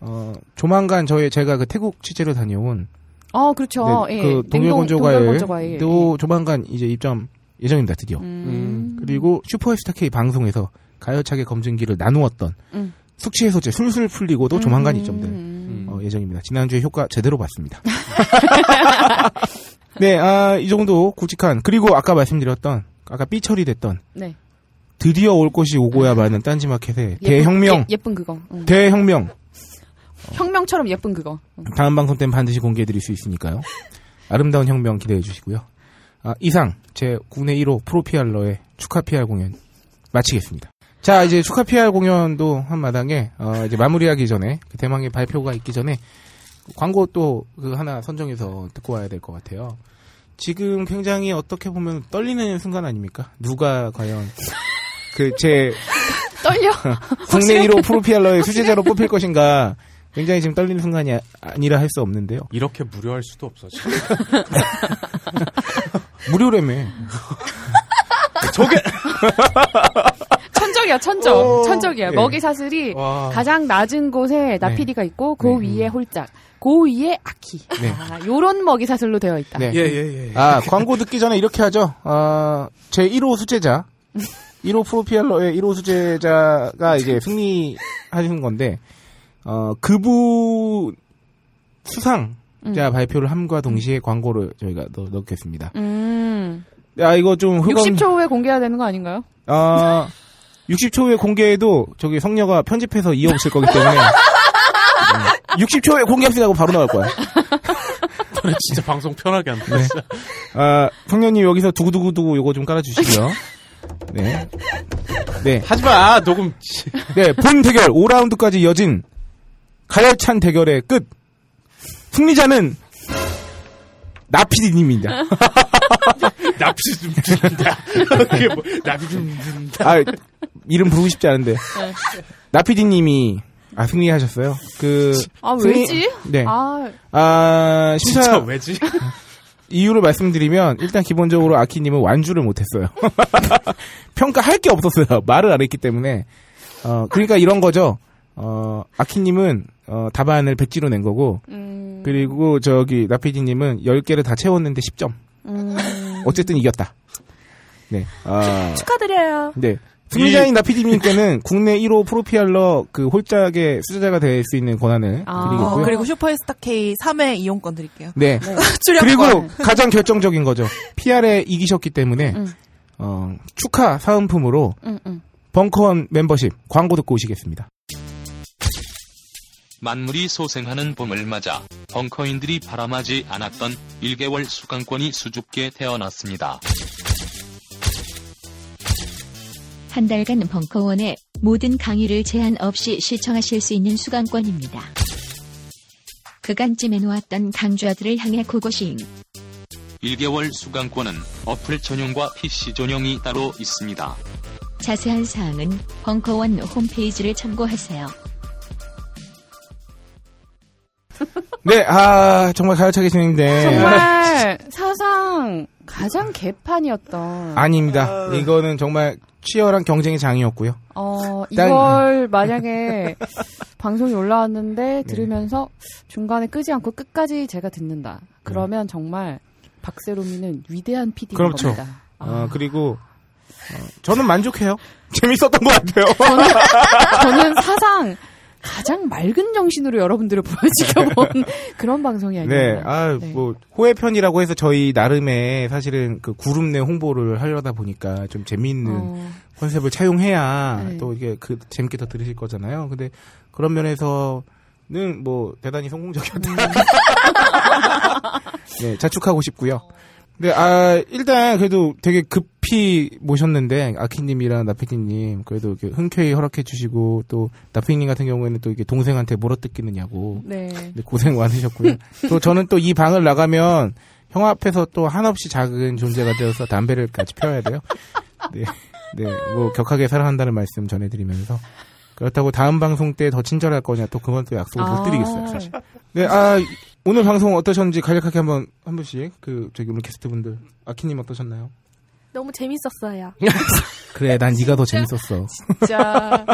S1: 어 조만간 저희 제가 그 태국 취재를 다녀온
S5: 어, 그렇죠.
S1: 네,
S5: 예.
S1: 그
S5: 냉동-
S1: 동결건조과에
S5: 동결건조과일.
S1: 또 조만간 이제 입점 예정입니다 드디어
S5: 예. 음.
S1: 그리고 슈퍼에스타 K 방송에서 가열차게 검증기를 나누었던
S5: 음.
S1: 숙취 해소제 술술 풀리고도 조만간 입점될
S5: 음.
S1: 어, 예정입니다. 지난주에 효과 제대로 봤습니다. 네, 아, 이 정도 굵직한, 그리고 아까 말씀드렸던, 아까 삐 처리됐던,
S5: 네.
S1: 드디어 올 것이 오고야 마는 딴지마켓의
S5: 예쁜-
S1: 음. 대혁명,
S5: 예, 쁜 그거. 응.
S1: 대혁명.
S5: 혁명처럼 예쁜 그거. 응.
S1: 다음 방송 때는 반드시 공개해드릴 수 있으니까요. 아름다운 혁명 기대해 주시고요. 아, 이상, 제 국내 1호 프로피알러의 축하 PR 공연 마치겠습니다. 자, 이제 축하 PR 공연도 한 마당에, 어, 이제 마무리하기 전에, 그 대망의 발표가 있기 전에, 광고 또 그 하나 선정해서 듣고 와야 될 것 같아요. 지금 굉장히 어떻게 보면 떨리는 순간 아닙니까? 누가 과연, 그, 제
S5: 떨려.
S1: 국내 1호 프로피알러의 수제자로 뽑힐 것인가, 굉장히 지금 떨리는 순간이 아- 아니라 할 수 없는데요.
S4: 이렇게 무료할 수도 없어. 지금.
S1: 무료라며.
S5: 천적이야, 천적.
S1: 오.
S5: 천적이야.
S1: 예.
S5: 먹이 사슬이
S4: 와.
S5: 가장 낮은 곳에 나피디가 있고 그
S1: 네.
S5: 위에 홀짝, 그 위에 아키.
S1: 네.
S5: 아, 요런 먹이 사슬로 되어 있다.
S1: 네.
S4: 예, 예, 예.
S1: 아, 광고 듣기 전에 이렇게 하죠. 아, 제 1호 수제자. 1호 프로피엘러의 1호 수제자가 이제 승리하신 건데, 어, 그분 수상자
S4: 음.
S1: 발표를 함과 동시에 광고를 저희가 넣, 넣겠습니다.
S5: 음.
S1: 아, 이거 좀 흑원.
S5: 60초 후에 공개해야 되는 거 아닌가요?
S1: 아, 60초 후에 공개해도 저기 성녀가 편집해서 이어 없을 거기 때문에. 음. 60초 후에 공개합시다고 바로 나올 거야.
S4: 아, 저는 진짜 방송 편하게 한다.
S1: 네.
S4: 진짜.
S1: 아, 성녀님 여기서 두구두구두구 요거 좀 깔아주시고요. 네. 네.
S4: 하지 마. 녹음.
S1: 네, 본 대결 5라운드까지 이어진 가열찬 대결의 끝. 승리자는 나피디님입니다.
S4: 나비 좀 준다. 그게 뭐 나비 좀 준다.
S1: 아, 이름 부르고 싶지 않은데. 나피디님이 아, 승리하셨어요. 그
S5: 아,
S1: 승리-
S5: 왜지?
S1: 네.
S5: 아,
S1: 아,
S4: 진짜
S1: 심사
S4: 왜지?
S1: 이유를 말씀드리면 일단 기본적으로 아키님은 완주를 못했어요. 평가할 게 없었어요. 말을 안 했기 때문에 어 그러니까 이런 거죠. 어 아키님은 어, 답안을 100지로 낸 거고
S5: 음.
S1: 그리고 저기 나피디님은 10개를 다 채웠는데 10점.
S5: 음,
S1: 어쨌든 이겼다. 네. 아
S6: 축하드려요.
S1: 네. 승리자인 나피디님께는 국내 1호 프로피알러 그 홀짝의 수제자가 될 수 있는 권한을
S5: 아.
S2: 어,
S1: 드리겠고요.
S2: 그리고 슈퍼에스타 K 3회 이용권 드릴게요.
S1: 네. 그리고 음. 가장 결정적인 거죠. PR에 이기셨기 때문에
S5: 음.
S1: 어, 축하 사은품으로
S5: 음, 음.
S1: 벙커원 멤버십 광고 듣고 오시겠습니다.
S3: 만물이 소생하는 봄을 맞아 벙커인들이 바람하지 않았던 1개월 수강권이 수줍게 태어났습니다.
S7: 한 달간 벙커원의 모든 강의를 제한 없이 시청하실 수 있는 수강권입니다. 그간 찜해놓았던 강좌들을 향해 고고싱.
S3: 1개월 수강권은 어플 전용과 PC 전용이 따로 있습니다.
S7: 자세한 사항은 벙커원 홈페이지를 참고하세요.
S1: 네, 아 정말 가열차게 진행된
S5: 정말 사상 가장 개판이었던.
S1: 아닙니다. 이거는 정말 치열한 경쟁의 장이었고요.
S5: 어,
S1: 딴-
S5: 이걸 만약에 방송이 올라왔는데 들으면서 중간에 끄지 않고 끝까지 제가 듣는다. 그러면 정말 박세롬이는 위대한 PD인
S1: 그렇죠.
S5: 겁니다.
S1: 어, 그리고 어, 저는 만족해요. 재밌었던 것 같아요.
S5: 저는 사상 가장 맑은 정신으로 여러분들을 보여지켜본 그런 방송이 아니에요.
S1: 네, 아, 뭐, 호의 편이라고 해서 저희 나름의 사실은 그 그룹 내 홍보를 하려다 보니까 좀 재미있는
S5: 어,
S1: 컨셉을 차용해야
S5: 네.
S1: 또 이게 그 재밌게 더 들으실 거잖아요. 근데 그런 면에서는 뭐 대단히 성공적이었다. 네, 자축하고 싶고요. 근데 아 일단 그래도 되게 급히 모셨는데 아키님이랑 나피디님 그래도 이렇게 흔쾌히 허락해주시고 또 나피님 같은 경우에는 또 이게 동생한테 물어뜯기느냐고
S5: 네.
S1: 근데 고생 많으셨고요. 또 저는 또 이 방을 나가면 형 앞에서 또 한없이 작은 존재가 되어서 담배를 같이 펴야 돼요. 네. 네. 뭐 격하게 살아한다는 말씀 전해드리면서. 그렇다고 다음 방송 때 더 친절할 거냐 또 그건 또 약속을
S5: 아.
S1: 못 드리겠어요. 사실. 네, 아, 오늘 방송 어떠셨는지 간략하게 한번, 한 번씩 그, 저기 오늘 게스트분들. 아키님 어떠셨나요?
S6: 너무 재밌었어요.
S1: 그래, 난 네가 더 재밌었어.
S6: 진짜.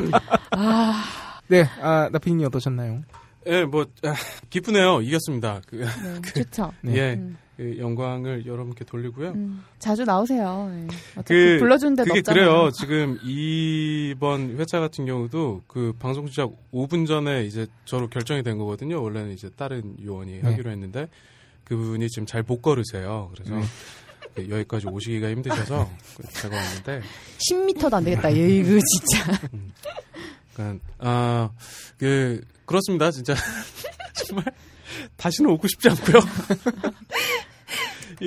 S1: 네, 아, 나피님 어떠셨나요?
S4: 예, 뭐 아, 기쁘네요. 이겼습니다. 그,
S5: 네, 좋죠.
S1: 네.
S4: 예,
S5: 음.
S4: 그 영광을 여러분께 돌리고요.
S5: 음, 자주 나오세요. 예. 어차피
S4: 그-
S5: 불러주는 데도
S4: 그게
S5: 없잖아요.
S4: 그래요. 지금 이번 회차 같은 경우도 그 방송 시작 5분 전에 이제 저로 결정이 된 거거든요. 원래는 이제 다른
S5: 네.
S4: 요원이 하기로 했는데 그분이 지금 잘 못 걸으세요. 그래서
S5: 네.
S4: 그 여기까지 오시기가 힘드셔서 그 제가 왔는데
S5: 10m도 안 되겠다. 예, 이거 진짜.
S4: 그러니까 아그 그렇습니다. 진짜 정말 다시는 오고 싶지 않고요.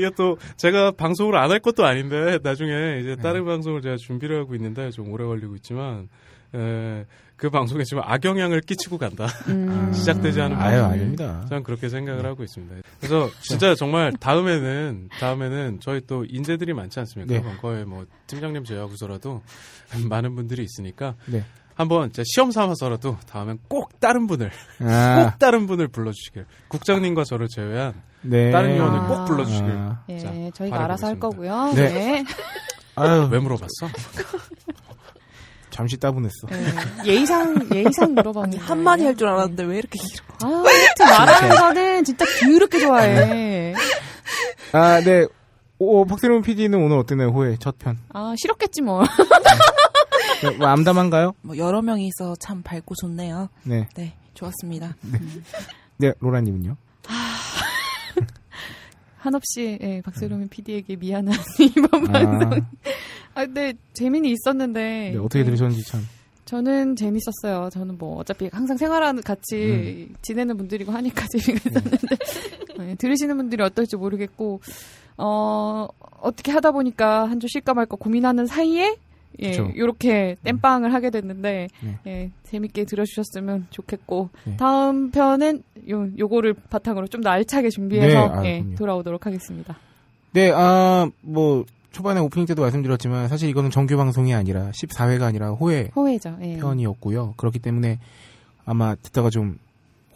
S4: 이게 또 제가 방송을 안 할 것도 아닌데 나중에
S1: 네.
S4: 이제 다른 방송을 제가 준비를 하고 있는데 좀 오래 걸리고 있지만 에, 그 방송에 지금 악영향을 끼치고 간다.
S5: 음.
S4: 시작되지 않은
S1: 아. 아유, 네.
S4: 방송.
S1: 아닙니다.
S4: 저는 그렇게 생각을 하고 있습니다. 그래서 진짜 정말 다음에는 다음에는 저희 또 인재들이 많지 않습니까?
S1: 네.
S4: 거의 뭐 팀장님 제외하고서라도 많은 분들이 있으니까
S1: 네.
S4: 한번 제 시험 삼아서라도 다음엔 꼭 다른 분을
S1: 아,
S4: 꼭 다른 분을 불러주시길 국장님과 저를 제외한
S1: 네.
S4: 다른 위원을
S5: 아.
S4: 꼭 불러주시길
S1: 아.
S5: 예,
S4: 자,
S5: 저희가
S4: 바라보고
S5: 알아서 할
S4: 있습니다.
S5: 거고요.
S1: 네.
S5: 네.
S1: 아유,
S4: 왜 물어봤어?
S1: 잠시 따분했어.
S5: 예. 예의상 예의상 물어봤는데
S2: 한마디 할 줄 알았는데 왜 이렇게 길어?
S5: 아, 하여튼 말하는 거는 진짜 그렇게
S4: 네.
S5: 좋아해.
S1: 아, 네. 오, 박세롬 PD는 오늘 어땠나요? 호의 첫 편.
S5: 아, 싫었겠지 뭐.
S1: 네, 뭐 암담한가요?
S2: 뭐 여러 명이 있어 참 밝고 좋네요.
S1: 네.
S2: 네, 좋았습니다.
S1: 네, 로라님은요?
S5: 한없이 예, 박세롬이
S4: 음.
S5: PD에게 미안한 이번
S1: 아.
S5: 방송. 아, 근데 재미는 있었는데.
S1: 네, 어떻게 들으셨는지 참.
S5: 저는 재밌었어요. 저는 뭐 어차피 항상 생활하는 같이
S1: 음.
S5: 지내는 분들이고 하니까 재미가 있었는데 네, 들으시는 분들이 어떨지 모르겠고 어 어떻게 하다 보니까 한 주 쉴까 말까 고민하는 사이에 예,
S1: 그쵸. 음.
S5: 요렇게 땜빵을 하게 됐는데
S1: 네.
S5: 예, 재밌게 들어주셨으면 좋겠고
S1: 네.
S5: 다음 편은 요 요거를 바탕으로 좀 더 알차게 준비해서
S1: 네, 아,
S5: 예,
S1: 그럼요.
S5: 돌아오도록 하겠습니다.
S1: 네, 아, 뭐, 초반에 오프닝 때도 말씀드렸지만, 사실 이거는 정규 방송이 아니라, 14회가 아니라 호의
S5: 호회죠. 예.
S1: 편이었고요. 그렇기 때문에 아마 듣다가 좀,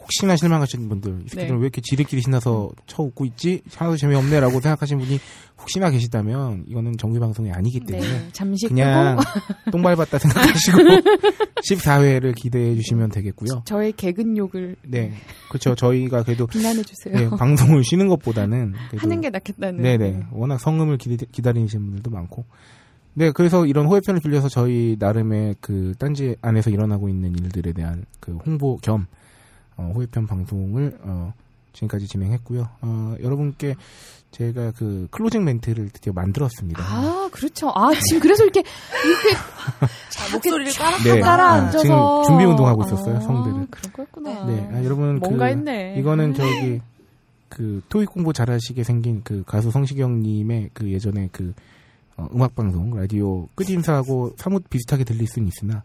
S1: 혹시나 실망하시는 분들, 이 새끼들
S5: 네.
S1: 왜 이렇게 지들끼리 신나서 쳐웃고 있지? 하나도 재미없네라고 생각하시는 분이 혹시나 계시다면, 이거는 정규 방송이 아니기
S5: 네,
S1: 때문에,
S5: 잠시
S1: 그냥
S5: 끄고
S1: 똥 밟았다 생각하시고 14회를 기대해 주시면 되겠고요.
S5: 저의 개근 욕을
S1: 네, 그렇죠. 저희가 그래도
S5: 비난해 주세요.
S1: 네, 방송을 쉬는 것보다는 그래도-
S5: 하는 게 낫겠다는.
S1: 네. 네네 워낙 성음을 기대, 기다리시는 분들도 많고 네 그래서 이런 호혜편을 빌려서 저희 나름의 그 딴지 안에서 일어나고 있는 일들에 대한 그 홍보 겸 어, 호혜편 방송을 어, 지금까지 진행했고요. 어, 여러분께 제가 그 클로징 멘트를 드디어 만들었습니다.
S5: 아, 그렇죠. 아, 지금 그래서 이렇게, 이렇게
S2: 아, 목소리를 깔아
S1: 네.
S5: 따라
S1: 아,
S5: 앉아서.
S1: 지금 준비 운동하고 있었어요,
S5: 아,
S1: 성들은.
S5: 그런 거였구나.
S1: 네, 아, 여러분
S5: 뭔가
S1: 그
S5: 했네.
S1: 이거는 저기 그 토익 공부 잘하시게 생긴 그 가수 성시경님의 그 예전에 그 어, 음악 방송 라디오 끝 인사하고 사뭇 비슷하게 들릴 수는 있으나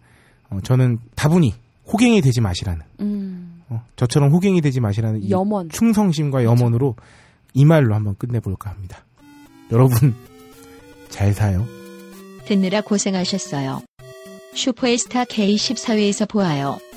S1: 어, 저는 다분히 호갱이 되지 마시라는
S5: 음,
S1: 어, 저처럼 호갱이 되지 마시라는 이
S5: 염원.
S1: 충성심과 염원으로 이 말로 한번 끝내볼까 합니다. 여러분 잘 사요.
S7: 듣느라 고생하셨어요. 슈퍼에스타 K14회에서 보아요.